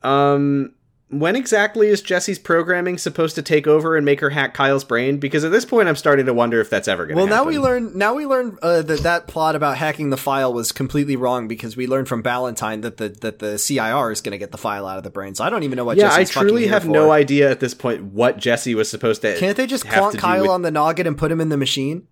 C: Um, when exactly is Jesse's programming supposed to take over and make her hack Kyle's brain? Because at this point, I'm starting to wonder if that's ever going to
A: Well,
C: happen.
A: now we learn. Now we learn uh, that that plot about hacking the file was completely wrong because we learned from Ballantyne that the that the CIR is going to get the file out of the brain. So I don't even know what.
C: Yeah, I
A: Jesse's fucking
C: truly
A: here
C: have
A: for.
C: no idea at this point what Jesse was supposed to.
A: Can't they just
C: have
A: clonk
C: to do
A: Kyle
C: with-
A: on the noggin and put him in the machine?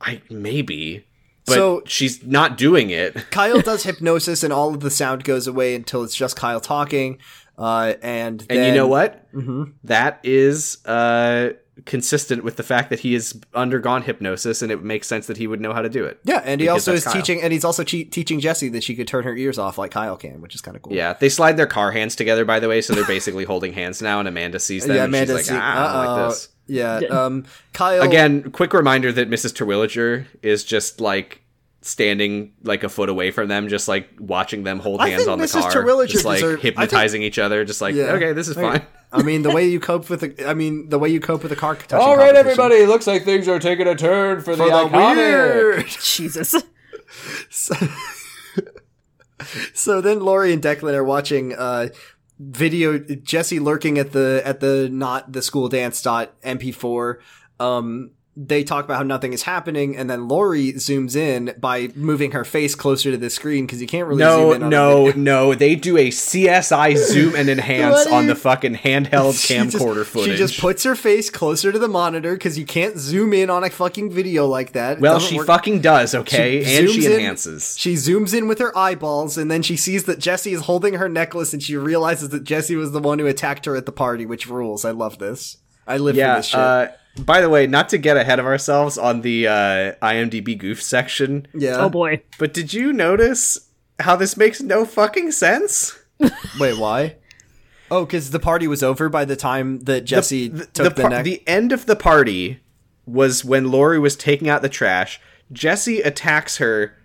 C: I maybe, but
A: So-
C: she's not doing it.
A: Kyle does hypnosis, and all of the sound goes away until it's just Kyle talking. Uh, and
C: And
A: then-
C: you know what?
A: Mhm.
C: That is uh, consistent with the fact that he has undergone hypnosis, and it makes sense that he would know how to do it.
A: Yeah, and he
C: Because
A: also
C: that's
A: is
C: Kyle.
A: teaching, and he's also che- teaching Jesse that she could turn her ears off like Kyle can, which is kind of cool.
C: Yeah, they slide their car hands together, by the way, so they're basically holding hands now. And Amanda sees them,
A: yeah,
C: and she's
A: Amanda's
C: like, "Ah, I don't
A: uh-oh.
C: like this."
A: Yeah,
B: Yeah.
A: um, Kyle
C: Again, quick reminder that Mrs. Terwilliger is just like standing like a foot away from them, just like watching them hold
A: I
C: hands
A: think
C: on the
A: Mrs.
C: car,
A: Terwilliger
C: just like
A: deserve- I think-
C: hypnotizing each other, just like,
A: Yeah.
C: "Okay, this is
A: Okay.
C: fine."
A: I mean, the way you cope with the, I mean, the way you cope with the car. touching competition.
C: Looks like things are taking a turn for,
A: For the weird. Uh.
B: Jesus.
A: So then Lori and Declan are watching uh, video Jesse lurking at the at the not the school dance dot mp4. Um, they talk about how nothing is happening, and then Lori zooms in by moving her face closer to the screen because you can't really
C: No,
A: zoom in. On a
C: no,
A: video.
C: <laughs> no! They do a CSI zoom and enhance
A: What
C: on the
A: if-
C: fucking handheld
A: She just-
C: camcorder footage.
A: She just puts her face closer to the monitor because you can't zoom in on a fucking video like that. It
C: well,
A: doesn't
C: she
A: work.
C: fucking does, okay, and she
A: zooms in-
C: enhances.
A: she zooms in with her eyeballs, and then she sees that Jesse is holding her necklace, and she realizes that Jesse was the one who attacked her at the party, which rules. I love this. I live for
C: yeah.
A: this shit.
C: Uh, by the way, not to get ahead of ourselves on the uh, IMDb goof section,
A: yeah.
B: Oh boy.
C: but did you notice how this makes no fucking sense?
A: Wait, why? Oh, because the party was over by the time that Jesse
C: the,
A: took the,
C: par-
A: neck.
C: the end of the party was when Lori was taking out the trash. Jesse attacks her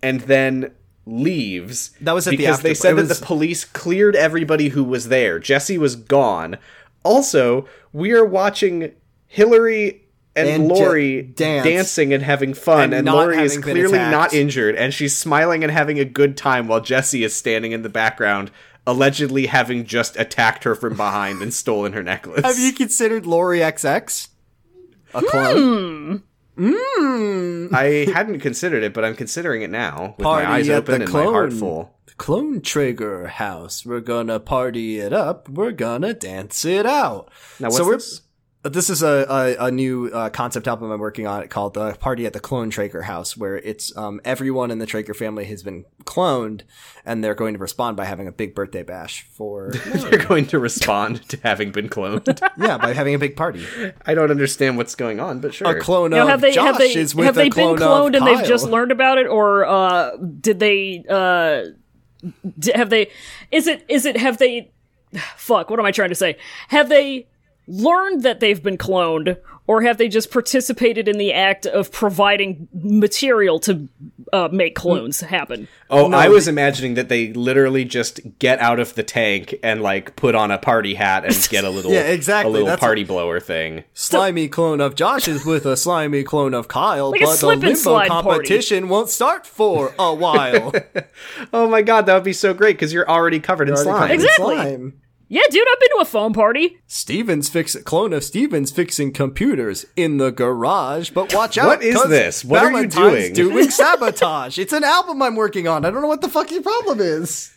C: and then leaves.
A: That was at the
C: because
A: after-
C: they
A: it
C: said that
A: was-
C: the police cleared everybody who was there. Jesse was gone. Also, we are watching Hillary and,
A: And Je-
C: Lori
A: dance.
C: dancing and having fun,
A: And
C: and,
A: not
C: Lori is
A: having been
C: clearly not
A: attacked.
C: injured, and she's smiling and having a good time while Jesse is standing in the background, allegedly having just attacked her from behind and stolen her necklace.
A: Have you considered Lori XX? A clone?
C: I hadn't considered it, but I'm considering it now with
A: Party
C: my eyes
A: at
C: open
A: the
C: and my heart
A: clone.
C: full.
A: Clone Traeger house. We're gonna party it up. We're gonna dance it out.
C: Now, what's
A: So we're-
C: this?
A: Uh, This is a, a, a new uh, concept album I'm working on called The Party at the Clone Traker House, where it's um, everyone in the Traker family has been cloned, and they're going to respond by having a big birthday bash
C: <laughs>
A: for,
C: They're going to respond to having been cloned.
A: <laughs> yeah, by having a big party.
C: I don't understand what's going on, but
A: A
C: sure.
A: clone
B: Now,
A: of
B: have they
A: Josh
B: have they
A: is with
B: have
A: a
B: they
A: clone
B: been cloned
A: of
B: and they've just
A: Kyle.
B: learned about it, or uh, did they uh, <sighs> d- have they? Is it is it have they? Fuck! What am I trying to say? Have they learned that they've been cloned, or have they just participated in the act of providing material to uh, make
A: Hmm.
B: clones happen?
C: Oh, I was imagining that they literally just get out of the tank and like put on a party hat and
A: <laughs>
C: get a little
A: Yeah, exactly,
C: a little
A: that's-
C: party blower thing.
A: Slimy clone of Josh is with a slimy clone of Kyle, but
B: a
A: the
B: slip and
A: limbo
B: slide party.
A: competition won't start for a
C: <laughs>
A: while.
C: Oh my god, that would be so great because you're already covered in slime.
B: covered. Exactly. Yeah, dude, I've been to a foam party.
A: Stevens fix clone of Stevens fixing computers in the garage, but watch out!
C: What is
A: 'cause
C: this? What are you
A: Valentine's
C: doing? <laughs>
A: doing sabotage. It's an album I'm working on. I don't know what the fuck your problem is.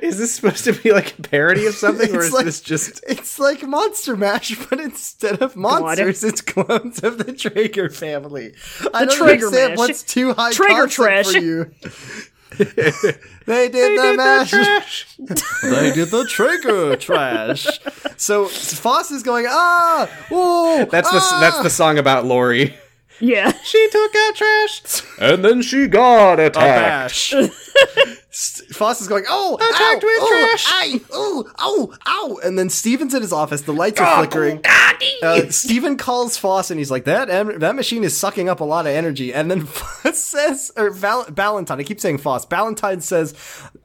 C: Is this supposed to be like a parody of something,
A: <laughs>
C: or
A: It's
C: is
A: like-
C: this just?
A: It's like Monster Mash, <laughs> but instead of monsters, it's clones of the Traeger family. I
B: The
A: don't
B: Traeger
A: understand
B: Mash.
A: what's too high
B: Traeger
A: concept
B: trash.
A: for
B: <laughs>
A: you. they did
C: <laughs>
A: the mash. they did the Traeger trash. So Foss is going ah, whoa,
C: That's the
A: ah!"
C: that's the song about Lori.
B: Yeah. <laughs>
C: She took out trash, and then she got attacked.
A: bash. Foss is going, oh,
C: Attacked
A: ow,
C: with
A: oh,
C: trash."
A: Aye, oh, ow, ow. And then Steven's in his office. The lights
C: Oh,
A: are flickering. Uh, Steven calls Foss and he's like, that em- that machine is sucking up a lot of energy. And then <laughs> Foss says, or Val- Valentine, I keep saying Foss, Valentine says,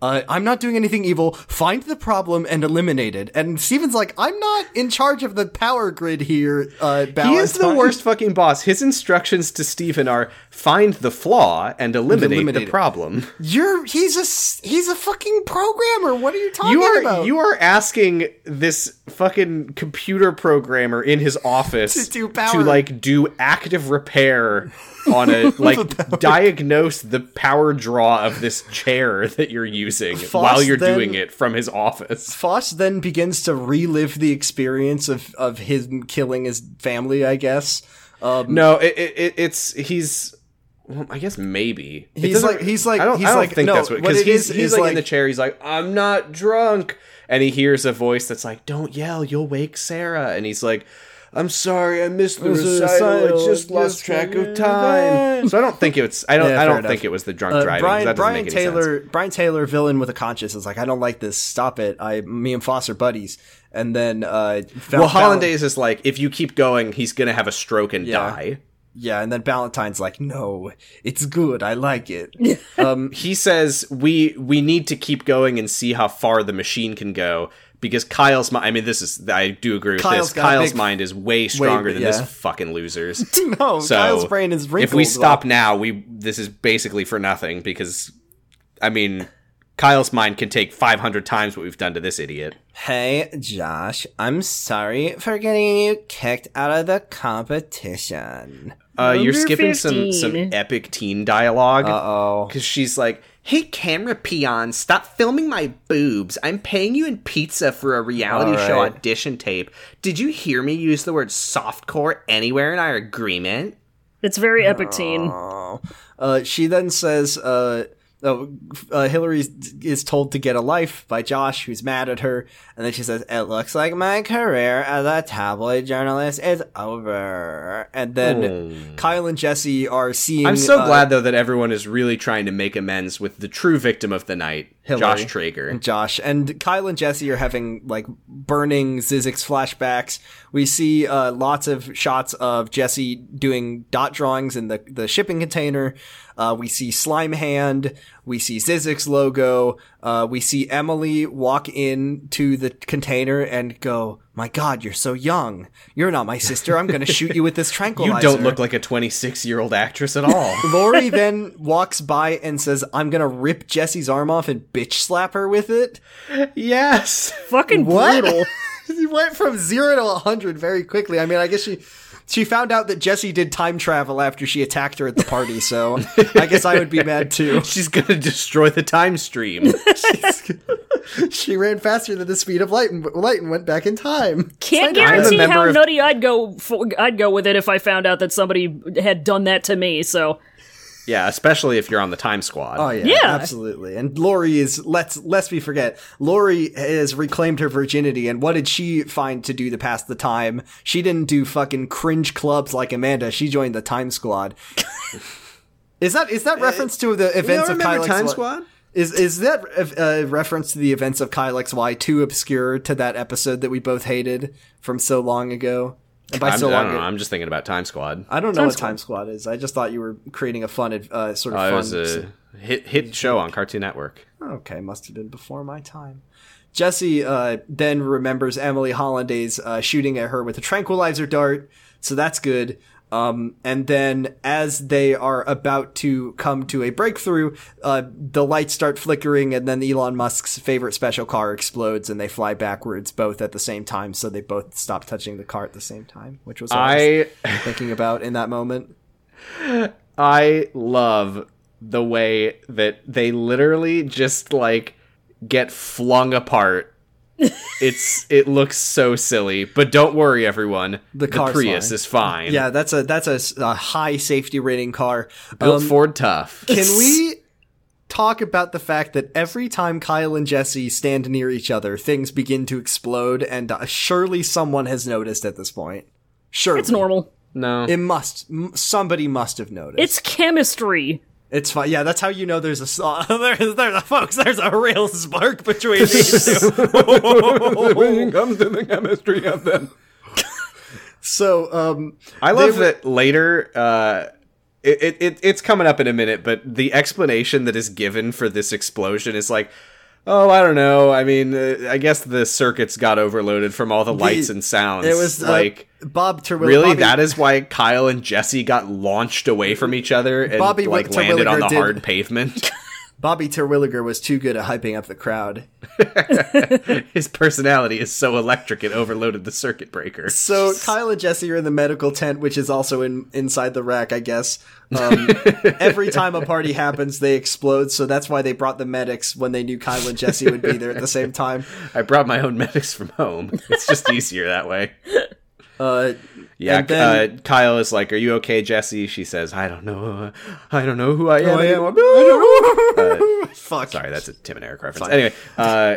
A: uh, I'm not doing anything evil. Find the problem and eliminate it. And Steven's like, I'm not in charge of the power grid here, uh, Valentine.
C: He is the worst fucking boss. His instructions to Steven are find the flaw and eliminate,
A: Eliminate it.
C: the problem.
A: You're, he's a, s- he's a fucking programmer. What are you talking
C: You are
A: about?
C: you are asking this fucking computer programmer in his office
A: <laughs> To do power.
C: to, like do active repair
A: <laughs>
C: on a like diagnose the power draw of this chair that you're using while you're
A: then-
C: doing it from his office.
A: Foss then begins to relive the experience of, of him killing his family, I guess. Um,
C: No, it, it, it it's he's. well, I guess maybe It
A: He's
C: doesn't-
A: like- he's like-
C: I don't,
A: he's
C: I don't
A: like,
C: think
A: no,
C: that's what
A: what
C: because
A: it
C: he's,
A: is,
C: he's
A: is
C: like,
A: like-
C: in the chair. He's like, I'm not drunk, and he hears a voice that's like, "Don't yell, you'll wake Sarah." And he's like, "I'm sorry, I missed the
A: There's a
C: recital. I
A: recital,
C: just lost
A: just
C: track
A: forget
C: of time." So I don't think it's I don't
A: Yeah,
C: I
A: fair
C: don't
A: enough.
C: think it was the drunk
A: uh,
C: driving. 'cause
A: Brian
C: that doesn't
A: Brian
C: make any sense.
A: Taylor Brian Taylor villain with a conscience is like I don't like this stop it I me and Foss are buddies and then uh, Val-
C: Well,
A: Val-
C: Hollandaise is like, if you keep going, he's gonna have a stroke and
A: Yeah.
C: die.
A: yeah and then Valentine's like no it's good I like <laughs> it um
C: he says we we need to keep going and see how far the machine can go because Kyle's mind. I mean, this is I do agree with
A: Kyle's
C: this.
A: got a
C: Kyle's
A: big-
C: mind is way stronger than
A: yeah.
C: this fucking
A: <laughs>
C: losers.
A: no
C: so
A: Kyle's brain is wrinkled
C: if we stop now, we this is basically for nothing because I mean, Kyle's mind can take five hundred times what we've done to this idiot.
A: Hey, Josh, I'm sorry for getting you kicked out of the competition.
C: Uh, you're
B: Number
C: skipping some some
B: 15.
C: epic teen dialogue.
A: oh.
C: Because she's like, hey, camera peon, stop filming my boobs. I'm paying you in pizza for a reality
A: All
C: show
A: right.
C: audition tape. Did you hear me use the word softcore anywhere in our agreement?
B: It's very epic teen.
A: Uh, she then says, uh, oh, uh, Hillary is told to get a life by Josh, who's mad at her. And then she says, It looks like my career as a tabloid journalist is over. And then Kyle and Jesse are seeing.
C: Hmm. I'm so
A: uh,
C: glad, though, that everyone is really trying to make amends with the true victim of the night,
A: Hillary. Mm.
C: Josh Traeger.
A: and Josh and Kyle and Jesse are having like burning Zizix flashbacks. We see uh, lots of shots of Jesse doing dot drawings in the the shipping container. Uh, we see Slime Hand. We see Zizix logo. Uh, we see Emily walk into the container and go, "My God, you're so young. You're not my sister. I'm going to shoot you with this
C: <laughs> You
A: tranquilizer."
C: don't look like a 26 year old actress at
A: <laughs>
C: all.
A: Lori then walks by and says, "I'm gonna rip Jesse's arm off and bitch slap her with it."
C: yes. <laughs>
A: <laughs>
B: Fucking brutal.
A: She went from zero to 100 very quickly. I mean, I guess she she found out that Jesse did time travel after she attacked her at the party, so I guess I would be mad too.
C: She's going to destroy the
A: <laughs>
C: time stream. <laughs>
A: She ran faster than the speed of light and, light and went back in time.
B: Can't
C: I'm a
B: guarantee
C: member
B: how
C: of-
B: nutty I'd go. For, I'd go with it if I found out that somebody had done that to me. So
C: yeah, especially if you're on the time squad.
A: Oh yeah,
B: Yeah.
A: absolutely. And Lori is let's lest we forget. Lori has reclaimed her virginity, and what did she find to do to pass the time? She didn't do fucking cringe clubs like Amanda. She joined the Time Squad. is that is that reference to the
C: You don't
A: events of
C: remember
A: Kyle
C: Time
A: Squad?
C: Squad?
A: Is is that a, a reference to the events of Kylex Y too obscure to that episode that we both hated from so long ago? And by
C: I'm,
A: so
C: I
A: long,
C: don't know.
A: ago-
C: I'm just thinking about Time Squad.
A: I don't know
B: Time
A: what Time Squad is. I just thought you were creating a fun, uh, sort of
C: Uh, it
A: fun.
C: was a hit hit show on Cartoon Network.
A: Okay, must have been before my time. Jesse uh, then remembers Emily Hollanday's uh, shooting at her with a tranquilizer dart, so that's good. Um, and then, as they are about to come to a breakthrough, uh, the lights start flickering, and then Elon Musk's favorite special car explodes, and they fly backwards both at the same time, so they both stop touching the car at the same time, which was what I
C: I
A: was thinking about in that moment.
C: I love the way that they literally just like get flung apart. it's it looks so silly, but don't worry, everyone. The,
A: car's
C: Prius
A: fine.
C: is fine.
A: Yeah, that's a that's a, s- a high safety rating car.
C: built
A: Um,
C: Ford tough.
A: Can we talk about the fact that every time Kyle and Jesse stand near each other, things begin to explode, and uh, surely someone has noticed at this point. Sure,
B: It's normal.
C: No,
A: It must. M- somebody must have noticed.
B: It's chemistry.
A: It's fine. Yeah, that's how you know there's a s- <laughs> there's, there's a folks. There's a real spark between these two.
B: <laughs>
C: <laughs> comes to the chemistry of them.
A: So, um,
C: I love
A: They were-
C: that later. Uh, it, it, it it's coming up in a minute, but the explanation that is given for this explosion is like, oh, I don't know. I mean, uh, I guess the circuits got overloaded from all the lights and sounds.
A: it was uh,
C: like.
A: Bob Terwilliger.
C: Really, that is why Kyle and Jesse got launched away from each other and
A: Bobby
C: like
A: Terwilliger
C: landed on the
A: did-
C: hard pavement. <laughs>
A: Bobby Terwilliger was too good at hyping up the crowd.
C: His personality is so electric it overloaded the circuit breaker.
A: So Kyle and Jesse are in the medical tent, which is also in inside the rack, I guess.
C: <laughs>
A: Um, every time a party happens, they explode. So that's why they brought the medics when they knew Kyle and Jesse would be there at the same time.
C: I brought my own medics from home. It's just easier that way.
A: Uh,
C: Yeah,
A: And then-
C: uh, Kyle is like, "Are you okay, Jesse?" She says, "I don't know, I don't know who I am
A: I am-
C: anymore."
A: fuck.
C: Sorry, that's a Tim and Eric
A: <laughs>
C: reference. Anyway, uh,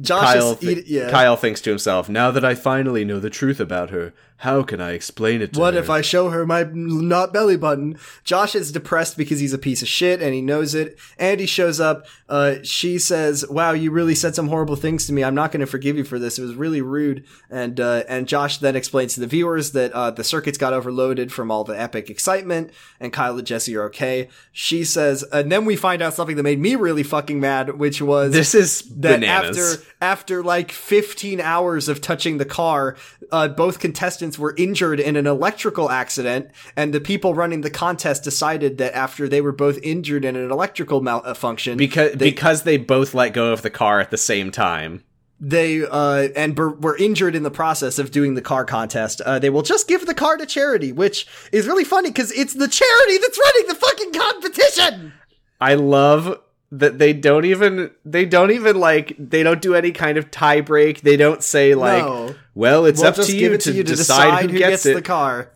A: Josh
C: Kyle,
A: is eat-
C: thi-
A: yeah.
C: Kyle thinks to himself, "Now that I finally know the truth about her, how can I explain it to
A: What
C: her?"
A: if I show her my not belly button? Josh is depressed because he's a piece of shit and he knows it. Andy shows up. Uh, she says, "Wow, you really said some horrible things to me. I'm not going to forgive you for this. It was really rude." And uh, and Josh then explains to the viewers that uh, the circuits got overloaded from all the epic excitement, and Kyle and Jesse are okay. She says, and then we find out something that made me really fucking mad, which was
C: This is
A: that
C: bananas.
A: after after like 15 hours of touching the car, uh, both contestants were injured in an electrical accident, and the people running the contest decided that after they were both injured in an electrical malfunction,
C: because because they both let go of the car at the same time.
A: they uh, and ber- were injured in the process of doing the car contest, uh, they will just give the car to charity, which is really funny because it's the charity that's running the fucking competition.
C: I love that they don't even they don't even like they don't do any kind of tie break. They don't say like,
A: No.
C: "Well, it's
A: We'll
C: up
A: just
C: to
A: give
C: you
A: it
C: to, decide, who, gets, it."
A: the car.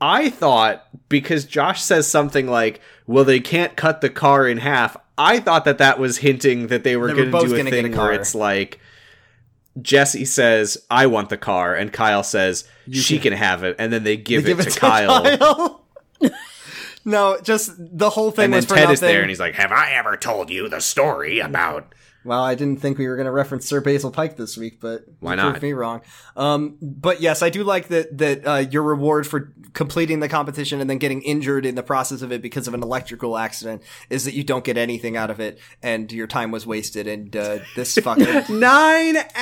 C: I thought because Josh says something like, "Well, they can't cut the car in half." I thought that that was hinting that they were
A: They were
C: going to
A: both
C: do a
A: gonna get a
C: thing
A: car.
C: where it's like Jesse says, "I want the car," and Kyle says, "She can have it," and then they give,
A: Give
C: it, to, <laughs> Kyle.
A: Kyle. <laughs> no, just the whole thing
C: And then
A: was for
C: Ted is
A: nothing.
C: there, and he's like, "Have I ever told you the story about?"
A: Well, I didn't think we were going to reference Sir Basil Pike this week, but
C: Why
A: you
C: not?
A: proved me wrong. Um, but yes, I do like that that uh, your reward for completing the competition and then getting injured in the process of it because of an electrical accident is that you don't get anything out of it and your time was wasted. And uh,
C: <laughs>
A: this fucking
C: Nine hours.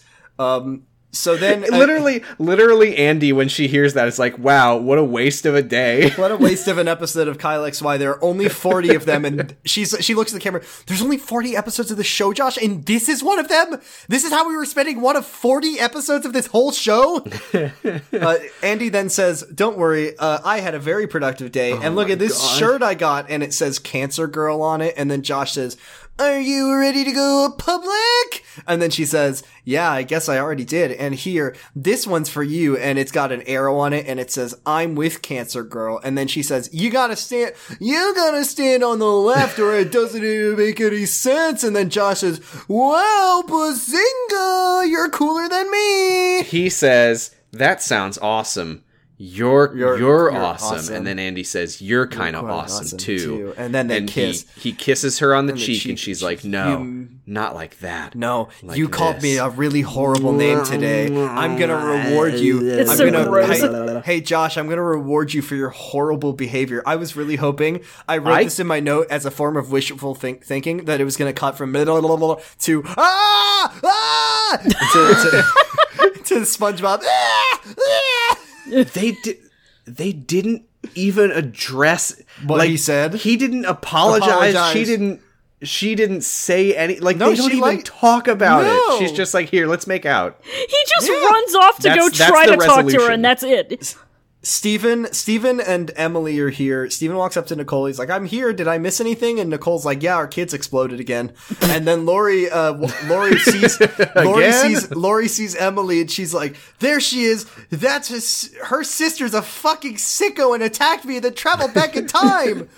A: hours. Um, so then, uh,
C: Literally, literally, Andy, when she hears that, it's like, wow, what a waste of a day. <laughs>
A: <laughs> What a waste of an episode of Kyle XY. There are only 40 of them, and she's she looks at the camera. There's only 40 episodes of the show, Josh, and this is one of them. This is how we were spending one of 40 episodes of this whole show. uh, Andy then says, "Don't worry, uh, I had a very productive day, and look at this shirt I got, and it says Cancer Girl on it." And then Josh says. Are you ready to go public? And then she says, Yeah, I guess I already did. And here, this one's for you. And it's got an arrow on it and it says, I'm with Cancer Girl. And then she says, You gotta stand, you gotta stand on the left or it doesn't even make any sense. And then Josh says, Wow, Bazinga, you're cooler than me.
C: He says, that sounds awesome. you're
A: You're-
C: you're,
A: you're
C: awesome.
A: awesome.
C: and then Andy says you're kind of
A: quite
C: awesome,
A: awesome,
C: too.
A: too. And then they
C: and
A: kiss.
C: He, he kisses her on the,
A: the
C: cheek,
A: cheek.
C: and she's like, no,
A: You-
C: not like that.
A: No,
C: Like
A: you called me
C: this."
A: a really horrible name today. I'm gonna reward you.
B: It's
A: I'm
B: so
A: gonna,
B: gross.
A: Hey, hey, Josh, I'm gonna reward you for your horrible behavior. I was really hoping. I wrote
C: I-
A: this in my note as a form of wishful think- thinking that it was gonna cut from middle to ah ah to <laughs> to, to SpongeBob. Ah, ah.
C: they did they didn't even address
A: What he said?
C: he didn't apologize,
A: Apologize.
C: she didn't she didn't say any like
A: No,
C: they don't
A: she
C: even
A: like-
C: talk about
A: No.
C: it she's just like here let's make out
B: He just runs off to go
C: That's- that's
B: try
C: the
B: to talk to her,
C: resolution.
B: and that's it.
A: Steven, Steven and Emily are here. Steven walks up to Nicole. He's like, I'm here. Did I miss anything? And Nicole's like, yeah, our kids exploded again. And then Lori, uh, w- Lori sees, Lori
C: Again?
A: sees, Lori sees Emily and she's like, there she is. That's his, her sister's a fucking sicko and attacked me and then traveled back in time.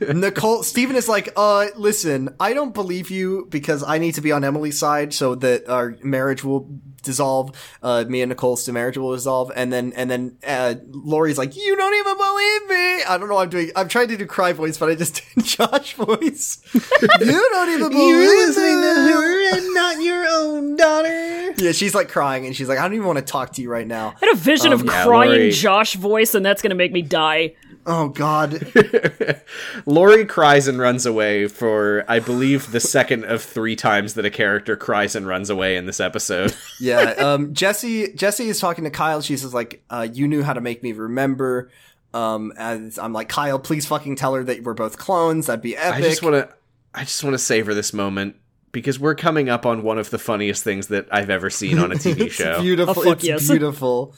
A: Nicole, Steven is like, uh, listen, I don't believe you because I need to be on Emily's side so that our marriage will dissolve. Uh, me and Nicole's marriage will dissolve. And then, and then, uh, Lori's like, you don't even believe me. I don't know what I'm doing. I'm trying to do cry voice, but I just <laughs> did Josh voice. <laughs> you don't even believe me.
D: and not your own daughter.
A: Yeah, she's like crying and she's like, I don't even want to talk to you right now.
B: I had a vision of
C: Um, yeah,
B: crying
C: Lori-
B: Josh voice, and that's gonna make me die.
A: Oh God.
C: <laughs> lori cries and runs away for i believe the second of three times that a character cries and runs away in this episode
A: yeah. Um, Jesse Jesse is talking to Kyle. She says like, uh, "You knew how to make me remember." Um, and I'm like, Kyle, please fucking tell her that we're both clones. That'd be epic.
C: <laughs> i
A: <laughs>
C: just want to i just want to savor this moment because we're coming up on one of the funniest things that i've ever seen on a
A: <laughs>
C: tv
A: It's
C: show
A: beautiful.
B: Oh, fuck
A: it's
B: yes. <laughs>
A: beautiful.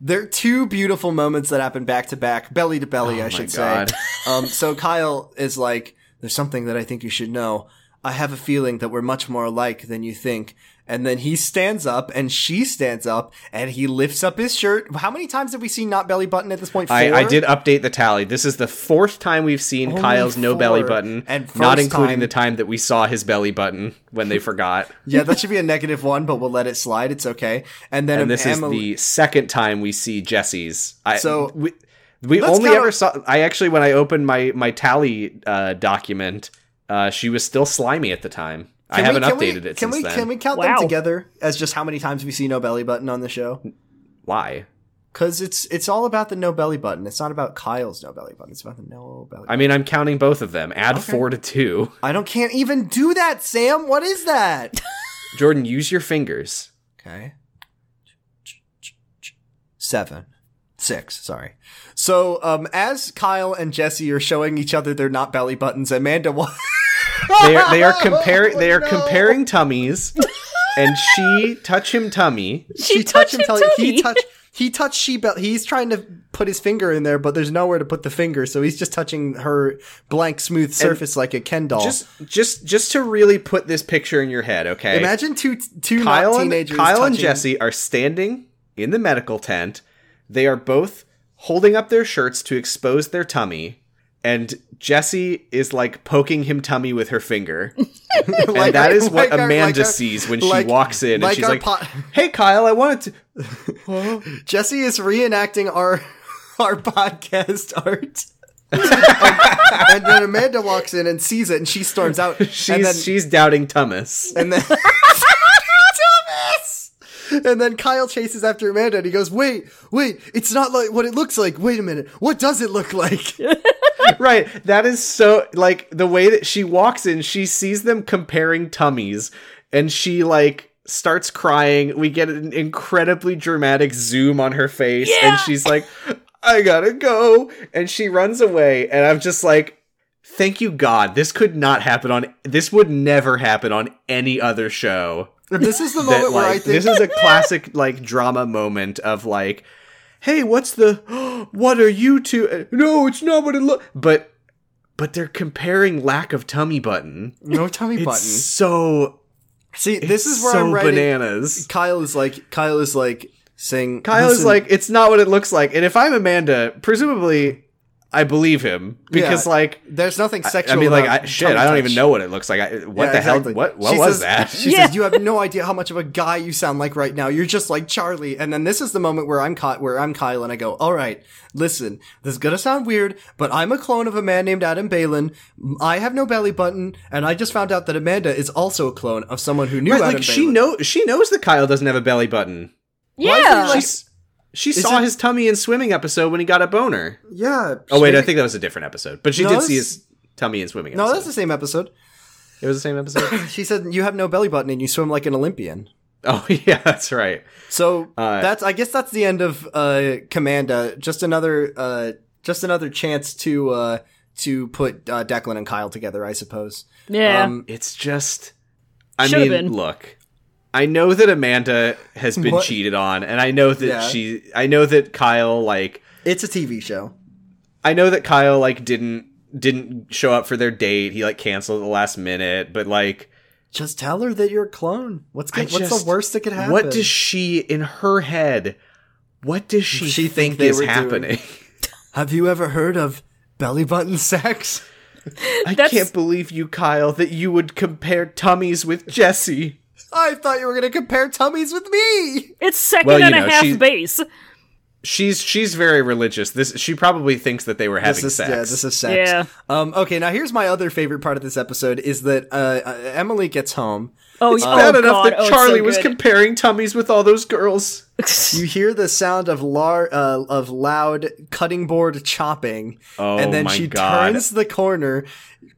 A: There are two beautiful moments that happen back to back, belly to belly, I should
C: Oh God.
A: say. <laughs> Um, so Kyle is like, "There's something that I think you should know. I have a feeling that we're much more alike than you think." And then he stands up, and she stands up, and he lifts up his shirt. How many times have we seen not belly button at this point?
C: I, I
A: Four?
C: did update the tally. This is the fourth time we've seen
A: Only
C: Kyle's no belly
A: four.
C: button,
A: And
C: not
A: first
C: including
A: time-
C: the time that we saw his belly button when they forgot.
A: Yeah, that should be a negative one, but we'll let it slide. It's okay. And then
C: and this
A: Emily-
C: is the second time we see Jesse's. I,
A: So,
C: we, we
A: let's
C: only
A: kinda-
C: ever saw. I actually, when I opened my my tally uh, document, uh, she was still slimy at the time. I
A: Can we-
C: haven't
A: can we-
C: updated
A: Can
C: it since
A: we
C: then.
A: can we count
B: Wow.
A: them together as just how many times we see no belly button on the show?
C: Why?
A: Because it's it's all about the no belly button. It's not about Kyle's no belly button. It's about the no belly.
C: I
A: Button.
C: mean, I'm counting both of them. Add four to two. <laughs>
A: I don't can't even do that, Sam. What is that?
C: Jordan, use your fingers.
A: Okay. Seven. Six, sorry. So, um, as Kyle and Jesse are showing each other their not belly buttons, Amanda wa-
C: they are, they
A: <laughs>
C: are comparing
A: Oh,
C: they are
A: no.
C: comparing tummies and she touch
A: <laughs>
C: him tummy
B: She, touched him.
A: tell-
B: tummy.
A: he touched he touched she belt he's trying to put his finger in there but there's nowhere to put the finger so he's just touching her blank smooth surface like a ken doll
C: just just just to really put this picture in your head okay
A: imagine two two
C: kyle
A: not
C: and,
A: teenagers
C: kyle and
A: touching- <laughs>
C: jesse are standing in the medical tent they are both holding up their shirts to expose their tummy and jesse is like poking him tummy with
A: <laughs>
C: her finger and
A: Like
C: that
A: our-
C: is what
A: like our-
C: amanda
A: like our-
C: sees when
A: like-
C: she walks in
A: like
C: and she's
A: our
C: like
A: po-
C: hey kyle i wanted to
A: jesse is reenacting our <laughs> our podcast
C: <laughs>
A: art and, and then amanda walks in and sees it and she storms out
C: she's
A: and then
C: she's doubting tummus
A: and then <laughs> Thomas! And then Kyle chases after Amanda and he goes, Wait, wait, it's not like what it looks like. Wait a minute. What does it look like?
C: <laughs> Right. That is so like the way that she walks in, she sees them comparing tummies and she like starts crying. We get an incredibly dramatic zoom on her face and she's like I got to go and she runs away and I'm just like thank you god. This could not happen on this would never happen on any other show.
A: this is the
C: That
A: moment where I
C: like
A: think
C: this is a classic like drama moment of like hey, what's the <gasps> what are you two? uh, No, it's not what it look. But but they're comparing lack of tummy button. <laughs>
A: no tummy
C: It's
A: button.
C: so
A: See, this is where
C: so
A: I'm writing.
C: bananas.
A: Kyle is like Kyle is like saying
C: Kyle is
A: "Listen,
C: like, it's not what it looks like. And if I'm Amanda, presumably I believe him because
A: Yeah.
C: like
A: There's nothing
C: I-
A: sexual.
C: I mean, like
A: about
C: I, shit,
A: tummy
C: I don't
A: touch.
C: even know what it looks like. I, what
A: Yeah,
C: the
A: exactly.
C: hell? What what
A: She
C: was
A: says-
C: that?
A: She
B: Yeah.
A: says, "You have no idea how much of a guy you sound like right now. You're just like Charlie." And then this is the moment where I'm caught, where I'm Kyle, and I go, "All right, listen, this is gonna sound weird, but I'm a clone of a man named Adam Balin. I have no belly button, and I just found out that Amanda is also a clone of someone who knew
C: Right,
A: Adam
C: like she
A: Balin.
C: knows she knows that Kyle doesn't have a belly button.
B: Yeah.
C: She's, she saw
A: it-
C: his tummy in swimming episode when he got a boner.
A: Yeah.
C: Oh wait, I
A: Maybe-
C: think that was a different episode. But she
A: No,
C: did
A: that's-
C: see his tummy in swimming.
A: no,
C: episode.
A: that's the same episode.
C: it was the same <laughs> episode.
A: She said, "You have no belly button, and you swim like an Olympian."
C: oh <laughs> yeah, that's right.
A: So
C: Uh,
A: that's I guess that's the end of uh Commanda. Just another uh just another chance to uh to put uh, Declan and Kyle together, I suppose.
B: yeah.
A: Um
C: It's just. I
B: Should've
C: mean,
B: been.
C: look. I know that Amanda has been
A: What?
C: cheated on, and I know that
A: Yeah.
C: she. I know that Kyle like
A: it's a TV show.
C: I know that Kyle like didn't didn't show up for their date. He like canceled at the last minute, but like
A: Just tell her that you're a clone. What's
C: I
A: good, what's
C: just-
A: the worst that could happen?
C: what does she in her head what does she,
A: She think
C: think,
A: they
C: is
A: were doing?
C: happening?
A: Have you ever heard of belly button sex? <laughs>
C: I
B: That's-
C: can't believe you, Kyle, that you would compare tummies with Jesse.
A: I thought you were going to compare tummies with me.
B: it's second
C: well, you
B: and a
C: know,
B: half
C: she-
B: base.
C: She's she's very religious. This she probably thinks that they were having
A: this is,
C: sex.
A: Yeah, this is sex.
B: Yeah.
A: Um, okay, now here's my other favorite part of this episode is that uh, uh, Emily gets home.
B: Oh,
C: it's
B: oh,
C: bad enough
B: God.
C: that
B: oh, it's so
C: Charlie was
B: good.
C: comparing tummies with all those girls.
A: You hear the sound of lar- uh, of loud cutting board chopping,
C: Oh
A: and then
C: my
A: she
C: God.
A: turns the corner.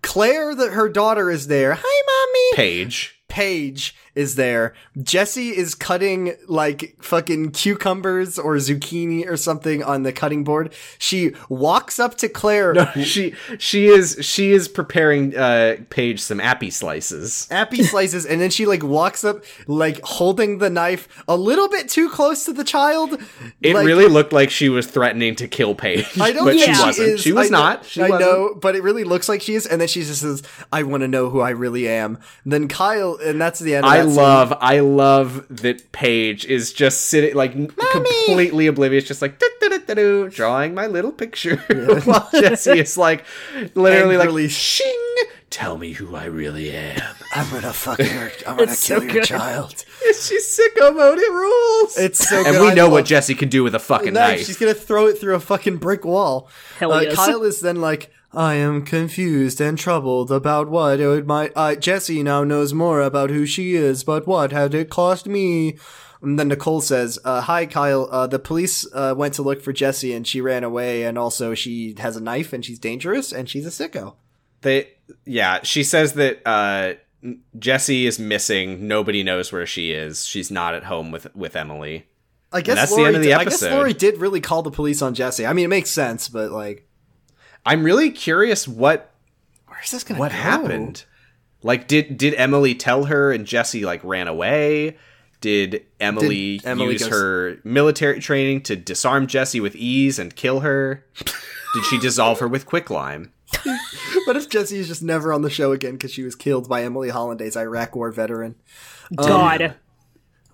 A: Claire, that her daughter is there. Hi, mommy.
C: Paige.
A: Paige is there. Jesse is cutting like fucking cucumbers or zucchini or something on the cutting board. She walks up to Claire. <laughs>
C: she she is she is preparing uh Paige some appy slices.
A: Appy slices, and then she like walks up, like holding the knife a little bit too close to the child.
C: It
A: Like-
C: really looked like she was threatening to kill Paige.
A: I don't
C: but
A: think
B: Yeah.
C: she
A: she
C: wasn't.
A: is.
C: she was
A: I know-
C: not. She
A: I
C: wasn't.
A: know, but it really looks like she is. And then she just says, "I want to know who I really am." then Kyle, and that's the end. Of that
C: I
A: scene.
C: love I love that Paige is just sitting like n- completely oblivious, just like "Doo, doo, doo, doo, doo," drawing my little picture <laughs> while Jesse is like literally
A: Angrily.
C: like shing tell me who I really am.
A: I'm gonna fuck her. I'm gonna kill
B: so
A: your
B: good.
A: child.
C: She's sicko mode, it rules.
A: It's so.
C: and
A: good.
C: we
A: I
C: know
A: love-
C: what Jesse can do with a fucking
A: knife.
C: knife.
A: She's gonna throw it through a fucking brick wall.
B: Hell
A: uh,
B: yes.
A: Kyle is then like, I am confused and troubled about what it might. Uh, Jesse now knows more about who she is, but what had it cost me? And then Nicole says, uh, "Hi, Kyle. Uh, the police uh, went to look for Jesse, and she ran away. And also, she has a knife, and she's dangerous, and she's a sicko."
C: They yeah, she says that uh Jesse is missing. Nobody knows where she is. She's not at home with with Emily.
A: I guess
C: that's the
A: Lori
C: end of the
A: did- I guess
C: episode.
A: Lori did really call the police on Jesse. I mean, it makes sense, but like,
C: I'm really curious what
A: where's this gonna
C: what
A: go?
C: happened. Like did did Emily tell her and Jesse like ran away? Did Emily,
A: Did Emily
C: use
A: go s-
C: her military training to disarm Jesse with ease and
A: <laughs>
C: kill her? did she dissolve her with quicklime?
A: What if Jesse is just never on the show again because she was killed by Emily Hollanday's Iraq War veteran?
B: <laughs> God.
A: Um,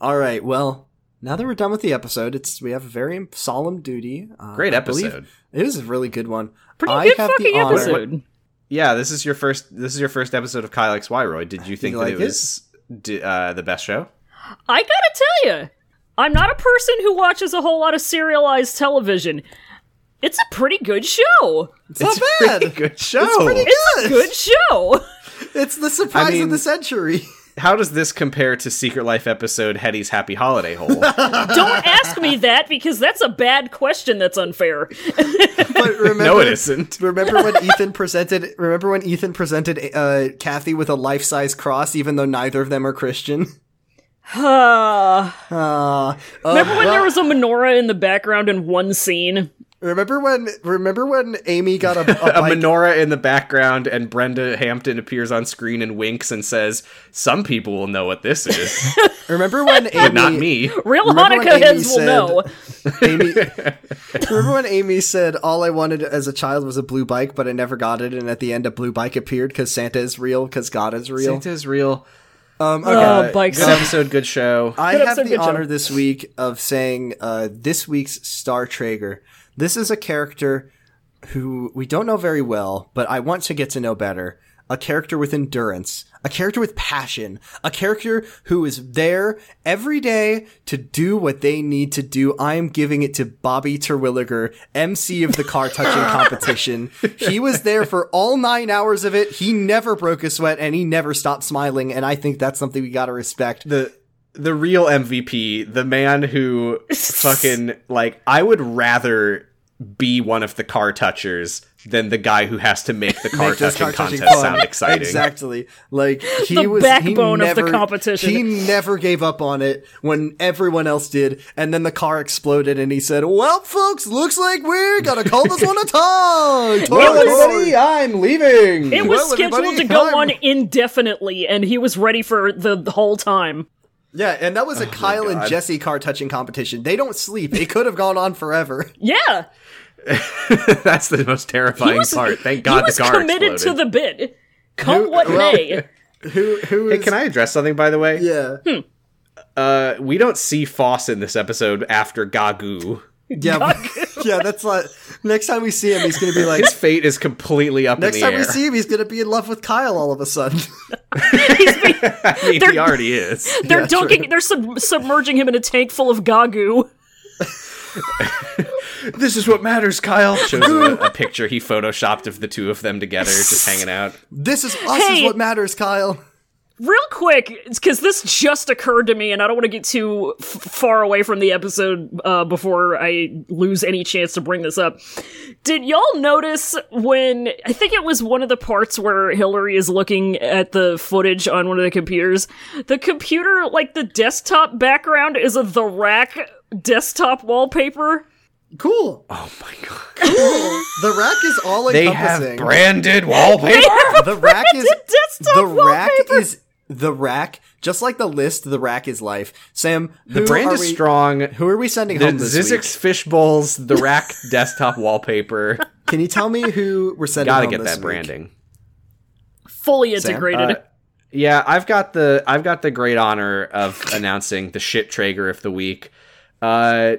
A: All right, well, now that we're done with the episode, it's we have a very solemn duty. Uh,
C: Great
A: I believe-
C: episode.
A: It is a really good one.
B: Pretty
A: I
B: good
A: have the
B: fucking
A: honor-
B: episode.
C: Yeah, this is your first this is your first episode of Kyle X Y Roy. Did you think that
A: like
C: it
A: it?
C: was d- uh, the best show?
B: I gotta tell you, I'm not a person who watches a whole lot of serialized television. It's a pretty good show.
A: It's, not
C: a
A: bad.
C: pretty good show.
A: It's pretty
B: It's a
A: good. <laughs>
B: good show.
A: It's the surprise
C: I mean-
A: of the
C: <laughs>
A: century.
C: How does this compare to Secret Life episode Hetty's Happy
A: <laughs>
C: Holiday Hole?
B: Don't ask me that because that's a bad question. That's unfair. <sighs>
A: But <laughs> remember,
C: no, it isn't.
A: Remember when Ethan presented? Remember when Ethan presented uh, Kathy with a life-size cross, even though neither of them are Christian. <laughs>
B: Uh,
A: <sighs> Uh,
B: remember when there was a menorah in the background in one scene?
A: remember when? Remember when Amy got a, a,
C: <laughs> A
A: bike-
C: menorah in the background, and Brenda Hampton appears on screen and winks and says, "Some people will know what this is,
A: Remember when Amy?
C: but not me."
B: Real
A: Remember when
B: Hanukkah
A: Amy
B: heads will
A: said-
B: know.
C: <laughs>
A: Amy, remember when Amy said, "All I wanted as a child was a blue bike, but I never got it." And at the end, a blue bike appeared because Santa is real, because God is real.
C: Santa is real.
A: Um, okay.
B: Oh, bikes.
C: Good episode, good show.
A: I
B: Good
A: have
B: episode,
A: the
B: good job.
A: honor this week of saying uh, this week's Star Traeger. This is a character who we don't know very well, but I want to get to know better. A character with endurance, a character with passion, a character who is there every day to do what they need to do. I am giving it to Bobby Terwilliger, MC of the car
B: <laughs>
A: touching competition. He was there for all nine hours of it. He never broke a sweat and he never stopped smiling. And I think that's something we got to respect.
C: the the real MVP, the man who fucking like I would rather be one of the car touchers than the guy who has to make the car
A: Make this
C: touching
A: car-touching
C: contest
A: fun.
C: sound exciting.
A: Exactly. Like he
B: The
A: was
B: backbone
A: he
B: of the
A: never-
B: competition.
A: He never gave up on it when everyone else did, and then the car exploded, and he said, "Well, folks, looks like we're gonna call this
B: <laughs>
A: one a tie."
B: Well,
A: Totally.
B: everybody,
C: I'm leaving.
B: It was
A: Well,
B: scheduled to
A: everybody,
B: go
A: I'm-
B: on indefinitely, and he was ready for the, the whole time.
A: yeah, and that was a Kyle and
C: Oh God.
A: Jesse car touching competition. They don't sleep. It could have gone on
B: <laughs>
A: forever.
B: Yeah,
C: <laughs> That's the most terrifying
B: he was
C: part. Thank
B: he
C: God the
B: was
C: car
B: committed
C: exploded.
B: to the bid, come what may.
A: Who? Who?
C: Hey,
A: is-
C: can I address something by the way?
A: Yeah.
B: Hmm,
C: Uh, we don't see Foss in this episode after Gagu.
A: Yeah. <laughs> yeah. That's like next time we see him, he's gonna
C: <laughs>
A: be like.
C: His fate is completely up
A: Next
C: in the
A: time
C: air.
A: we see him, he's gonna be in love with Kyle all of a sudden.
C: <laughs>
A: <laughs>
C: I mean, he
B: they're-
C: already is.
B: They're
A: Yeah,
B: dunking.
A: true.
B: They're sub- submerging him in a tank full of gagu.
C: This is what matters, Kyle. Shows him a, a picture he photoshopped of the two of them together, just hanging out.
A: this is us is
B: Hey.
A: what matters, Kyle.
B: Real quick, because this just occurred to me, and I don't want to get too f- far away from the episode uh, before I lose any chance to bring this up. Did y'all notice when I think it was one of the parts where Hillary is looking at the footage on one of the computers? The computer, like the desktop background, is a The Rack desktop wallpaper.
A: Cool.
C: Oh my god.
A: The rack is all
C: They
A: encompassing.
C: have branded wallpaper.
A: the rack is
B: desktop
A: the rack
B: wallpaper.
A: is the rack. Just like the list, the rack is life. Sam,
C: The
A: who
C: brand
A: are
C: is
A: we-
C: strong.
A: Who are we sending
C: The
A: home this
C: Zizix
A: week?
C: fish bowls, the rack <laughs> desktop wallpaper.
A: Can you tell me who
C: <laughs>
A: we're sending?
C: Gotta
A: home
C: get
A: this
C: that
A: week?
C: branding.
B: Fully
A: Sam?
B: integrated.
C: Uh, yeah, I've got the I've got the great honor of announcing the shit Traeger of the week. Uh,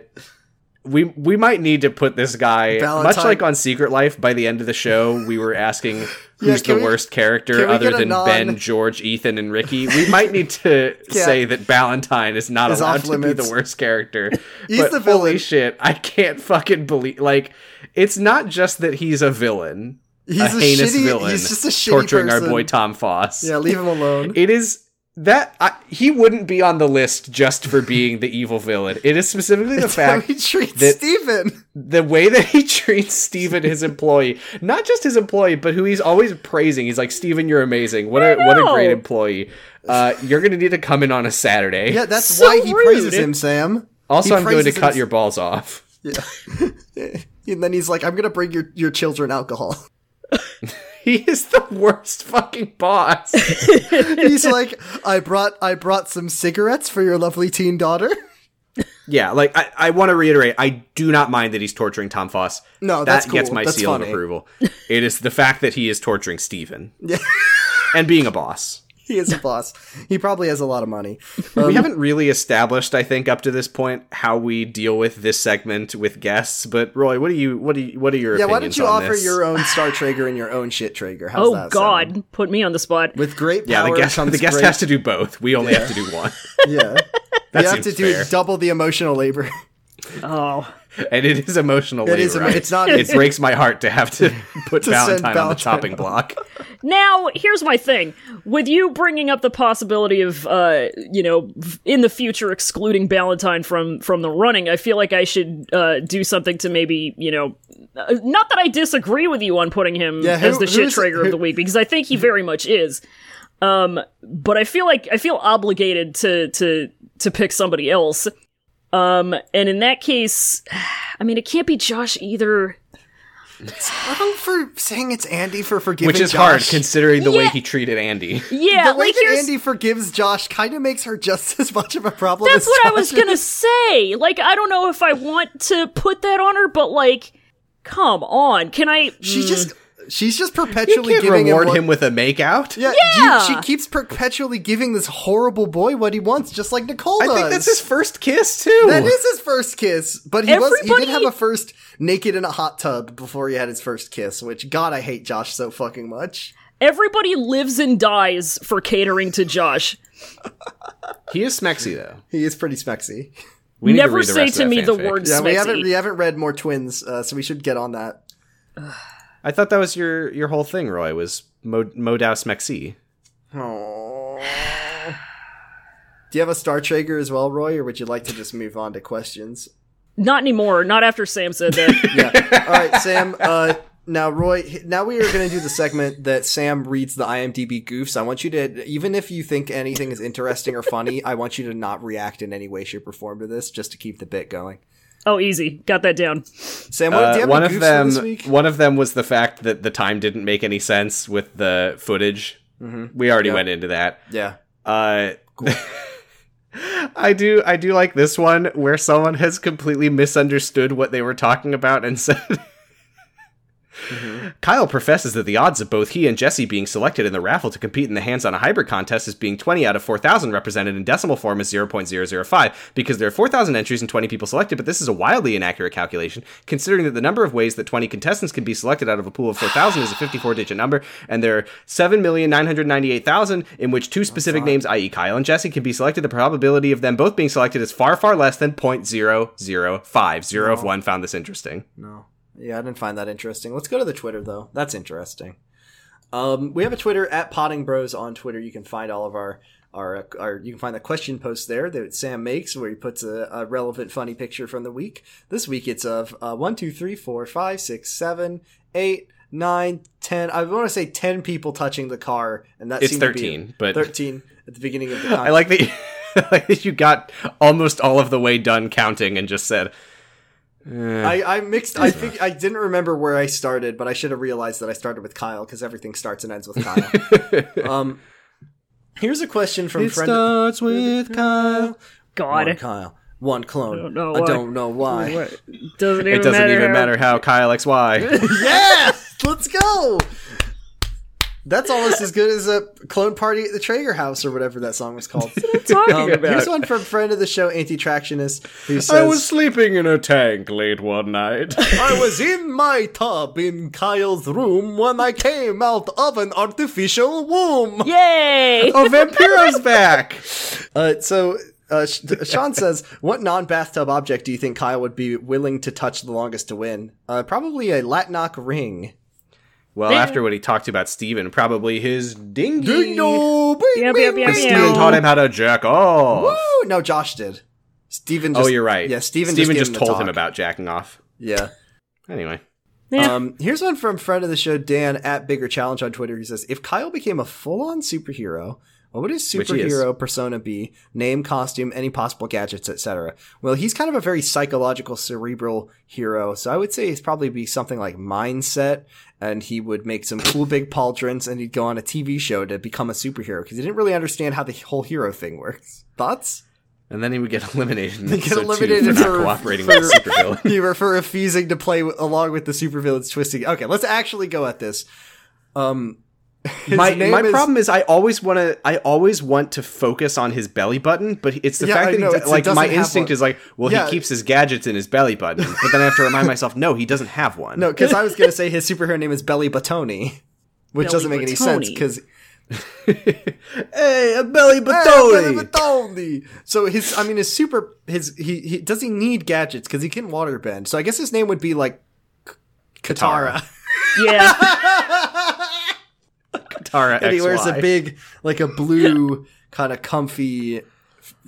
C: we we might need to put this guy much
A: Valentine-
C: like on Secret Life. By the end of the show, we were
A: <laughs>
C: asking
A: Yeah,
C: who's
A: can
C: the
A: we-
C: worst character
A: can we
C: other
A: get a
C: than
A: non-
C: Ben, George, Ethan, and Ricky. We might need to
A: <laughs> Yeah.
C: say that Valentine is not
A: Is
C: allowed
A: off
C: to be
A: limits.
C: the worst character.
A: <laughs> He's
C: but
A: the
C: Holy
A: villain.
C: shit! I can't fucking believe like it's not just that he's a villain.
A: He's
C: a,
A: a,
C: heinous
A: shitty,
C: villain.
A: He's just a shitty
C: torturing
A: person.
C: our boy Tom Foss.
A: Yeah, leave him alone.
C: It is that I, he wouldn't be on the list just for being the evil villain. It is specifically the
A: How <laughs>
C: fact
A: he treats
C: that-
A: Steven.
C: the way that he <laughs> treats Steven, his employee, not just his employee, but who he's always praising. He's like, Steven, you're amazing. What a what a great
B: know."
C: employee. Uh, you're gonna need to come in on a Saturday.
A: Yeah, that's
C: <laughs>
B: So
A: why he praises
B: rude.
A: him, Sam.
C: also,
A: He
C: I'm going to
A: praises
C: cut
A: him-
C: your balls off. <laughs>
A: And then he's like, "I'm gonna bring your your children alcohol."
C: He is the worst fucking boss.
A: he's like, "I brought I brought some cigarettes for your lovely teen daughter." <laughs>
C: Yeah, like I, I want to reiterate, I do not mind that he's torturing Tom Foss.
A: No,
C: that
A: that's cool.
C: gets my
A: That's
C: seal of
A: funny. <laughs>
C: approval. it is the fact that he is torturing Steven. and being a boss.
A: He is a boss. He probably has a lot of money. Um,
C: we haven't really established, I think, up to this point, how we deal with this segment with guests. But Roy, what do you, what do you, what are your
A: Yeah,
C: opinions
A: why don't you
C: on
A: offer
C: this?
A: your uh, own Star Traeger and your own shit Traeger? How's
B: oh
A: that
B: God,
A: sound?
B: put me on the spot.
A: With great
C: Yeah,
A: power
C: the guest,
A: comes
C: the guest
A: great,
C: has to do both. We only have to do one,
A: <laughs> Yeah,
C: That
A: you have to
C: seems
A: do
C: fair.
A: double the emotional labor.
B: Oh,
C: and it is emotional.
A: It is-
C: labor. I-
A: it's not-
C: It breaks my heart to have to
A: <laughs>
C: put
A: To send
C: Valentine on the
A: Valentine
C: chopping
A: home.
C: block.
B: Now, here's my thing. With you bringing up the possibility of, uh, you know, v- in the future excluding Ballantyne from from the running, I feel like I should uh, do something to maybe, you know, uh, not that I disagree with you on putting him
A: Yeah, who-
B: as the shit
A: who's-
B: trigger
A: who-
B: of the week because I think he very much is. Um, but I feel like I feel obligated to to to pick somebody else. Um, and in that case, <sighs> I mean, it can't be Josh either.
A: I'm for saying it's Andy for forgiving,
C: which is
A: Josh.
C: hard considering the way
B: Yeah.
C: he treated Andy.
B: Yeah,
A: the way
B: like
A: that
B: here's
A: Andy forgives Josh kind of makes her just <laughs> as much of a problem.
B: That's
A: as
B: what I
A: Josh
B: was gonna say. Like, I don't know if I want to put that on her, but like, come on, can I?
A: She just She's just
C: You
A: perpetually
C: can't
A: giving
C: reward
A: him, what-
C: him with a makeout.
A: Yeah,
B: Yeah.
A: you- she keeps perpetually giving this horrible boy what he wants, just like Nicole
C: I
A: does.
C: think that's his first kiss too.
A: That is his first kiss, but he was he
B: Everybody-
A: did have a first naked in a hot tub before he had his first kiss, which God I hate Josh so fucking much.
B: Everybody lives and dies for catering to Josh.
C: He is smexy though.
A: He is pretty spexy.
C: We need
B: Never
C: read the
B: say
C: rest
B: to
C: of that
B: me the
C: fanfic.
B: word
A: Yeah, we haven't
B: smexy.
A: we haven't read more twins, uh, so we should get on
B: <sighs>
A: that.
C: I thought that was your your whole thing, Roy. Was Mo Modao smexy?
A: Aw. Do you have a Star Traeger as well, Roy, or would you like to just move on to questions?
B: Not anymore. Not after Sam said that.
A: Yeah. All right, Sam. Uh, now, Roy. Now we are going to do the segment that Sam reads the IMDb goofs. I want you to, even if you think anything is interesting or funny, I want you to not react in any way, shape, or form to this, just to keep the bit going.
B: oh, easy. Got that down.
A: Sam, what, do you
C: Uh,
A: have
C: one
A: any
C: of
A: goofs
C: them.
A: for this week?
C: One of them was the fact that the time didn't make any sense with the footage. We
A: Mm-hmm.
C: already
A: Yeah.
C: went into that.
A: Yeah.
C: Uh, <laughs> I do. I do like this one where someone has completely misunderstood what they were talking about and said. Kyle professes that the odds of both he and Jesse being selected in the raffle to compete in the hands on a hybrid contest as being 20 out of 4,000 represented in decimal form is 0.005 because there are 4,000 entries and 20 people selected, but this is a wildly inaccurate calculation considering that the number of ways that 20 contestants can be selected out of a pool of 4,000 is a 54 digit number, and there are 7,998,000 in which two specific names, i.e., Kyle and Jesse, can be selected. The probability of them both being selected is far, far less than 0.005. Zero of one found this interesting.
A: No. Yeah, I didn't find that interesting. Let's go to the Twitter though. That's interesting. Um, we have a Twitter at Potting Bros on Twitter. You can find all of our our, our you can find the question post there that Sam makes where he puts a, a relevant funny picture from the week. This week it's of uh, one, two, three, four, five, six, seven, eight, nine, ten. I want to say ten people touching the car, and that
C: It's
A: seemed to
C: 13,
A: be
C: but-
A: thirteen at the beginning of the. Contest.
C: <laughs> I like that you, I like that you got almost all of the way done counting and just said,
A: I, I mixed. I think I didn't remember where I started, but I should have realized that I started with Kyle because everything starts and ends with Kyle. <laughs> um, here's a question from friend
C: starts with Kyle.
B: God.
A: one Kyle one clone. I
B: don't know
A: I
B: why.
A: don't know why.
B: Doesn't even
C: It doesn't
B: matter.
C: even
B: how- <laughs>
C: matter how Kyle XY.
A: yes, let's go. That's almost as good as a clone party at the Traeger house or whatever that song was <laughs> called.
B: Talking
A: Um,
B: about.
A: here's one from friend of the show, Anti-Tractionist, who says,
C: I was sleeping in a tank late one night.
A: I was in my tub in Kyle's room when I came out of an artificial womb.
B: Yay!
C: oh, Vampiro's back!
A: Uh, so uh, Sh-
C: <laughs>
A: Sean says, "What non-bathtub object do you think Kyle would be willing to touch the longest to win? Uh, probably a Latnock ring."
C: Well, after what he talked about Steven, probably his dinghy.
B: Yeah, yeah, yeah,
C: Because
B: yeah.
C: Steven taught him how to jack off.
A: Woo! No, Josh did. Steven just
C: oh, you're right.
A: Yeah, Steven,
C: Steven
A: just,
C: just,
A: gave him the
C: told him
A: talk.
C: about jacking off.
A: Yeah.
C: Anyway.
B: Yeah.
A: Um, here's one from friend of the show Dan at Bigger Challenge on Twitter. He says, "If Kyle became a full-on superhero, what would his
C: Which he is.
A: superhero persona be? Name, costume, any possible gadgets, etc." Well, he's kind of a very psychological, cerebral hero, so I would say he'd probably be something like mindset, and he would make some cool big pauldrons, and he'd go on a TV show to become a superhero because he didn't really understand how the whole hero thing works. Thoughts?
C: And then he would get <laughs> eliminated. in
A: They get
C: episode two
A: eliminated
C: for not
A: for-
C: cooperating
A: for-
C: with the
A: <laughs>
C: supervillain.
A: you were for refusing to play w- along with the supervillains twisting. Okay, let's actually go at this. Um, his
C: my
A: name
C: my
A: is-
C: problem is I always want to I always want to focus on his belly button, but it's the
A: Yeah, I
C: fact that
A: know,
C: he,
A: it's- it
C: do- like my
A: doesn't have
C: instinct
A: one.
C: is like, well,
A: Yeah.
C: he keeps his gadgets in his belly button, but then I have to remind myself, no, he doesn't have one.
A: No, because I was going to say his superhero name is Belly Batoni, which
B: Belly
A: doesn't make any sense
B: Batoni.
A: because
C: hey, a belly
A: Belly Batoni. So his, I mean, his super, his he, he does he need gadgets because he can waterbend. So I guess his name would be like K- Katara.
B: yeah.
C: Tara
A: <laughs> and he wears a
C: XY.
A: big, like a
C: <laughs>
A: blue kind of comfy,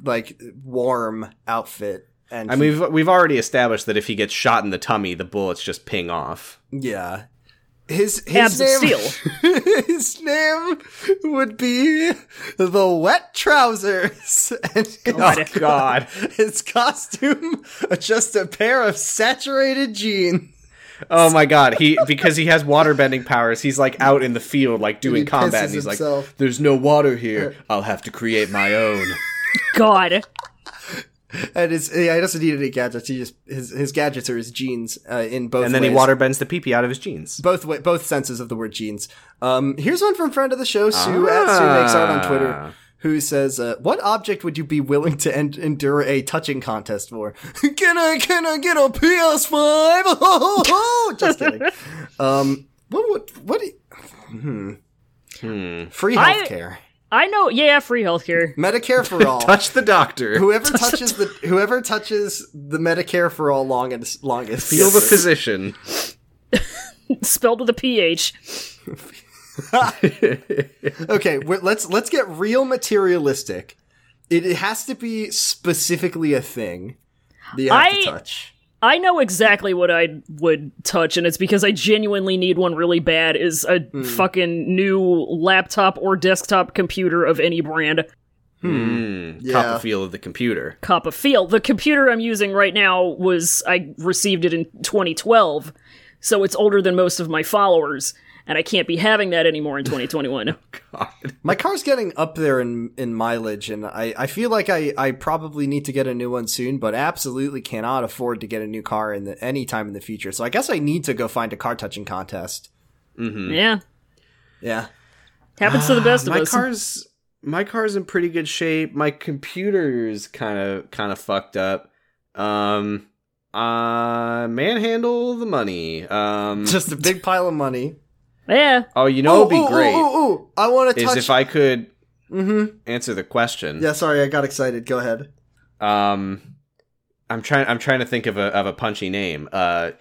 A: like warm outfit. And
C: I
A: he-
C: mean, we've, we've already established that if he gets shot in the tummy, the bullets just ping off.
A: Yeah. His his
B: Abs of
A: name, <laughs> his name would be the Wet <laughs> Trousers, and
C: Oh <laughs> God!
A: his, his costume just a pair of saturated jeans.
C: Oh my God! He because he has water bending powers. He's like out in the field, like doing
A: pisses
C: combat, and he's
A: himself.
C: like, "There's no water here. I'll have to create my own."
B: God.
A: and his, yeah, he doesn't need any gadgets. He just his his gadgets are his genes uh, in both.
C: and then he
A: ways.
C: water bends the pee pee out of his jeans.
A: both way, both senses of the word genes. Um, here's one from friend of the show Sue at
C: Ah.
A: Sue makes out on Twitter. Who says, uh, "What object would you be willing to en- endure a touching contest for? <laughs> can I can I get a PS5? <laughs> Just kidding. Um, what would what? do you- Hmm. Free
B: I-
A: healthcare,
B: I know. Yeah, free healthcare.
A: Medicare
C: <laughs>
A: for all.
C: Touch the doctor.
A: whoever touches the whoever touches the Medicare for all longest longest
C: Feel the physician.
B: Spelled with a ph.
A: okay we're, let's let's get real materialistic it, it has to be specifically a thing that you have
B: I-
A: to touch
B: I know exactly what I would touch, and it's because I genuinely need one really bad. Is a
C: Hmm.
B: fucking new laptop or desktop computer of any brand.
C: Hmm.
A: Yeah.
C: Cop a feel of the computer.
B: Cop a feel. The computer I'm using right now was I received it in 2012, so it's older than most of my followers, and I can't be having that anymore in
C: <laughs>
B: 2021.
A: my car's getting up there in in mileage and i i feel like i i probably need to get a new one soon but absolutely cannot afford to get a new car in the, any time in the future so i guess i need to go find a car touching contest
B: yeah,
A: yeah
B: happens to the best of
C: Hmm. Ah, my
B: us.
C: car's my car's in pretty good shape. My computer's kind of kind of fucked up. Um, uh, manhandle the money. Um,
A: just a big pile of money
B: yeah,
C: oh, you know,
A: Ooh,
C: it'd be
A: ooh, ooh,
C: great
A: ooh, ooh. i want to
C: is
A: touch
C: if I could
A: Mhm.
C: answer the question.
A: yeah sorry i got excited go ahead
C: Um, I'm trying. I'm trying to think of a of a punchy name. Uh,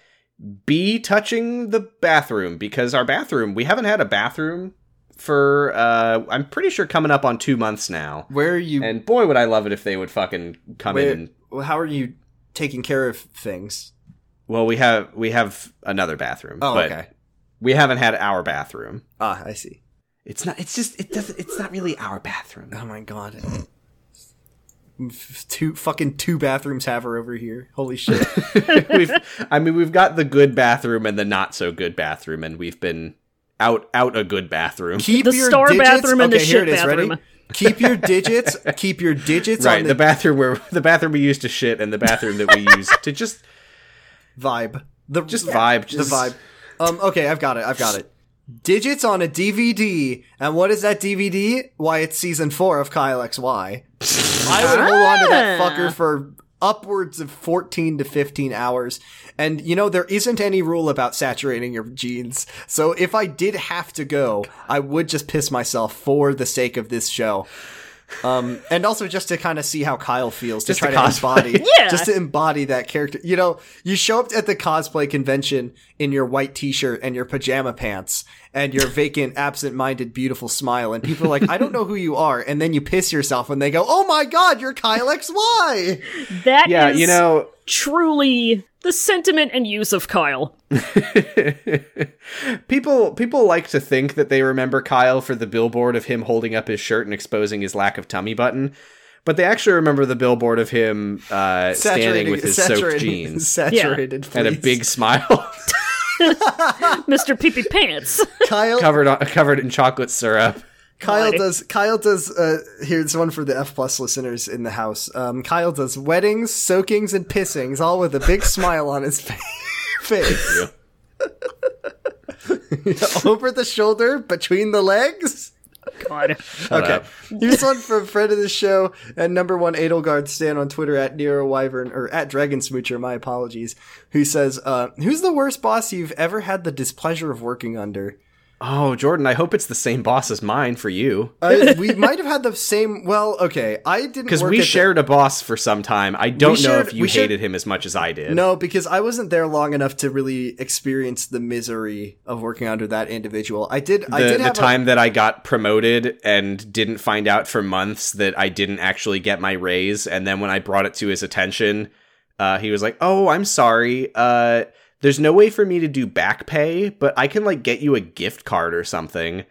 C: be touching the bathroom because our bathroom. We haven't had a bathroom for. Uh, I'm pretty sure coming up on two months now.
A: where are you
C: And boy, would I love it if they would fucking come
A: where,
C: in. and...
A: how are you taking care of things
C: Well, we have we have another bathroom.
A: Oh,
C: but
A: okay.
C: We haven't had our bathroom.
A: Ah, I see.
C: It's not. It's just. It doesn't. It's not really our bathroom.
A: <laughs>
C: <laughs>
A: Oh my god. F- Two fucking two bathrooms have her over here. Holy
B: <laughs>
A: shit.
C: we've I mean we've got the good bathroom and the not so good bathroom and we've been out out a good bathroom.
A: Keep
B: The
A: your
B: star
A: digits.
B: bathroom and the
A: okay, here
B: shit
A: it is.
B: bathroom.
A: Ready? Keep your digits. Keep your
B: <laughs>
A: digits
C: right,
A: on
C: the,
A: the,
C: bathroom where <laughs> the bathroom we used to shit and the bathroom that we use to just
A: vibe. The
C: just vibe just
A: the vibe. Um. Okay, I've got it. I've got it. Digits on a DVD, and what is that DVD? Why, it's season four of Kyle XY. I would hold on to that fucker for upwards of 14 to 15 hours. And, you know, there isn't any rule about saturating your jeans. So if I did have to go, I would just piss myself for the sake of this show. Um, and also just to kind of see how Kyle feels to
C: Just
A: try
C: to
A: to
C: cosplay. <laughs>
A: embody,
B: Yeah.
A: just to embody that character. You know, you show up at the cosplay convention in your white t-shirt and your pajama pants and
C: <laughs>
A: your vacant, absent-minded, beautiful smile, and people are like, "I don't know who you are," and then you piss yourself, and they go, "Oh my god, you're Kyle XY."
B: That
C: Yeah,
B: is
C: you know
B: truly the sentiment and use of Kyle.
C: people people like to think that they remember Kyle for the billboard of him holding up his shirt and exposing his lack of tummy button. But they actually remember the billboard of him uh, <laughs> standing with his soaked
A: <laughs>
C: jeans
A: saturated,
C: <laughs> and a
A: please.
C: big smile <laughs>
B: Mr. Pee Pee Pants.
A: <laughs>
B: <laughs>
A: Kyle.
C: covered on, covered in chocolate syrup. <laughs>
A: Kyle
B: God.
A: does. Kyle does. Uh, here's one for the F plus listeners in the house. Um, Kyle does weddings, soakings, and pissings, all with a big <laughs> smile on his fa- face. <laughs> Over the shoulder, between the legs.
B: God.
A: okay. Here's one from friend of the show and number one Edelgard Stan on Twitter at Nero Wyvern or at Dragon Smoocher, my apologies, who says, uh, Who's the worst boss you've ever had the displeasure of working under?
C: Oh, Jordan, I hope it's the same boss as mine for you.
A: Uh,
C: <laughs>
A: we might have had the same. Well, okay. I didn't
C: Because
A: work
C: we
A: at the-
C: shared a boss for some time. I don't know
A: shared-
C: if you
A: we shared-
C: hated him as much as I did.
A: No, because I wasn't there long enough to really experience the misery of working under that individual. I did. I
C: The,
A: did
C: the
A: have a-
C: time that I got promoted and didn't find out for months that I didn't actually get my raise, and then when I brought it to his attention, uh, he was like, "Oh, I'm sorry. Uh, there's no way for me to do back pay, but I can like get you a gift card or something."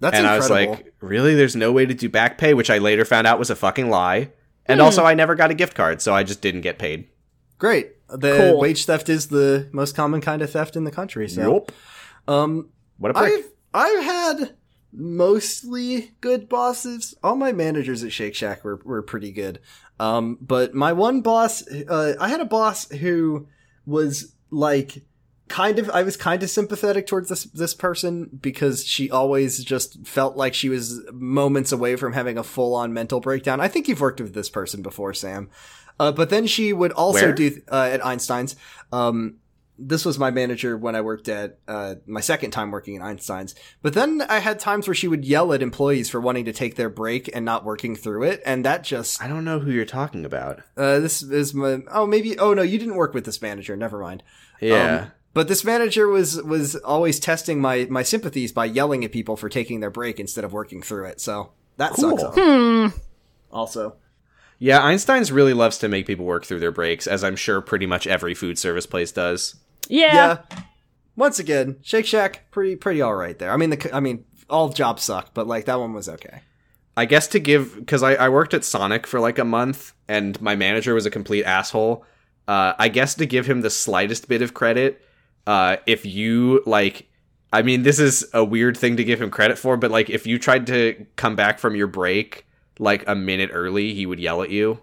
A: that's
C: and
A: incredible.
C: I was like, "Really? There's no way to do back pay," which I later found out was a fucking lie. And
A: Hmm.
C: also, I never got a gift card, so I just didn't get paid.
A: Great. The
B: Cool.
A: wage theft is the most common kind of theft in the country. So,
C: What a prick!
A: I've I've had mostly good bosses. All my managers at Shake Shack were, were pretty good. Um, but my one boss, uh, I had a boss who was like kind of I was kind of sympathetic towards this this person because she always just felt like she was moments away from having a full on mental breakdown. I think you've worked with this person before, Sam. Uh, but then she would also
C: Where?
A: do th- uh, at Einstein's. Um, this was my manager when I worked at uh, my second time working at Einstein's. But then I had times where she would yell at employees for wanting to take their break and not working through it, and that just
C: I don't know who you're talking about.
A: uh, this is my oh maybe oh no you didn't work with this manager never mind
C: Yeah.
A: Um, but this manager was was always testing my my sympathies by yelling at people for taking their break instead of working through it. So that sucks.
C: Cool.
A: Also,
C: yeah, Einstein's really loves to make people work through their breaks, as I'm sure pretty much every food service place does.
B: Yeah.
A: yeah. Once again, Shake Shack pretty pretty all right there. I mean the c- I mean all jobs suck, but like that one was okay.
C: I guess to give because I, I worked at Sonic for like a month and my manager was a complete asshole. Uh, I guess to give him the slightest bit of credit, uh, if you like, I mean, this is a weird thing to give him credit for, but like if you tried to come back from your break like a minute early, he would yell at you.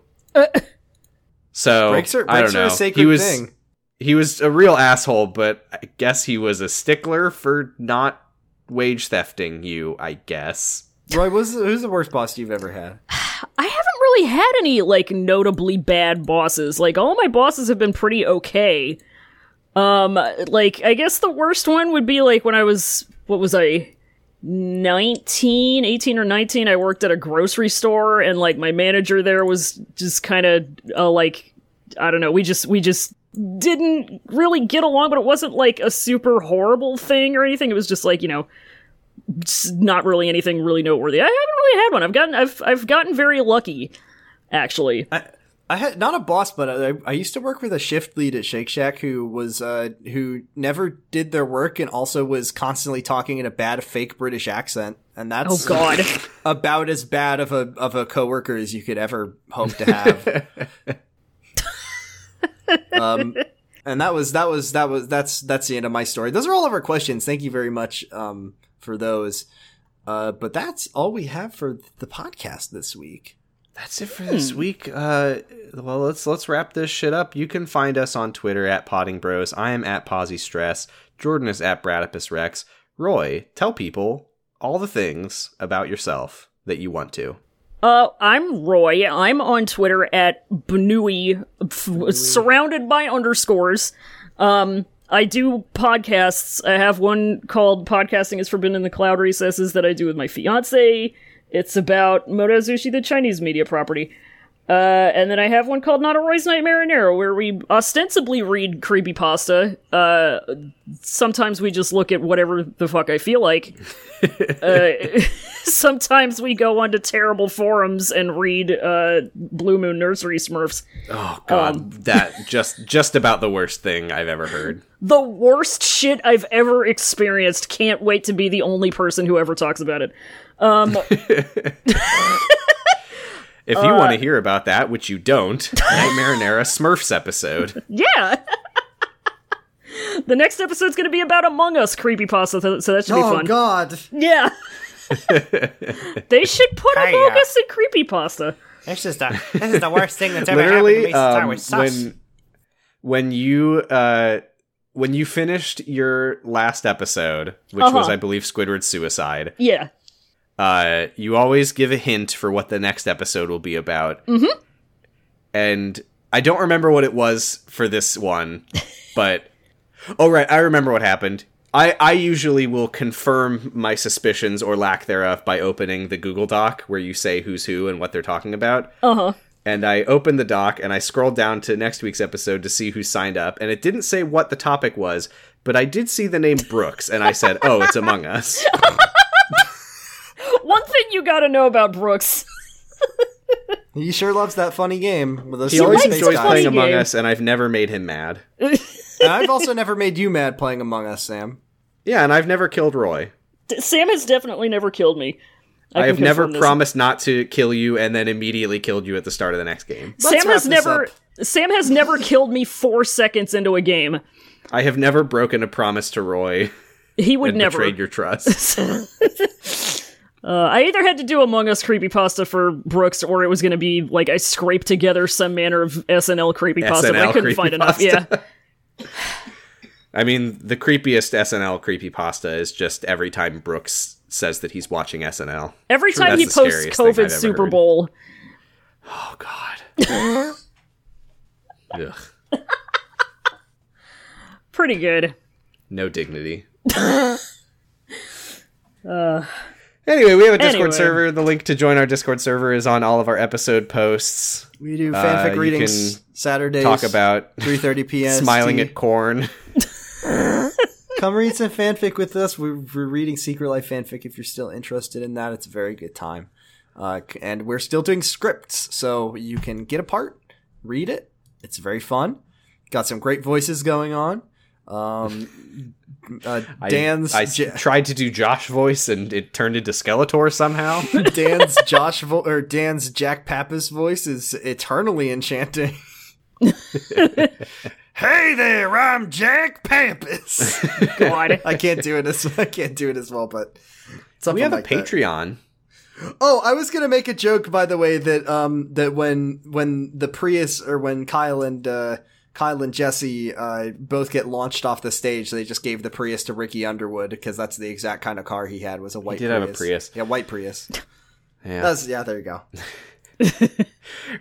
C: so
A: breaks are,
C: Oh, I
A: breaks
C: don't know.
A: are a sacred
C: he was
A: thing.
C: he was a real asshole, but I guess he was a stickler for not wage thefting you. I guess.
A: Roy, who's the, who's the worst boss you've ever had?
B: I haven't really had any like notably bad bosses. Like all my bosses have been pretty okay. Um like I guess the worst one would be like when I was what was I 19, 18 or 19, I worked at a grocery store and like my manager there was just kind of uh, like I don't know, we just we just didn't really get along, but it wasn't like a super horrible thing or anything. It was just like, you know, s- not really anything really noteworthy. I haven't really had one. I've gotten I've I've gotten very lucky, actually.
A: I had not a boss, but I, I used to work with a shift lead at Shake Shack who was uh, who never did their work and also was constantly talking in a bad fake British accent, and that's
B: Oh God,
A: about as bad of a of a coworker as you could ever hope to have.
B: <laughs>
A: um, and that was that was that was that's that's the end of my story. Those are all of our questions. Thank you very much um, for those. Uh, but that's all we have for the podcast this week.
C: That's it for this week. Uh, well, let's let's wrap this shit up. You can find us on Twitter at Potting Bros. I am at Posy Stress. Jordan is at Bradipus Rex. Roy, tell people all the things about yourself that you want to.
B: uh, I'm Roy. I'm on Twitter at Bnui, f- surrounded by underscores. Um, I do podcasts. I have one called "Podcasting Is Forbidden in the Cloud Recesses" that I do with my fiance. It's about Motozushi, the Chinese media property. Uh, and then I have one called Not a Roy's Nightmare in Arrow, where we ostensibly read creepypasta. Uh, sometimes we just look at whatever the fuck I feel like. uh, sometimes we go onto terrible forums and read uh, Blue Moon Nursery Smurfs.
C: Oh God, <laughs> that just just about the worst thing I've ever heard.
B: The worst shit I've ever experienced. Can't wait to be the only person who ever talks about it.
C: If you want to hear about that, which you don't, Nightmare Marinara Smurfs episode.
B: Yeah. <laughs> the next episode's going to be about Among Us creepypasta, so- so that should be
A: oh
B: fun.
A: God.
C: <laughs>
B: Yeah. they should put Among
C: uh.
B: Us in creepypasta.
I: This is the this is the worst thing that's ever happened to me
C: literally
I: since I
C: um,
I: was sus.
C: when when you uh when you finished your last episode which was
B: Uh-huh.
C: i believe squidward's suicide
B: Yeah.
C: uh you always give a hint for what the next episode will be about and i don't remember what it was for this one but oh right i remember what happened I, I usually will confirm my suspicions or lack thereof by opening the Google Doc where you say who's who and what they're talking about
B: Uh huh.
C: and I opened the doc and I scrolled down to next week's episode to see who signed up, and it didn't say what the topic was, but I did see the name Brooks, and I said, "Oh, it's Among Us."
B: One thing you got to know about Brooks. <laughs>
A: He sure loves that funny game. With those
C: He always
A: space
C: enjoys
A: guys.
C: playing Among
B: game.
C: Us, and I've never made him mad.
A: And I've also never made you mad playing Among Us, Sam.
C: Yeah, and I've never killed Roy.
B: D- Sam has definitely never killed me. I
C: I
B: can
C: have never
B: confirm this.
C: promised not to kill you and then immediately killed you at the start of the next game.
A: Let's
B: Sam
A: wrap
B: has
A: this
B: never.
A: up.
B: Sam has never killed me four seconds into a game.
C: I have never broken a promise to Roy.
B: He would
C: and
B: never.
C: betrayed
B: <laughs>
C: your trust.
B: Uh, I either had to do Among Us creepypasta for Brooks, or it was going to be like I scraped together some manner of SNL creepypasta. but I
C: SNL
B: couldn't find enough. Yeah,
C: creepypasta. <laughs> I mean, the creepiest SNL creepypasta is just every time Brooks says that he's watching SNL.
B: every
C: True,
B: time
C: that's
B: he
C: the
B: posts
C: scariest thing I've
B: COVID
C: ever
B: Super
C: heard.
B: Bowl,
C: Oh God. <laughs> Ugh.
B: pretty good.
C: No <laughs> dignity. Uh. Anyway, we have a Discord
B: Anyway.
C: server. The link to join our Discord server is on all of our episode posts.
A: We do
C: Uh,
A: fanfic
C: you
A: readings
C: can
A: Saturdays.
C: Talk about <laughs>
A: 3:30 p.m.
C: smiling
A: ST.
C: at corn.
A: Come read some fanfic with us. We're, we're reading Secret Life fanfic. If you're still interested in that, it's a very good time. Uh, c- and we're still doing scripts, so you can get a part, read it. It's very fun. Got some great voices going on. Um,
C: <laughs>
A: uh, <laughs>
C: I-
A: Dan's
C: I,
A: Ja-
C: tried to do Josh voice and it turned into Skeletor
A: <laughs>
C: somehow.
A: Dan's Josh vo- or Dan's Jack Pappas voice is eternally enchanting. <laughs> hey there, I'm Jack Pappas.
B: God,
A: <laughs> I can't do it as I can't do it as well, but something
C: we have
A: like
C: a
A: that.
C: Patreon.
A: Oh, I was gonna make a joke, by the way, that um that when when the Prius or when Kyle and uh, Kyle and Jesse uh, both get launched off the stage, they just gave the Prius to Ricky Underwood because that's the exact kind of car he had was a white.
C: did
A: Prius.
C: have a Prius.
A: yeah, white Prius.
C: Yeah.
A: That's yeah, there you go.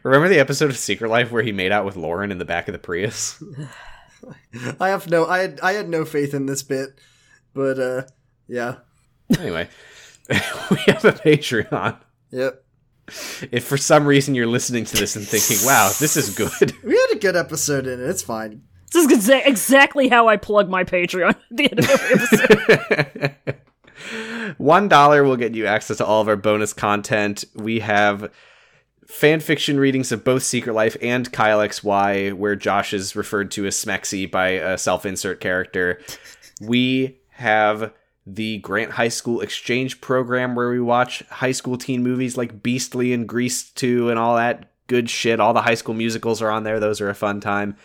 C: Remember the episode of Secret Life where he made out with Lauren in the back of
A: <laughs>
C: the Prius?
A: I have no, I had, I had no faith in this bit, but uh, yeah,
C: anyway, <laughs> we have a Patreon.
A: yep.
C: If for some reason you're listening to this and thinking, wow, this is good,
A: We had a good episode in it. It's fine.
B: this is exa- exactly how I plug my Patreon at the end of
C: <laughs>
B: every episode.
C: One dollar will get you access to all of our bonus content. We have fan fiction readings of both Secret Life and Kyle XY, where Josh is referred to as Smexy by a self-insert character. We have the Grant High School Exchange Program, where we watch high school teen movies like Beastly and Grease 2 and all that good shit. All the high school musicals are on there. Those are a fun time.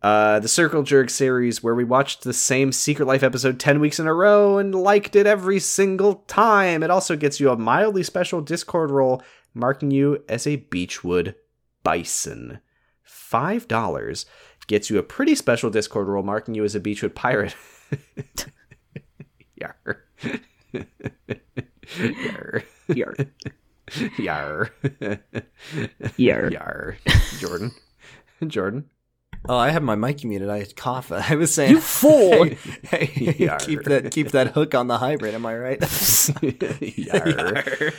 C: Uh, the Circle Jerk series, where we watched the same Secret Life episode 10 weeks in a row and liked it every single time. It also gets you a mildly special Discord role marking you as a Beechwood Bison. $5 gets you a pretty special Discord role marking you as a Beechwood Pirate. <laughs> Yar. Yar.
B: Yar.
C: <laughs> Yar.
B: Yar.
C: Yar. Jordan. <laughs> Jordan.
A: Oh, I had my mic muted. I had cough. <laughs> I was saying,
B: You fool!
A: <laughs> hey,
C: Yar.
A: keep that keep that hook on the hybrid. Am I right? <laughs>
C: Yarr.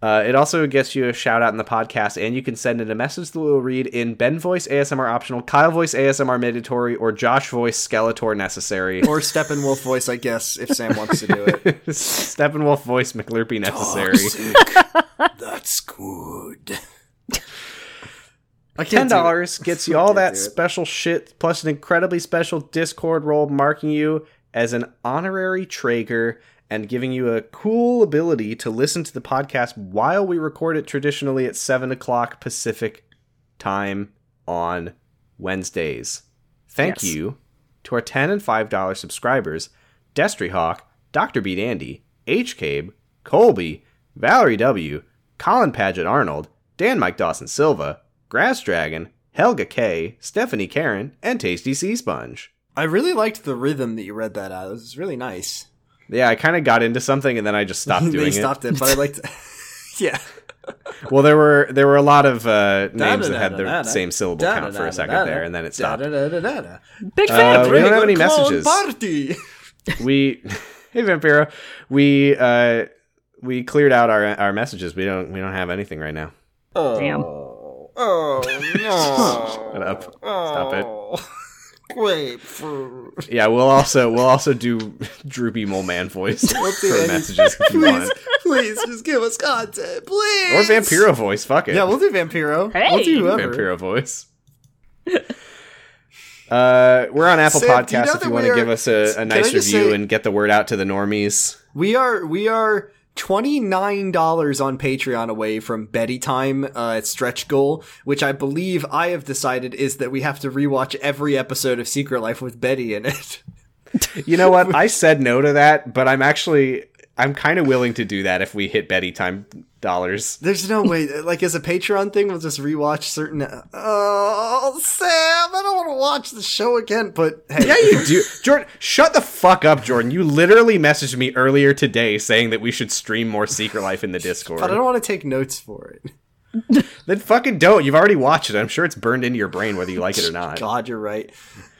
C: Uh, it also gets you a shout out in the podcast, and you can send in a message that we'll read in Ben voice ASMR optional, Kyle voice ASMR mandatory, or Josh voice Skeletor necessary, or
A: or Steppenwolf voice, I guess, if Sam wants to do it.
C: <laughs> Steppenwolf voice McLurpy necessary.
A: That's good.
C: Ten dollars gets you all
A: Can't
C: that
A: do it.
C: special shit, plus an incredibly special Discord role marking you as an honorary Traeger and giving you a cool ability to listen to the podcast while we record it traditionally at seven o'clock Pacific time on Wednesdays. Thank
B: Yes.
C: you to our ten and five dollar subscribers, Destry Hawk, Dr. Beat Andy, H Cabe, Colby, Valerie W, Colin Paget Arnold, Dan Mike Dawson Silva, Grass Dragon, Helga K, Stephanie Karen, and Tasty Sea Sponge.
A: I really liked the rhythm that you read that out. It was really nice.
C: Yeah, I kind of got into something and then I
A: <laughs>
C: just stopped
A: they
C: doing
A: stopped it, but I liked. <laughs> yeah.
C: it. Well, there were there were a lot of uh, names that had the
A: Da-da-da-da-da.
C: same syllable count for a second there, and then it stopped.
A: Da-da-da-da-da-da.
B: Big fan.
C: Uh,
B: of
C: we don't have any
A: Clown
C: messages. <laughs>
A: Party.
C: we <laughs> hey vampiro we uh we cleared out our our messages we don't we don't have anything right now
B: Damn.
C: Shut up stop it
A: Grapefruit.
C: yeah we'll also we'll also do droopy mole man voice for
A: do any-
C: messages if you want
A: Please, just give us content, please.
C: or vampiro voice fuck it
A: Yeah, we'll do Vampiro.
B: Hey.
A: we'll do whoever.
C: vampiro voice uh, we're on Apple
A: Sam, do you
C: Podcasts
A: know
C: if
A: that
C: you
A: we
C: want to
A: are-
C: give us a, a
A: I
C: nice
A: just
C: review
A: say-
C: and get the word out to the normies.
A: We are we are twenty nine dollars on Patreon away from Betty Time uh, stretch goal, which I believe I have decided is that we have to rewatch every episode of Secret Life with Betty in it. <laughs>
C: you know what? <laughs> I said no to that, but I'm actually I'm kind of willing to do that if we hit Betty time dollars.
A: There's no <laughs> way. Like, as a Patreon thing, we'll just rewatch certain. Oh, Sam, I don't want to watch the show again. But hey,
C: Yeah, you do. Jordan, shut the fuck up, Jordan. You literally messaged me earlier today saying that we should stream more Secret Life in the Discord.
A: but I don't want to take notes for it.
C: Then fucking don't. You've already watched it. I'm sure it's burned into your brain whether you like it or not.
A: God, you're right.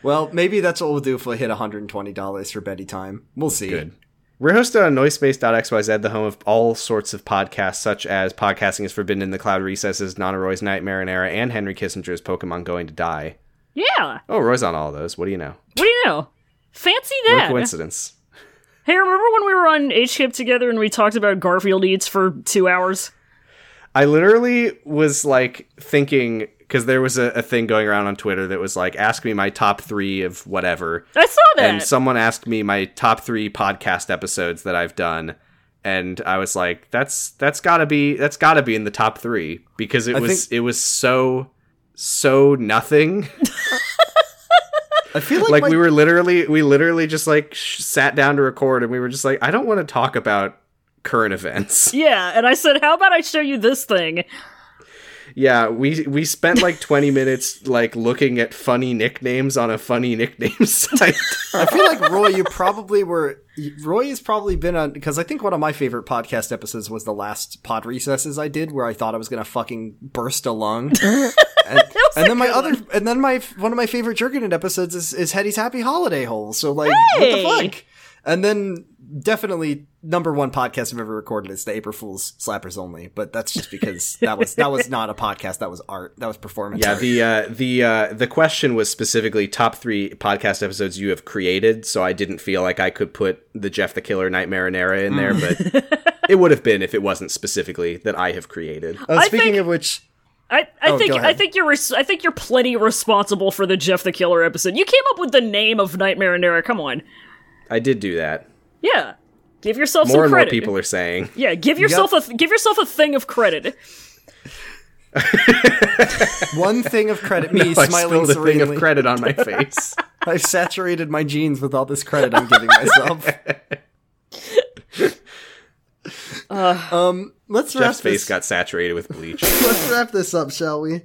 A: Well, maybe that's what we'll do if we hit 120 dollars for Betty time. We'll see.
C: Good. We're hosted on noisepace.xyz, the home of all sorts of podcasts, such as Podcasting is Forbidden in the Cloud Recesses, Nana Roy's Nightmare and Era, and Henry Kissinger's Pokemon Going to Die.
B: Yeah.
C: Oh, Roy's on all of those. What do you know?
B: What do you know? Fancy
C: What
B: that.
C: a coincidence.
B: Hey, remember when we were on HKIP together and we talked about Garfield Eats for two hours?
C: I literally was like thinking, because there was a, a thing going around on Twitter that was like, ask me my top three of whatever.
B: I saw that.
C: And someone asked me my top three podcast episodes that I've done, and I was like, "That's that's gotta be that's gotta be in the top three because it
A: I
C: was
A: think-
C: it was so so nothing.
A: I feel like,
C: like
A: my-
C: we were literally we literally just like sh- sat down to record, and we were just like, I don't want to talk about current events.
B: yeah, and I said, how about I show you this thing?
C: yeah, we we spent like twenty minutes like looking at funny nicknames on a funny nickname <laughs> site.
A: I feel like Roy, you probably were. Roy has probably been on because I think one of my favorite podcast episodes was the last pod recesses I did, where I thought I was gonna fucking burst a
B: <laughs>
A: lung. and, and then my other, and then my one of my favorite Jerkinen episodes is, is Hetty's Happy Holiday Hole. So like, what the
B: Hey!
A: fuck? And then definitely number one podcast I've ever recorded is the April Fools Slappers Only, but that's just because that was that was not a podcast, that was art, that was performance.
C: Yeah,
A: art.
C: the uh, the uh, the question was specifically top three podcast episodes you have created. So I didn't feel like I could put the Jeff the Killer Nightmare and Era in there,
B: <laughs>
C: but it would have been if it wasn't specifically that I have created.
A: Uh,
B: I
A: speaking
B: think-
A: of which,
B: I, I
A: Oh,
B: think
A: go
B: I
A: ahead.
B: think you're res- I think you're plenty responsible for the Jeff the Killer episode. You came up with the name of Nightmare and Era. Come on,
C: I did do that.
B: yeah, give yourself
C: More
B: some
C: and more
B: credit.
C: people are saying.
B: yeah, give yourself a th- give yourself a thing of credit.
A: one thing of credit,
C: <laughs>
A: me
C: I
A: smiling
C: spilled a
A: serenely.
C: thing of credit
A: <laughs>
C: on my face.
A: I've saturated my jeans with all this credit I'm giving myself. um, let's wrap
C: Jeff's face
A: this.
C: got saturated with bleach.
A: let's wrap this up, shall we?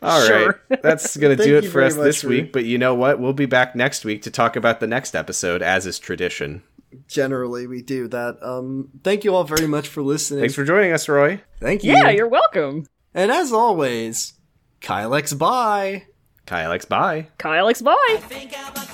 C: All right,
B: Sure.
C: <laughs> that's gonna
A: Thank
C: do it
A: you
C: for us
A: very much,
C: this
A: Rue.
C: week. But you know what? We'll be back next week to talk about the next episode, as is tradition.
A: Generally, we do that. Um, thank you all very much for listening.
C: Thanks for joining us, Roy.
A: Thank you.
B: Yeah, you're welcome,
A: and as always, Kylex, bye.
C: Kylex, bye.
B: Kyle. X. Bye.
F: Think about